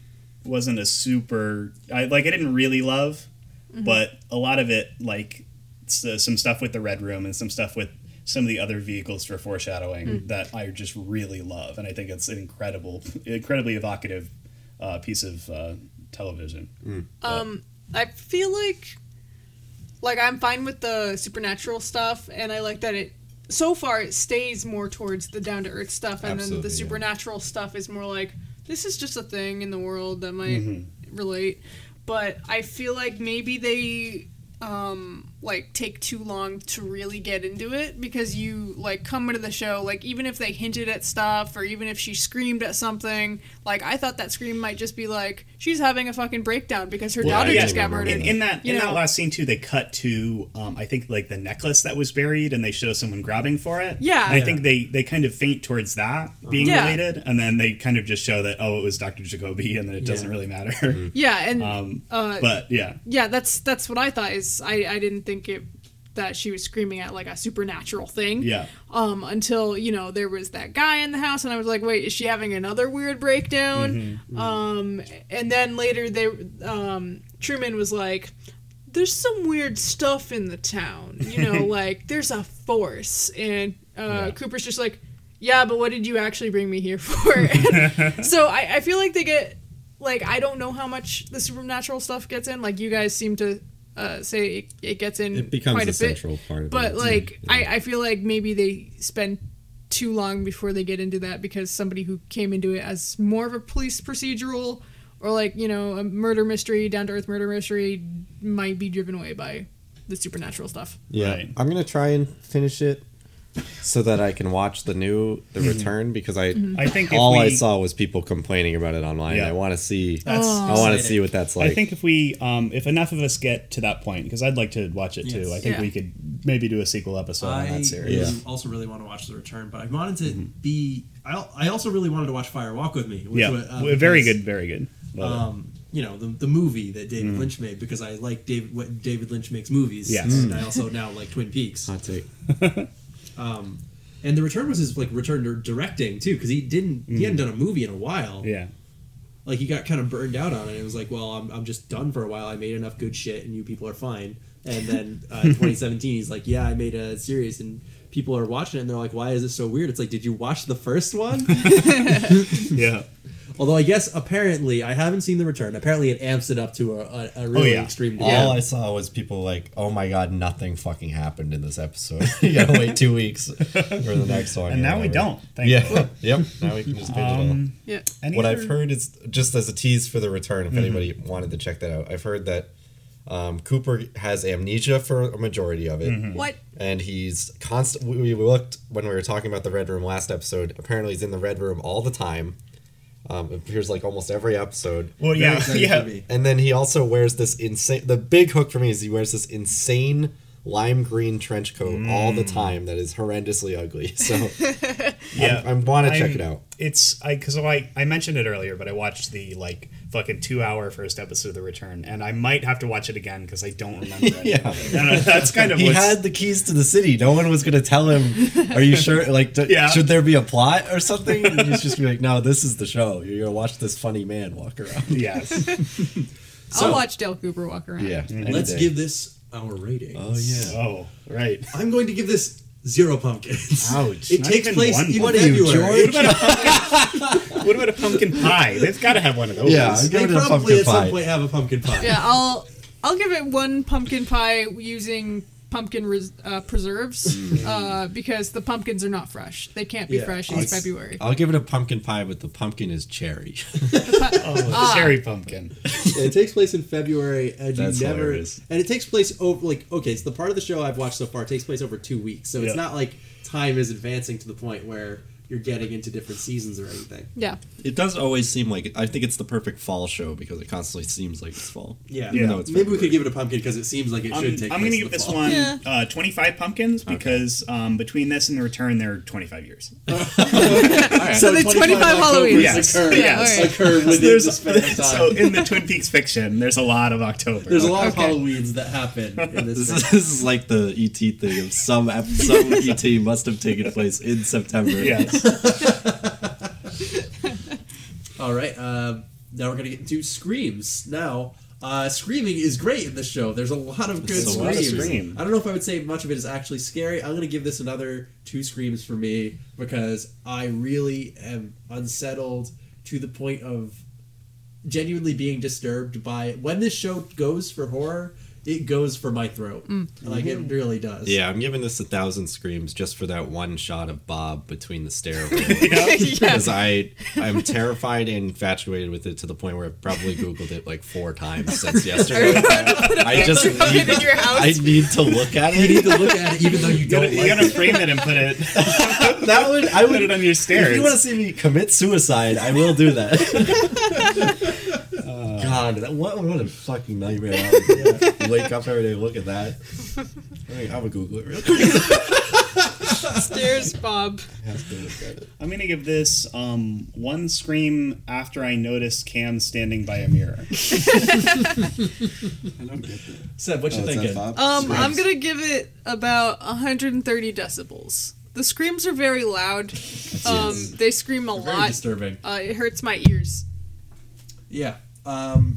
Speaker 3: wasn't a super I like I didn't really love, mm-hmm. but a lot of it like so, some stuff with the red room and some stuff with some of the other vehicles for foreshadowing mm. that I just really love, and I think it's an incredible, incredibly evocative uh, piece of uh, television.
Speaker 5: Mm. Um, I feel like like I'm fine with the supernatural stuff, and I like that it so far it stays more towards the down to earth stuff, and Absolutely, then the supernatural yeah. stuff is more like this is just a thing in the world that might mm-hmm. relate. But I feel like maybe they um, like take too long to really get into it because you like come into the show like even if they hinted at stuff or even if she screamed at something like I thought that scream might just be like she's having a fucking breakdown because her well, daughter yeah, just got murdered.
Speaker 3: In, in that you in know? that last scene too, they cut to um, I think like the necklace that was buried and they show someone grabbing for it.
Speaker 5: Yeah,
Speaker 3: and I think they they kind of faint towards that being yeah. related, and then they kind of just show that oh it was Dr. Jacoby and then it yeah. doesn't really matter.
Speaker 5: yeah, and um, uh,
Speaker 3: but yeah,
Speaker 5: yeah that's that's what I thought is I I didn't think it that she was screaming at like a supernatural thing.
Speaker 3: Yeah.
Speaker 5: Um, until you know there was that guy in the house, and I was like, wait, is she having another weird breakdown? Mm-hmm, mm-hmm. Um, and then later they, um, Truman was like, there's some weird stuff in the town. You know, like there's a force, and uh, yeah. Cooper's just like, yeah, but what did you actually bring me here for? so I, I feel like they get. Like I don't know how much the supernatural stuff gets in. Like you guys seem to uh, say it, it, gets in
Speaker 1: it becomes
Speaker 5: quite a,
Speaker 1: a central
Speaker 5: bit.
Speaker 1: part of
Speaker 5: but
Speaker 1: it.
Speaker 5: like yeah. I, I feel like maybe they spend too long before they get into that because somebody who came into it as more of a police procedural or like you know a murder mystery down to earth murder mystery might be driven away by the supernatural stuff
Speaker 1: yeah right. i'm gonna try and finish it so that I can watch the new The Return because I
Speaker 3: I think
Speaker 1: all
Speaker 3: Mm-hmm. we,
Speaker 1: I saw was people complaining about it online. Yeah. I want to see that's I want to see what that's like.
Speaker 3: I think if we um, if enough of us get to that point because I'd like to watch it yes. too. I think yeah. we could maybe do a sequel episode
Speaker 2: I
Speaker 3: on that series.
Speaker 2: Yeah. also really want to watch The Return, but I wanted to mm-hmm. be I, I also really wanted to watch Fire Walk with Me.
Speaker 3: yeah, was, uh, very good, very good.
Speaker 2: Love uh, um, it you know the, the movie that David mm. Lynch made because I like David what David Lynch makes movies.
Speaker 3: Yes.
Speaker 2: And I also now like Twin Peaks.
Speaker 1: Hot take.
Speaker 2: um, and the return was his like return to directing too because he didn't he hadn't done a movie in a while.
Speaker 3: Yeah.
Speaker 2: Like he got kind of burned out on it. It was like, well, I'm I'm just done for a while. I made enough good shit, and you people are fine. And then uh, 2017, he's like, yeah, I made a series and. People are watching it and they're like, "Why is it so weird?" It's like, "Did you watch the first one?"
Speaker 3: yeah.
Speaker 2: Although I guess apparently I haven't seen the return. Apparently it amps it up to a, a, a really
Speaker 1: oh, yeah.
Speaker 2: extreme.
Speaker 1: All yeah. I saw was people like, "Oh my god, nothing fucking happened in this episode. you gotta wait two weeks for the next one."
Speaker 3: And now we don't.
Speaker 1: yeah. You. yep. Now we can just binge
Speaker 5: um, it all. Yeah.
Speaker 1: Any what other... I've heard is just as a tease for the return. If mm-hmm. anybody wanted to check that out, I've heard that. Um, Cooper has amnesia for a majority of it.
Speaker 5: Mm-hmm. What?
Speaker 1: And he's constant. We looked when we were talking about the Red Room last episode. Apparently, he's in the Red Room all the time. Um, appears like almost every episode.
Speaker 3: Well, yeah, yeah.
Speaker 1: And then he also wears this insane. The big hook for me is he wears this insane lime green trench coat mm. all the time that is horrendously ugly. So yeah, I'm, I want to check it out.
Speaker 3: It's I because I I mentioned it earlier, but I watched the like fucking two hour first episode of The Return, and I might have to watch it again because I don't remember.
Speaker 1: yeah,
Speaker 3: no, that's kind of
Speaker 1: he had the keys to the city. No one was going to tell him. Are you sure? Like, do, yeah. should there be a plot or something? And he's just gonna be like, no, this is the show. You're gonna watch this funny man walk around.
Speaker 3: Yes.
Speaker 5: So, I'll watch Dale Cooper walk around.
Speaker 1: Yeah. Mm-hmm.
Speaker 2: Let's give this our rating.
Speaker 1: Oh yeah.
Speaker 3: Oh right.
Speaker 2: I'm going to give this zero pumpkins.
Speaker 3: Ouch!
Speaker 2: It takes place in what February.
Speaker 3: What about, pumpkin, what about a pumpkin pie? They've got to have one of those.
Speaker 1: Yeah,
Speaker 2: they probably at some point have a pumpkin pie.
Speaker 5: Yeah, I'll I'll give it one pumpkin pie using pumpkin res- uh, preserves mm. uh, because the pumpkins are not fresh. They can't be yeah. fresh in February.
Speaker 1: I'll give it a pumpkin pie, but the pumpkin is cherry.
Speaker 3: pu- oh, ah. cherry pumpkin.
Speaker 2: Yeah, it takes place in February, and That's you never. Hilarious. And it takes place over like okay, so the part of the show I've watched so far takes place over two weeks, so yeah. it's not like time is advancing to the point where. You're getting into different seasons or anything.
Speaker 5: Yeah,
Speaker 1: it does always seem like I think it's the perfect fall show because it constantly seems like it's fall.
Speaker 2: Yeah, yeah.
Speaker 1: maybe
Speaker 2: February. we could give it a pumpkin because it seems like it
Speaker 3: I'm,
Speaker 2: should take.
Speaker 3: I'm
Speaker 2: going
Speaker 3: to give this
Speaker 2: fall.
Speaker 3: one yeah. uh, 25 pumpkins because okay. um, between this and the return, they're 25 years.
Speaker 5: right. So, so the 25, 25 Halloween
Speaker 3: yes. occur, yes.
Speaker 2: Right. occur within so the span of time.
Speaker 3: So in the Twin Peaks fiction, there's a lot of October.
Speaker 2: There's a lot okay. of Halloweens that happen. In this,
Speaker 1: this, is, this is like the
Speaker 17: E
Speaker 1: ET thing of some some ET must have taken place in September.
Speaker 3: Yes.
Speaker 2: All right. Uh, now we're gonna get into screams. Now, uh, screaming is great in this show. There's a lot of good
Speaker 3: it's
Speaker 2: screams.
Speaker 3: Of scream.
Speaker 2: I don't know if I would say much of it is actually scary. I'm gonna give this another two screams for me because I really am unsettled to the point of genuinely being disturbed by it. when this show goes for horror it goes for my throat. Mm. Like it really does.
Speaker 1: Yeah, I'm giving this a thousand screams just for that one shot of Bob between the stairwell.
Speaker 3: Because
Speaker 1: yeah. I I'm terrified and infatuated with it to the point where I've probably googled it like four times since yesterday. I just need, I need to look at
Speaker 2: it. You need to look at it, even though you don't. like
Speaker 3: You gotta, you gotta frame it and put it.
Speaker 1: that would I would
Speaker 3: put it on your stairs.
Speaker 1: If you want to see me commit suicide, I will do that. God, that, what, what a fucking nightmare. Yeah. Wake up every day, look at that. I mean, I would Google it real quick.
Speaker 5: Stairs, Bob.
Speaker 3: I'm gonna give this um, one scream after I noticed Cam standing by a mirror.
Speaker 2: I don't get that. Seb, what oh, you thinking?
Speaker 5: Um, I'm gonna give it about 130 decibels. The screams are very loud. Um, they scream a
Speaker 2: They're
Speaker 5: lot.
Speaker 2: Very disturbing.
Speaker 5: Uh, it hurts my ears.
Speaker 2: Yeah, um,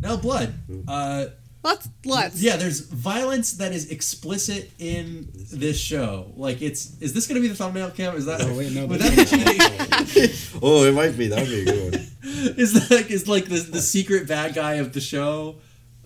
Speaker 2: now blood. Uh,
Speaker 5: lots, lots.
Speaker 2: Yeah, there's violence that is explicit in this show. Like it's is this gonna be the thumbnail cam? Is that?
Speaker 1: Oh wait, no. Would that oh, it might be. That would be a good one.
Speaker 2: is that like is like the the secret bad guy of the show?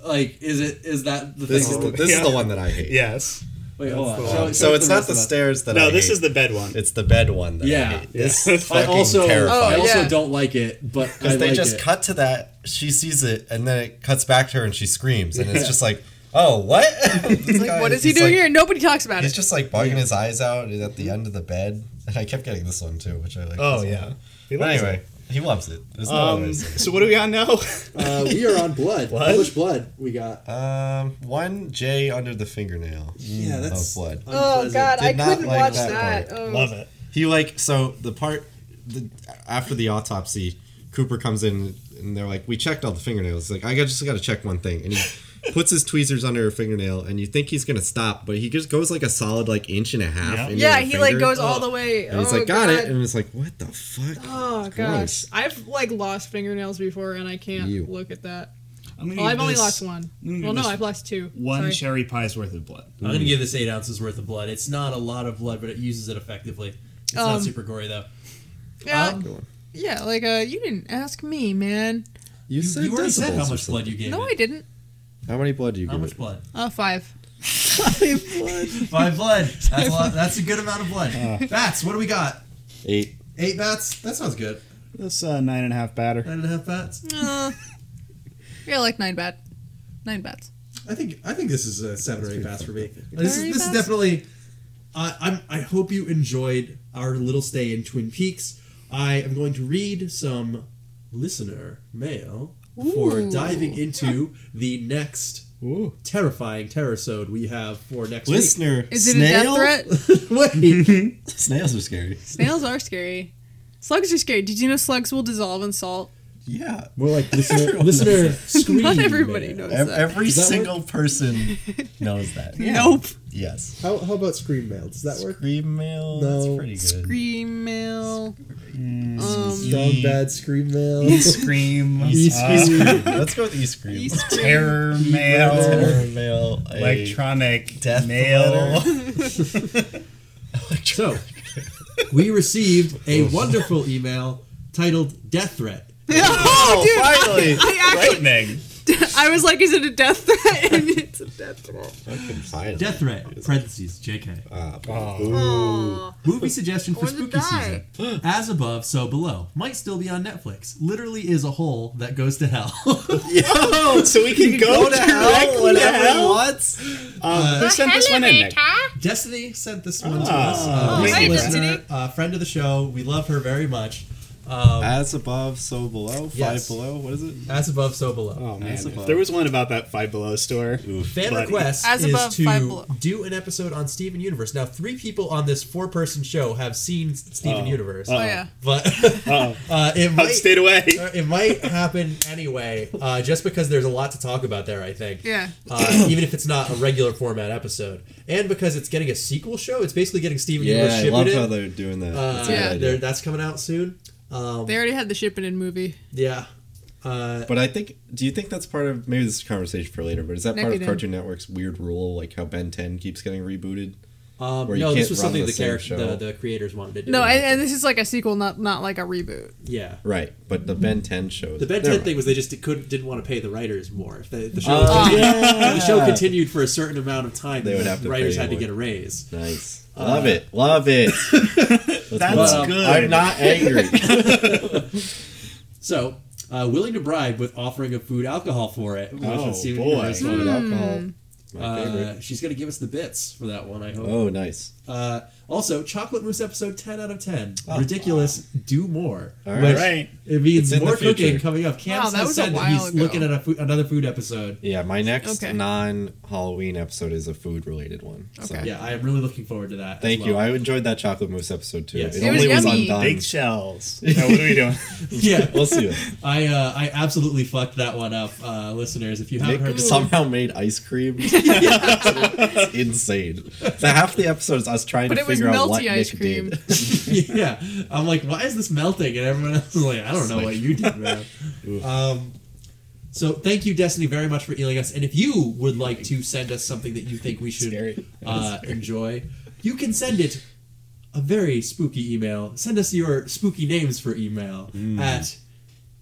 Speaker 2: Like is it is that the
Speaker 1: this
Speaker 2: thing?
Speaker 1: Is the, this yeah. is the one that I hate.
Speaker 3: Yes.
Speaker 2: Wait, hold on.
Speaker 1: So, so, so it's the not the stairs that
Speaker 3: no,
Speaker 1: I
Speaker 3: this
Speaker 1: hate.
Speaker 3: is the bed one.
Speaker 1: It's the bed one that
Speaker 2: yeah.
Speaker 1: I hate. This
Speaker 2: yeah.
Speaker 1: I
Speaker 2: also,
Speaker 1: terrifying. Oh,
Speaker 2: I also yeah. don't like it, but
Speaker 1: because they
Speaker 2: like
Speaker 1: just
Speaker 2: it.
Speaker 1: cut to that, she sees it, and then it cuts back to her, and she screams, and it's just like, oh, what?
Speaker 5: like, guy, what is he doing like, here? Nobody talks about
Speaker 1: he's
Speaker 5: it.
Speaker 1: He's just like bugging his eyes out at the end of the bed, and I kept getting this one too, which I like.
Speaker 3: Oh yeah.
Speaker 1: anyway. It. He loves it.
Speaker 3: Um, no so what are we on now?
Speaker 2: uh, we are on blood. blood. How much blood we got?
Speaker 1: Um, one J under the fingernail.
Speaker 2: Yeah, that's
Speaker 1: blood.
Speaker 5: Oh God, Did I couldn't like watch that. that.
Speaker 3: Oh. Love it.
Speaker 1: He like so the part the, after the autopsy.
Speaker 17: Cooper comes in and they're like, "We checked all the fingernails." It's like, I got just got to check one thing, and he puts his tweezers under her fingernail, and you think he's gonna stop, but he just goes like a solid like inch and a half.
Speaker 5: Yeah, yeah he like goes all the way.
Speaker 17: And he's
Speaker 5: oh,
Speaker 17: like, "Got God. it," and it's like, "What the fuck?"
Speaker 5: Oh gosh,
Speaker 17: gross.
Speaker 5: I've like lost fingernails before, and I can't
Speaker 17: Ew.
Speaker 5: look at that.
Speaker 32: I'm gonna give
Speaker 5: Well, Oh, I've only
Speaker 32: this-
Speaker 5: lost one.
Speaker 32: I'm gonna give
Speaker 5: Well, no,
Speaker 32: this
Speaker 5: I've lost two.
Speaker 32: One
Speaker 5: Sorry.
Speaker 32: cherry pie's worth of blood.
Speaker 2: I'm gonna give this eight ounces worth of blood. It's not a lot of blood, but it uses it effectively. It's
Speaker 5: Um,
Speaker 2: not super gory though.
Speaker 5: Yeah,
Speaker 2: Um,
Speaker 5: yeah. Like, uh, you didn't ask me, man.
Speaker 17: You, said
Speaker 2: you already said
Speaker 17: decibels
Speaker 2: how much
Speaker 17: or
Speaker 2: blood
Speaker 17: something.
Speaker 2: you gave.
Speaker 5: No,
Speaker 2: it.
Speaker 5: I didn't.
Speaker 17: How many blood do you
Speaker 2: How
Speaker 17: give
Speaker 2: much
Speaker 17: it?
Speaker 2: blood?
Speaker 5: Uh, five.
Speaker 2: Five blood. That's a lot. That's a good amount of blood. Bats. What do we got?
Speaker 17: Uh, Eight.
Speaker 2: Eight bats. That sounds good.
Speaker 3: This uh, nine and a half batter.
Speaker 2: Nine and a half bats.
Speaker 5: Uh, yeah, like nine bat, nine bats.
Speaker 2: I think I think this is a seven or eight bats for me. This
Speaker 5: Very
Speaker 2: is, this is
Speaker 5: fast.
Speaker 2: definitely. I I'm, I hope you enjoyed our little stay in Twin Peaks. I am going to read some listener mail for
Speaker 33: Ooh.
Speaker 2: diving into the next terrifying terrorsode we have for next
Speaker 17: Listener,
Speaker 2: week.
Speaker 5: Is it a death threat?
Speaker 17: Wait, snails are scary.
Speaker 5: Snails are scary. Slugs are scary. Did you know slugs will dissolve in salt?
Speaker 17: Yeah,
Speaker 2: more like listener,
Speaker 17: Everyone
Speaker 2: listener
Speaker 17: knows that.
Speaker 2: scream.
Speaker 5: Not everybody
Speaker 2: mail.
Speaker 5: knows
Speaker 17: Ev-
Speaker 5: that.
Speaker 17: Every
Speaker 2: Does that
Speaker 17: single person knows that.
Speaker 5: Nope.
Speaker 17: Yes.
Speaker 2: How, how about scream mail? Does that work?
Speaker 17: Scream mail.
Speaker 2: No.
Speaker 17: That's pretty good.
Speaker 5: Scream mail. Um,
Speaker 2: Dog bad scream mail.
Speaker 3: Scream.
Speaker 17: E
Speaker 3: Uh,
Speaker 17: scream. Let's go with e scream.
Speaker 3: Terror mail.
Speaker 17: Terror mail. a
Speaker 3: Electronic
Speaker 17: death
Speaker 3: mail.
Speaker 17: letter.
Speaker 2: So, we received a wonderful email titled Death Threat.
Speaker 5: Oh, dude, I-
Speaker 3: finally.
Speaker 5: I actually-
Speaker 3: Lightning.
Speaker 5: I was like, is it a death threat? And it's a death threat.
Speaker 17: Finally.
Speaker 2: Death Threat, parentheses, JK.
Speaker 17: Ah,
Speaker 5: Aw.
Speaker 2: Movie suggestion for
Speaker 5: Or the
Speaker 2: spooky
Speaker 5: die.
Speaker 2: season. As above, so below. Might still be on Netflix. Literally is a hole that goes to hell.
Speaker 3: Yo, so we can go,
Speaker 17: to
Speaker 3: directly
Speaker 17: hell whenever
Speaker 3: to hell?
Speaker 17: he wants.
Speaker 3: Um, who sent this one in? Nick?
Speaker 2: Destiny sent this one to us.
Speaker 3: Ah.
Speaker 2: Uh,
Speaker 3: Hey,
Speaker 2: listener,
Speaker 5: Oh, Destiny.
Speaker 2: uh, friend of the show. We love her very much. Um,
Speaker 17: As above, so below. Five
Speaker 2: Yes.
Speaker 17: below. What is it?
Speaker 2: as above, so below.
Speaker 3: Oh man,
Speaker 17: That's a
Speaker 3: if
Speaker 17: bug.
Speaker 3: there was one about that Five Below store.
Speaker 2: Fan
Speaker 3: buddy.
Speaker 2: request
Speaker 5: As
Speaker 2: is
Speaker 5: above,
Speaker 2: to
Speaker 5: five below.
Speaker 2: do an episode on Steven Universe. Now, three people on this four-person show have seen Steven
Speaker 3: Oh.
Speaker 2: Universe,
Speaker 5: Oh, yeah.
Speaker 2: but
Speaker 3: Oh,
Speaker 2: uh, it
Speaker 3: I've
Speaker 2: might
Speaker 3: stayed away.
Speaker 2: uh, it might happen anyway, uh, just because there's a lot to talk about there. I think,
Speaker 5: Yeah.
Speaker 2: uh, even if it's not a regular format episode, and because it's getting a sequel show, it's basically getting Steven Universe
Speaker 17: Yeah, I
Speaker 2: shipped
Speaker 17: love
Speaker 2: in.
Speaker 17: how they're doing that.
Speaker 2: uh,
Speaker 17: That's a good
Speaker 5: Yeah.
Speaker 17: idea.
Speaker 2: there- that's coming out soon. Um,
Speaker 5: They already had the shipping in movie.
Speaker 2: yeah, uh,
Speaker 17: But I think, do you think that's part of maybe this is a conversation for later? But is that part of
Speaker 5: Nickelodeon.
Speaker 17: Cartoon Network's weird rule, like how Ben Ten keeps getting rebooted?
Speaker 2: um,
Speaker 17: Where you
Speaker 2: no,
Speaker 17: can't
Speaker 2: this was
Speaker 17: run
Speaker 2: something
Speaker 17: the
Speaker 2: the,
Speaker 17: same
Speaker 2: character, the,
Speaker 17: show.
Speaker 2: the creators wanted to do.
Speaker 5: No, and, and this is like a sequel, not not like a reboot.
Speaker 2: yeah.
Speaker 17: Right, but the Ben Ten show.
Speaker 2: The Ben
Speaker 17: Never
Speaker 2: 10
Speaker 17: mind.
Speaker 2: thing was they just couldn't didn't want to pay the writers more. If the, the show
Speaker 17: Oh,
Speaker 2: if the show continued for a certain amount of time,
Speaker 17: They would have
Speaker 2: the
Speaker 17: to
Speaker 2: writers
Speaker 17: pay
Speaker 2: had to
Speaker 17: more.
Speaker 2: get a raise.
Speaker 17: Nice. Love it. Love it. Let's
Speaker 3: That's
Speaker 17: move on.
Speaker 3: good.
Speaker 17: I'm not angry.
Speaker 2: So, uh, willing to bribe with offering of food alcohol for it. Which
Speaker 3: Oh,
Speaker 2: would seem
Speaker 3: boy.
Speaker 2: universal.
Speaker 17: Food, alcohol. My favorite.
Speaker 2: Uh, she's going to give us the bits for that one, I hope.
Speaker 17: Oh, nice.
Speaker 2: Uh, also, Chocolate Mousse episode 10 out of 10. Ridiculous. Do more.
Speaker 17: Ah. All
Speaker 2: Which
Speaker 3: right.
Speaker 2: It means
Speaker 17: It's in the
Speaker 2: more cooking
Speaker 17: future.
Speaker 2: coming up. Cam
Speaker 5: Wow, that
Speaker 2: has
Speaker 5: was a
Speaker 2: said that
Speaker 5: while
Speaker 2: he's
Speaker 5: ago.
Speaker 2: looking at a food, another food episode.
Speaker 17: Yeah, my next
Speaker 5: Okay.
Speaker 17: non-Halloween episode is a food-related one. So.
Speaker 5: Okay.
Speaker 2: Yeah, I am really looking forward to that. as
Speaker 17: Thank you.
Speaker 2: well.
Speaker 17: I enjoyed that chocolate mousse episode too.
Speaker 2: Yes.
Speaker 17: It,
Speaker 2: It
Speaker 5: was
Speaker 17: only was,
Speaker 5: yummy.
Speaker 17: undone.
Speaker 3: Big shells. Now, what are we doing?
Speaker 2: yeah.
Speaker 17: we'll see.
Speaker 2: I uh, I absolutely fucked that one up, uh, listeners. If you haven't
Speaker 17: Nick
Speaker 2: heard,
Speaker 17: somehow made ice cream. It's insane. So half the episode is us trying
Speaker 5: But
Speaker 17: to
Speaker 5: it was
Speaker 17: figure out what
Speaker 5: melty
Speaker 17: Nick
Speaker 5: ice cream.
Speaker 17: did.
Speaker 2: yeah, I'm like, why is this melting? And everyone else is like, I don't know what you did, man. um, so thank you, Destiny, very much for emailing us. And if you would like to send us something that you think we should
Speaker 17: Scary.
Speaker 2: uh, enjoy, you can send it a very spooky email. Send us your spooky names for email
Speaker 17: Mm.
Speaker 2: at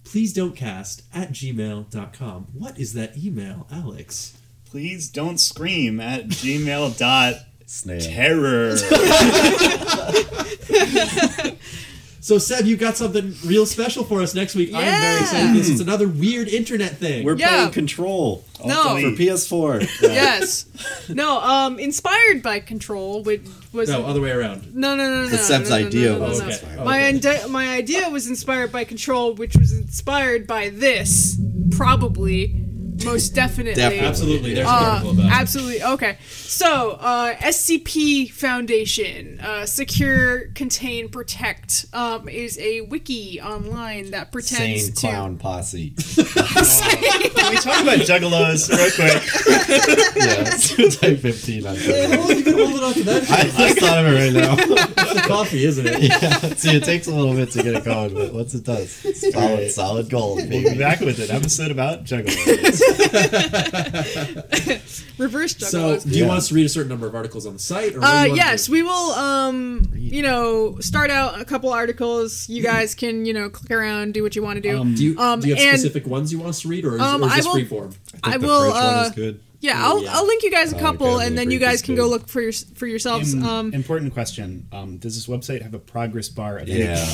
Speaker 2: please don't cast at gmail.com. What is that email, Alex?
Speaker 3: Please don't scream at gmail dot
Speaker 17: Snail.
Speaker 3: terror.
Speaker 2: So Seb, you got something real special for us next week. I am very
Speaker 5: Yeah.
Speaker 2: excited. for This It's another weird internet thing.
Speaker 17: We're
Speaker 5: Yeah.
Speaker 17: playing Control
Speaker 5: No.
Speaker 17: for PS4.
Speaker 5: Yes. No. Um. Inspired by Control, which was
Speaker 2: no, other way around.
Speaker 5: No, no, no, no.
Speaker 17: That's Seb's
Speaker 5: no, no,
Speaker 17: idea
Speaker 5: No, no,
Speaker 17: was
Speaker 5: no, no.
Speaker 2: inspired.
Speaker 5: My
Speaker 2: Okay.
Speaker 5: inde- my idea was inspired by Control, which was inspired by this, probably. most definitely.
Speaker 2: definitely. Absolutely. There's an article
Speaker 5: Uh,
Speaker 2: about it.
Speaker 5: absolutely. Okay. So, uh, SCP Foundation, uh, Secure, Contain, Protect, um, is a wiki online that pretends
Speaker 1: Sane
Speaker 5: to.
Speaker 1: clown posse.
Speaker 3: Can we talk about juggalos real quick?
Speaker 1: yes, type fifteen. On
Speaker 2: you can hold it on to that.
Speaker 1: I just thought of it right now.
Speaker 2: It's the coffee, isn't it?
Speaker 1: yeah. See, it takes a little bit to get it going, but once it does, it's solid, solid gold. Baby.
Speaker 3: We'll be back with an episode about juggalos.
Speaker 5: Reverse
Speaker 34: So,
Speaker 5: juggalos.
Speaker 34: do you want us to read a certain number of articles on the site? Or what do
Speaker 5: Uh,
Speaker 34: you want
Speaker 5: yes, we will. Um, you know, start out a couple articles. You guys can, you know, click around, do what you want to
Speaker 34: To,
Speaker 5: do.
Speaker 34: um, do, you, do you have
Speaker 5: and-
Speaker 34: specific ones you want us to read, or is,
Speaker 5: Um,
Speaker 34: or is
Speaker 5: I
Speaker 34: this
Speaker 5: will-
Speaker 34: free form?
Speaker 5: I, will. Uh, Yeah, I'll,
Speaker 3: Yeah.
Speaker 5: I'll link you guys a
Speaker 3: Oh,
Speaker 5: couple,
Speaker 3: okay,
Speaker 5: and then
Speaker 3: great,
Speaker 5: you guys
Speaker 3: that's
Speaker 5: can
Speaker 3: good.
Speaker 5: go look for your, for yourselves.
Speaker 3: Im-
Speaker 5: um,
Speaker 3: important question. Um, does this website have a progress bar at any
Speaker 1: Yeah.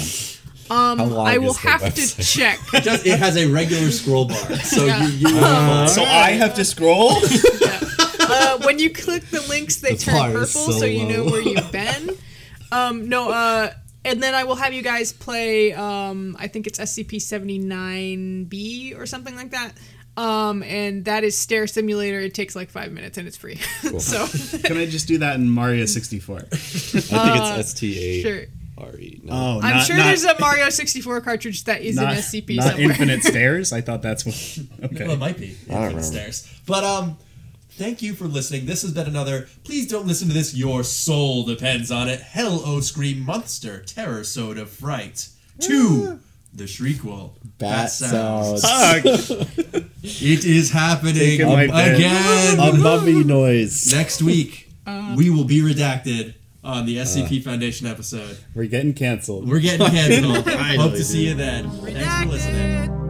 Speaker 5: um,
Speaker 3: How long
Speaker 5: I will
Speaker 3: is the
Speaker 5: have to
Speaker 3: website?
Speaker 5: check.
Speaker 2: It, does, it has a regular scroll bar, so
Speaker 5: Yeah.
Speaker 2: you, you
Speaker 34: Ah,
Speaker 3: Uh, so I have to scroll.
Speaker 5: uh, when you click the links, they
Speaker 3: The
Speaker 5: turn
Speaker 3: bar is
Speaker 5: purple, so,
Speaker 3: so
Speaker 5: you know
Speaker 3: low.
Speaker 5: where you've been. Um, no, uh, and then I will have you guys play. Um, I think it's SCP seventy nine B or something like that. Um, and that is Stair Simulator. It takes like five minutes and it's free. so
Speaker 3: Can I just do that in Mario 64? I think
Speaker 5: Uh, sure.
Speaker 3: R-E. Oh,
Speaker 5: I'm
Speaker 3: not-
Speaker 5: sure
Speaker 3: not-
Speaker 5: there's a Mario sixty four cartridge that is
Speaker 3: not,
Speaker 5: in SCP
Speaker 3: Not
Speaker 5: somewhere.
Speaker 3: Infinite Stairs? I thought that's what... Okay.
Speaker 2: Well, it might be.
Speaker 3: I don't remember.
Speaker 2: Stairs. But um, thank you for listening. This has been another. Please don't listen to this. Your soul depends on it. Hell, oh scream, monster, terror, soda, fright. Two, the shriekwell.
Speaker 1: Bat sounds.
Speaker 2: it is happening
Speaker 1: Take it Um, like that.
Speaker 2: again.
Speaker 1: A mummy noise.
Speaker 2: Next week, we will be redacted on the
Speaker 1: Uh.
Speaker 2: SCP Foundation episode.
Speaker 3: We're getting canceled.
Speaker 2: We're getting canceled. Hope
Speaker 1: Finally,
Speaker 2: to see you
Speaker 1: dude.
Speaker 2: then. Thanks for listening.